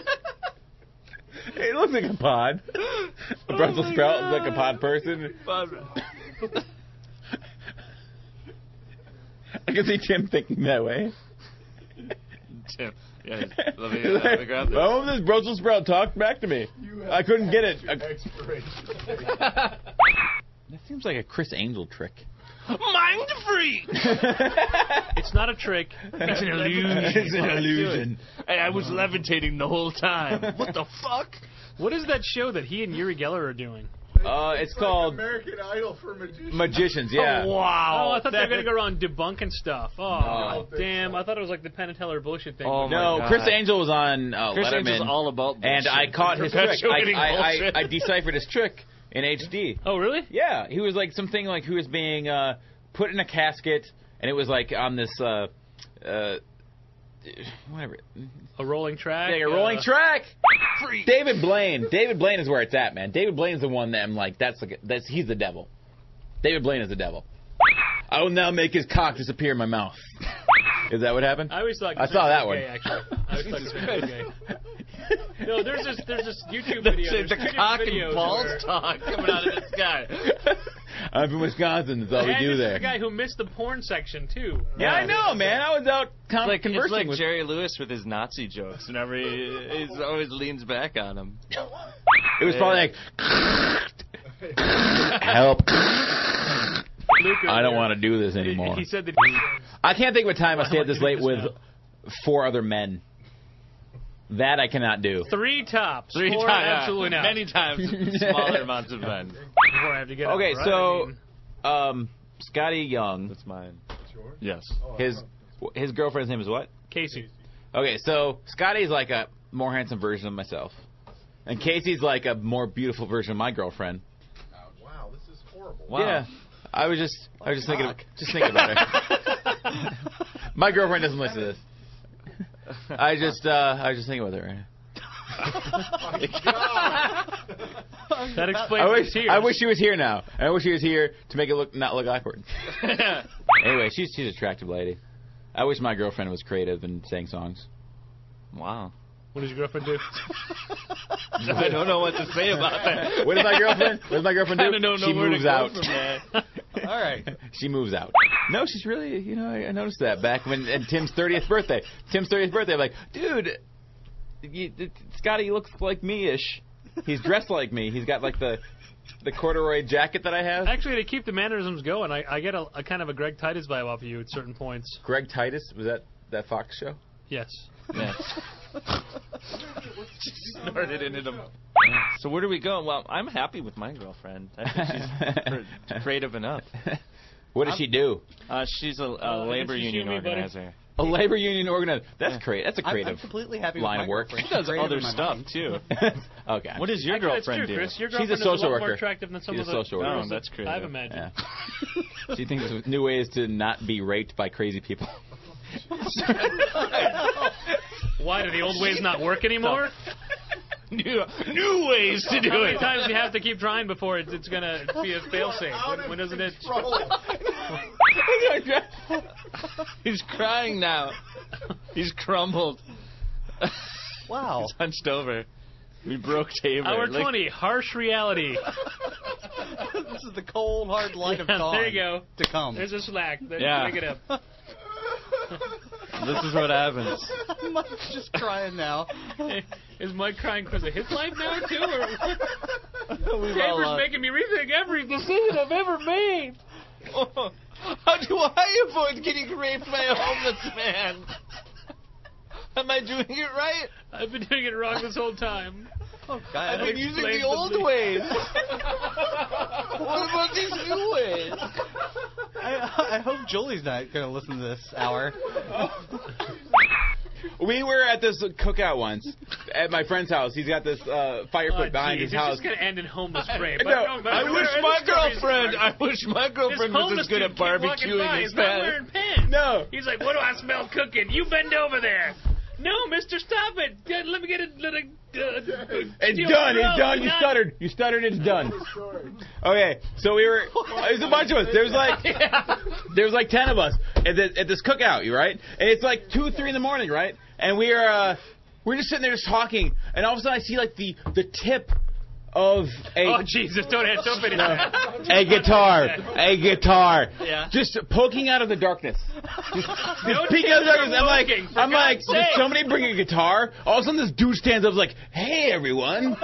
S9: it looks like a pod. A
S17: Oh
S9: Brussels sprout is like a pod person. I can see Tim thinking that way.
S6: Tim. Yeah, let me, uh, let me grab this.
S9: Oh, this Brussels sprout talked back to me. I couldn't get it. I- that seems like a Chris Angel trick.
S21: Mind free. it's not a trick. It's an illusion.
S9: It's an illusion.
S21: Hey, I was levitating the whole time. What the fuck? What is that show that he and Yuri Geller are doing?
S9: Uh, it's,
S5: It's like
S9: called
S5: American Idol for magicians.
S9: Magicians. Yeah.
S21: Oh, wow. Oh, I thought they were
S9: That-
S21: going to go around debunking stuff. Oh,
S9: No.
S21: damn. I thought it was like the Penn and Teller bullshit thing.
S9: Oh no, Chris Angel was on uh,
S21: Chris
S9: Letterman.
S21: Angel's all about
S9: And
S21: bullshit.
S9: I caught his trick. I,
S21: Perpetuating
S9: I,
S21: bullshit.
S9: I, I deciphered his trick in HD.
S21: Oh really?
S9: Yeah, he was like something like who was being uh, put in a casket, and it was like on this uh, uh, whatever,
S21: a rolling track.
S9: like a
S21: Yeah.
S9: rolling track. David Blaine. David Blaine is where it's at, man. David Blaine's the one that I'm like, that's like, that's he's the devil. David Blaine is the devil. I will now make his cock disappear in my mouth. Is that what happened?
S21: I always thought.
S9: I saw that
S21: Chris
S9: one.
S21: Angel was Gay, actually. I always thought Chris Angel was gay. No, there's this there's this YouTube video.
S9: That's it,
S21: There's two
S9: the
S21: different
S9: cock and
S21: videos
S9: balls
S21: where-
S9: talk
S6: coming out of this guy.
S9: I'm from Wisconsin. That's all we
S21: and
S9: do
S21: this is
S9: there.
S21: the guy who missed the porn section too.
S9: Yeah, I know, man. I was out
S6: It's
S9: con-
S6: like, it's
S9: conversing
S6: like
S9: with
S6: Jerry Lewis with his Nazi jokes. Whenever he he's always leans back on him.
S9: It was probably like, help. I don't want to do this anymore.
S21: He said that.
S9: I can't think of a time I stayed up this late with four other men. That I cannot do.
S21: Three tops.
S6: Three
S21: Four,
S6: times.
S21: Absolutely not.
S6: Many times. Smaller amounts of men.
S21: Before I have to get
S9: Okay,
S21: up, right?
S9: so um, Scotty Young. That's
S6: mine. That's
S9: yours?
S6: Yes.
S5: Oh,
S9: His his girlfriend's name is what?
S21: Casey.
S9: Okay, so Scotty's like a more handsome version of myself, and Casey's like a more beautiful version of my girlfriend.
S5: Wow, this is horrible.
S9: Yeah. I was just I was just thinking just thinking about it. My girlfriend doesn't listen to this. I just uh, I was just thinking about it right now.
S21: That explains
S9: I wish,
S21: the tears.
S9: I wish she was here now. I wish she was here to make it look not look awkward. anyway, she's she's an attractive lady. I wish my girlfriend was creative and sang songs.
S6: Wow.
S21: What does your girlfriend do?
S6: I don't know what to say about that.
S9: What does my girlfriend? What does my girlfriend do?
S6: I don't know
S9: she
S6: where to
S9: moves
S6: go
S9: out.
S6: from that.
S9: All right. She moves out. No, she's really. You know, I, I noticed that back when at Tim's thirtieth birthday. Tim's thirtieth birthday. I'm like, dude, you, it- Scotty looks like me-ish. He's dressed like me. He's got like the the corduroy jacket that I have.
S21: Actually, to keep the mannerisms going, I, I get a, a kind of a Greg Titus vibe off of you at certain points.
S9: Greg Titus was that that Fox show?
S21: Yes.
S6: Started into the. So where do we go? Well, I'm happy with my girlfriend. I think she's creative enough.
S9: What does
S6: I'm-
S9: she do?
S6: Uh, she's
S21: Oh,
S6: a, a
S9: Uh,
S6: labor
S9: did you
S6: union
S9: shoot me, buddy?
S6: organizer.
S9: A labor union organizer. That's great. That's a
S25: I'm- I'm
S9: creative.
S25: completely happy with
S9: line
S25: my
S9: of work.
S25: girlfriend.
S6: She does
S25: Creative
S6: other
S25: in my
S6: stuff
S25: mind.
S6: too.
S9: okay.
S6: What does your
S21: Actually, that's
S6: girlfriend
S21: true,
S6: do?
S21: Chris. Your
S9: She's
S21: girlfriend
S9: a
S21: is a
S9: social
S21: lot more
S9: worker.
S21: attractive than some
S9: She's
S21: of
S9: a
S21: the
S9: social worker.
S21: girls
S6: Oh, that's
S21: that
S6: creative.
S21: I've imagined.
S9: She thinks of new ways to not be raped by crazy people.
S21: Why do the old ways not work anymore?
S6: new, new ways to do
S21: How many
S6: it.
S21: times do you have to keep trying before it's, it's gonna be a failsafe? When, when doesn't it?
S6: He's crying now. He's crumbled.
S25: Wow.
S6: He's hunched over. We broke Tabor.
S21: Hour
S6: Like-
S21: 20, harsh reality.
S25: this is the cold, hard light of
S21: Yeah,
S25: dawn.
S21: there you go.
S25: To come.
S21: There's a slack. There-
S6: Yeah.
S21: Pick it up.
S6: This is what happens.
S25: Mike's just crying now.
S21: Is Mike crying because of his life now too, or what?
S6: We've all
S21: Tabor's
S6: lost-
S21: making me rethink every decision I've ever made.
S6: How do I avoid getting raped by a homeless man? Am I doing it right?
S21: I've been doing it wrong this whole time.
S25: Oh, God.
S6: I've
S25: that
S6: been using
S21: explains
S6: the
S21: the
S6: old
S21: bleep.
S6: ways. what about these new ways?
S25: I, I hope Julie's not going to listen to this hour.
S9: we were at this cookout once at my friend's house. He's got this uh, fire put
S21: Oh,
S9: behind
S21: geez,
S9: his house.
S21: It's just gonna end in homeless rape.
S9: No, I wish my girlfriend- I
S6: wish my girlfriend was as good at barbecuing as
S21: He's not
S6: that.
S21: wearing pants.
S9: No.
S21: He's like, what do I smell cooking? You bend over there. No, Mister, stop it. Uh, Let me get a. Let a uh,
S9: It's
S21: deal
S9: done.
S21: throat.
S9: It's done. You
S21: Not-
S9: stuttered. You stuttered. It's done. Okay, so we were. There's a bunch of us. There's like, there's like ten of us at, the, at this cookout, you right? And it's like two, three in the morning, right? And we are, uh, we're just sitting there just talking, and all of a sudden I see like the the tip of a
S21: Oh Jesus! Don't have don't finish that.
S9: a guitar, a guitar,
S21: Yeah.
S9: just poking out of the darkness. Just, just
S21: No
S9: peeking out of the
S21: tips
S9: darkness. I'm like,
S21: smoking, for
S9: I'm like,
S21: God's
S9: did
S21: sake.
S9: somebody bring a guitar? All of a sudden, this dude stands up, is like, hey everyone,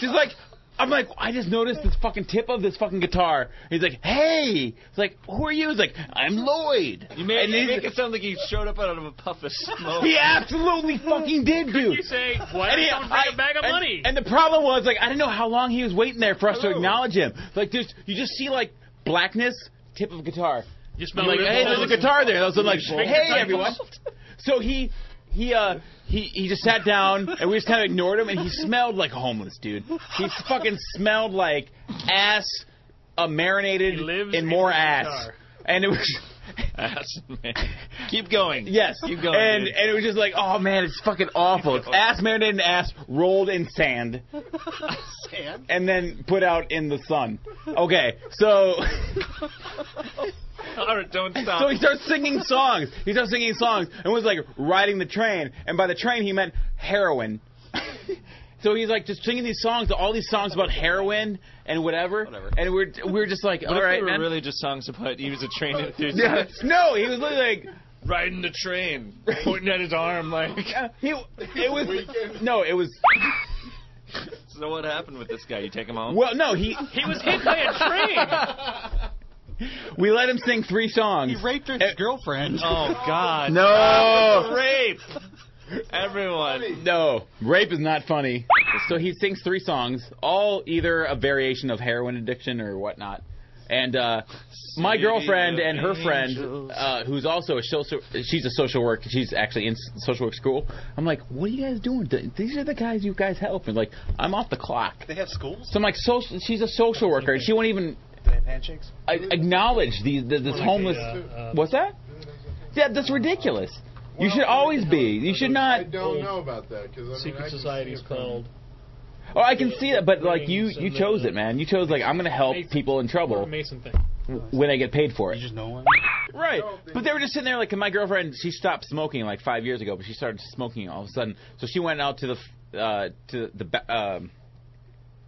S9: just like. I'm like, I just noticed this fucking tip of this fucking guitar. He's like, hey. It's like, who are you? He's like, I'm Lloyd.
S6: You made
S9: And
S6: you
S9: he's-
S6: make it sound like you showed up out of a puff of smoke.
S9: he absolutely fucking did, dude.
S6: you say,
S21: why
S9: And he-
S21: don't bring a
S9: I-
S21: bag of
S9: and-
S21: money?
S9: And the problem was, like, I didn't know how long he was waiting there for us to acknowledge him. Like, just you just see like blackness, tip of guitar.
S21: You
S9: smell like, hey, there's a guitar there. I was like, hey, everyone. So he he uh he he just sat down and we just kind of ignored him and he smelled like homeless, dude. He fucking smelled like ass, uh, marinated in more ass, and it was.
S6: Ass, man. Keep going.
S9: Yes,
S6: Keep going.
S9: And
S6: dude.
S9: and it was just like, oh man, it's fucking awful. It's ass marinated in ass, rolled in sand,
S6: Sand.
S9: and then put out in the sun. Okay, so
S6: All right, don't stop.
S9: so he starts singing songs. He starts singing songs and was like riding the train, and by the train he meant heroin. so he's like just singing these songs, all these songs about heroin and whatever. Whatever. And we're we're just like,
S6: What
S9: all
S6: if they
S9: right,
S6: were
S9: man.
S6: really just songs about he was a train
S9: Oh, yeah.
S6: enthusiast?
S9: No, he was literally like.
S6: Riding the train, pointing at his arm like.
S9: He, it was no, it was
S6: So what happened with this guy? You take him home?
S9: Well, no, he-
S6: he was hit by a train.
S9: we let him sing three songs. Eh. He raped his
S6: girlfriend. Oh God!
S9: No.
S6: Ah, rape. Everyone.
S9: No, rape is not funny. So he sings three songs, all either a variation of heroin addiction or whatnot. And uh, my
S6: City of
S9: girlfriend and her friend,
S6: Angels.
S9: uh, who's also a social, she's a social work. She's actually in s- social work school. I'm like, what are you guys doing? Th- These are the guys you guys help. And like, I'm off the clock.
S2: They have schools.
S9: So I'm like, social, she's a social worker, and she won't even
S2: Do they have handshakes?
S9: a- acknowledge the, the this
S2: Like the,
S9: homeless.
S2: uh, uh,
S9: what's that? Yeah, that's ridiculous. you should always be. You should not.
S5: I don't know about that because I mean, I
S26: Secret
S5: can
S26: society
S5: see
S26: is
S5: it from-
S26: called.
S9: Oh, I can see that, but like you, you chose it, man. You chose like I'm gonna help people in trouble
S26: Mason thing.
S9: when I get paid for it. You just
S2: know one.
S9: Right, but they were just sitting there like my girlfriend. She stopped smoking like five years ago, but she started smoking all of a sudden. So she went out to the f- uh, to the ba- um,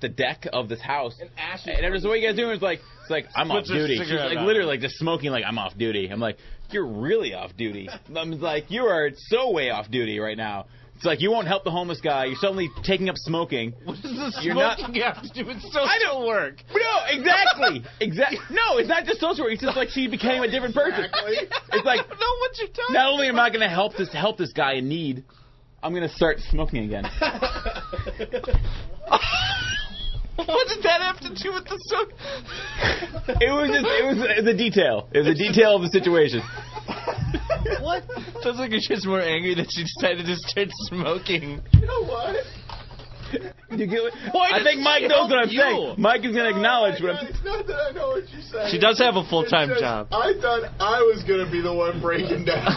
S9: the deck of this house, and
S6: ashes
S9: and everyone's what you guys doing? It's like it's like I'm
S6: Puts
S9: off
S6: her
S9: duty. She's
S6: cigarette
S9: like
S6: out.
S9: literally like just smoking like I'm off duty. I'm like you're really off duty. I'm like you are so way off duty right now. It's like you won't help the homeless guy. You're suddenly taking up smoking. What
S6: This is
S9: You're
S6: smoking
S9: not-
S6: you have to do. It's social work.
S9: no, exactly. Exactly. No, it's not just social work. It's just like she became a different person. It's like
S6: I don't know what you're talking.
S9: not only am I gonna help this help this guy in need, I'm gonna start smoking again.
S6: What did that have to do with the so?
S9: It was just it was it was a detail. It was a detail of the situation.
S6: what? Sounds like you're just more angry that she decided to start smoking.
S5: You know what?
S9: You get what?
S6: Why
S9: I
S6: does
S9: think Mike
S6: she
S9: knows what
S6: help
S9: I'm
S6: you?
S9: saying. Mike is gonna acknowledge what I'm.
S5: It's not that I know what you're saying.
S6: She does have a
S5: It's
S6: full-time
S5: just
S6: job.
S5: I thought I was gonna be the one breaking down.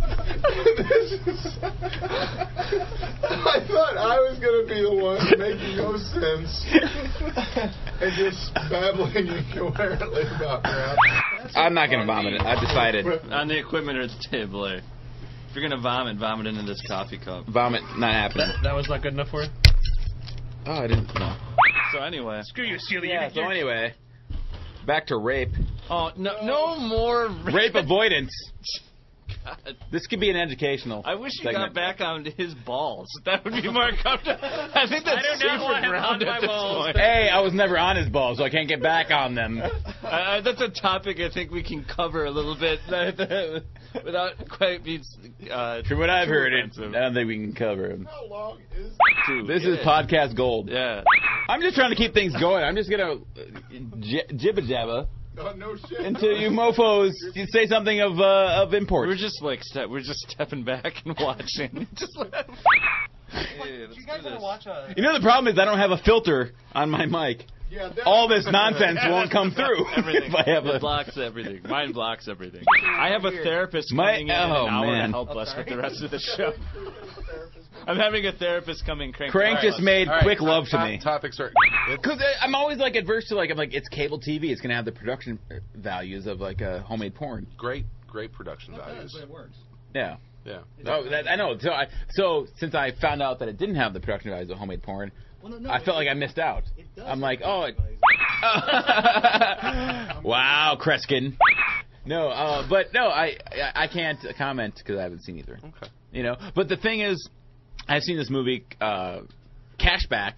S5: This is- I thought I was gonna be the one making no sense and just babbling incoherently about crap.
S9: I'm not gonna vomit it. I've decided.
S26: On the equipment or the table there. If you're gonna vomit, vomit into this coffee cup.
S9: Vomit not happening.
S26: That was not good enough for you.
S9: Oh, I didn't know.
S6: So anyway.
S21: Screw you, Celia.
S9: Yeah. So anyway, back to rape.
S6: Oh no! No more
S9: Rape avoidance.
S6: God.
S9: This could be an educational.
S6: I wish you got
S9: segment.
S6: back on his balls. That would be more comfortable. I think that's
S21: I do
S6: safer
S21: not want him
S6: ground
S21: on
S6: at
S21: my
S6: this
S21: balls.
S6: point.
S9: Hey, I was never on his balls, so I can't get back on them. Uh,
S6: I- I- Uh, that's a topic I think we can cover a little bit without quite being. Uh,
S9: From what I've
S6: too
S9: heard, it,
S6: offensive. Oh,
S9: I don't think we can cover him.
S5: How long is
S6: Dude,
S9: This is
S6: yeah.
S9: podcast gold.
S6: Yeah.
S9: I'm just trying to keep things going. I'm just gonna uh, j- jibba jabba
S5: Oh, no shit.
S9: until you mofos you say something of uh, of import.
S6: We're just like ste- we're just stepping back and watching. just like,
S27: do you guys want to watch a?
S9: You know the problem is I don't have a filter on my mic.
S5: Yeah, that-
S9: All this nonsense won't come through
S6: everything.
S9: if I have
S6: it
S9: a.
S6: blocks everything. Mine blocks everything. I have a therapist
S9: My-
S6: coming in
S9: oh,
S6: an hour
S9: man.
S6: to help
S9: Oh,
S6: us
S9: sorry.
S6: with the rest of the show. I'm having a therapist come and crank.
S9: Crank
S6: us.
S9: just made
S6: All right,
S9: quick
S6: top-
S9: love to
S6: top-
S9: me.
S28: Topics are
S9: Because I'm always like adverse to like I'm like it's cable TV. It's gonna have the production uh, values of like uh, homemade porn.
S28: Great, great production values.
S9: Yeah.
S28: Yeah.
S9: No, that, I know. So I so since I found out that it didn't have the production values of homemade porn,
S29: Well, no, no,
S9: I felt
S29: it-
S9: like I missed out.
S29: it does
S9: I'm
S29: have
S9: like, oh, it, wow, Kreskin. No, uh, but no, I I- I can't comment because I haven't seen either. Okay. You know, but the thing is, I've seen this movie, uh, Cashback,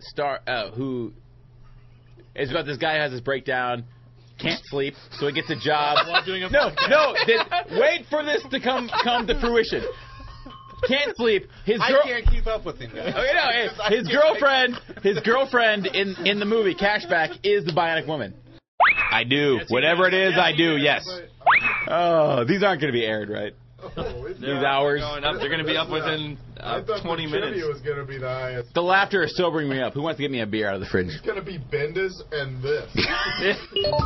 S9: star uh, who is about this guy who has this breakdown, can't sleep, so he gets a job.
S29: While doing a
S9: no,
S29: podcast.
S9: no, th- wait for this to come come to fruition. Can't sleep. His
S30: I
S9: girl.
S30: can't keep up with him. guys.
S9: Okay, no, hey,
S30: Because I
S9: his
S30: can't-
S9: girlfriend, his girlfriend in in the movie Cashback is the Bionic Woman. I do. Whatever it is, I do. Yes. Oh, these aren't going to be aired, right? These hours.
S6: Going up. They're going to be up within uh, 20
S5: the
S6: minutes.
S5: trivia was going to be the highest.
S9: The laughter is sobering me up. Who wants to get me a beer out of the fridge?
S5: It's going to be Bendis and this.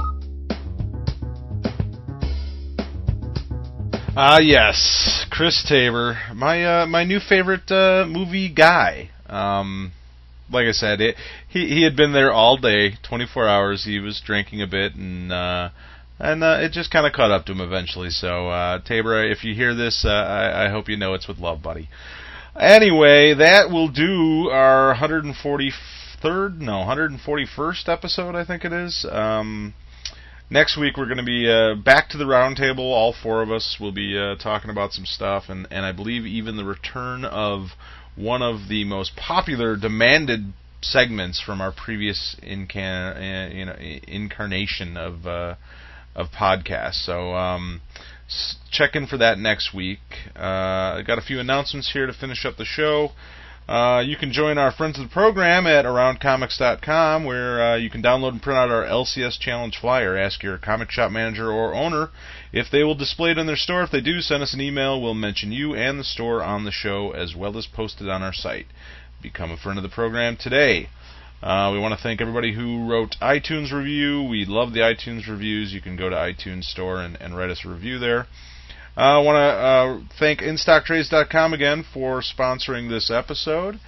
S1: Ah, yes, Chris Tabor, my uh, my new favorite uh, movie guy. Um, like I said, it, he he had been there all day, 24 hours. He was drinking a bit, and uh, and uh, it just kind of caught up to him eventually. So uh, Tabor, if you hear this, uh, I, I hope you know it's with love, buddy. Anyway, that will do our 143rd, no, 141st episode, I think it is. Um, next week we're going to be uh, back to the roundtable. All four of us will be uh, talking about some stuff, and, and I believe even the return of one of the most popular, demanded segments from our previous incan- uh, you know, i- incarnation of uh, of podcasts. So um, s- check in for that next week. Uh, I got a few announcements here to finish up the show. Uh, you can join our friends of the program at aroundcomics.com, where uh, you can download and print out our LCS challenge flyer. Ask your comic shop manager or owner if they will display it in their store. If they do, send us an email. We'll mention you and the store on the show, as well as post it on our site. Become a friend of the program today. Uh, we want to thank everybody who wrote iTunes review. We love the iTunes reviews. You can go to iTunes Store and, and write us a review there. Uh, I want to uh, thank InStockTrades.com again for sponsoring this episode.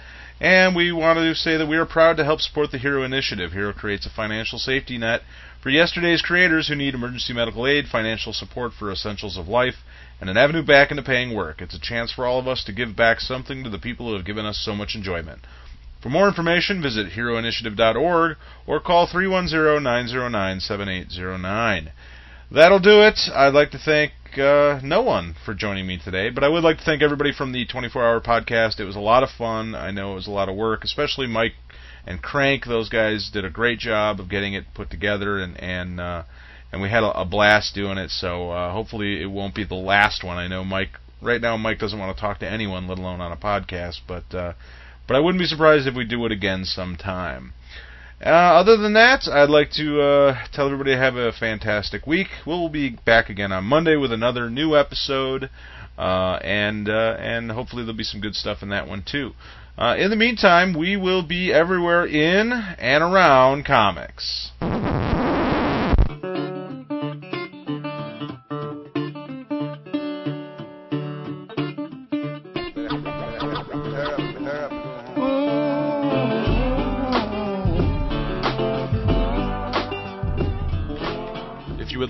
S1: And we want to say that we are proud to help support the HERO initiative. HERO creates a financial safety net for yesterday's creators who need emergency medical aid, financial support for essentials of life, and an avenue back into paying work. It's a chance for all of us to give back something to the people who have given us so much enjoyment. For more information, visit heroinitiative.org or call 310 909 7809. That'll do it. I'd like to thank uh, no one for joining me today, but I would like to thank everybody from the 24 hour podcast. It was a lot of fun. I know it was a lot of work, especially Mike and Crank. Those guys did a great job of getting it put together, and and uh, and we had a, a blast doing it. So uh, hopefully it won't be the last one. I know Mike. Right now, Mike doesn't want to talk to anyone, let alone on a podcast. But uh, but I wouldn't be surprised if we do it again sometime. Uh, other than that, I'd like to uh, tell everybody to have a fantastic week. We'll be back again on Monday with another new episode, uh, and uh, and hopefully there'll be some good stuff in that one too. Uh, in the meantime, we will be everywhere in and around comics. If you would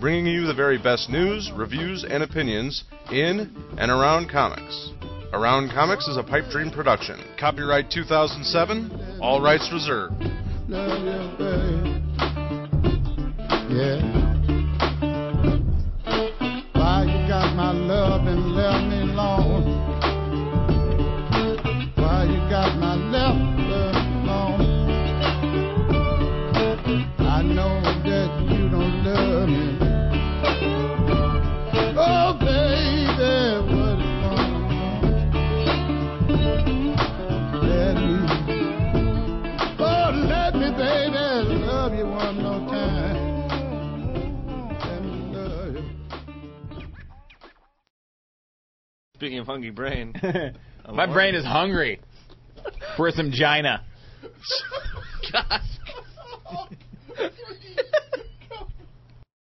S1: bringing you the very best news, reviews, and opinions in and around comics. Around Comics is a Pipe Dream production. Copyright 2007, all rights reserved.
S5: Love you, babe. Yeah.
S6: Oh,
S5: oh,
S6: Speaking of hungry brain,
S9: My brain is hungry for some gina.
S6: Gosh.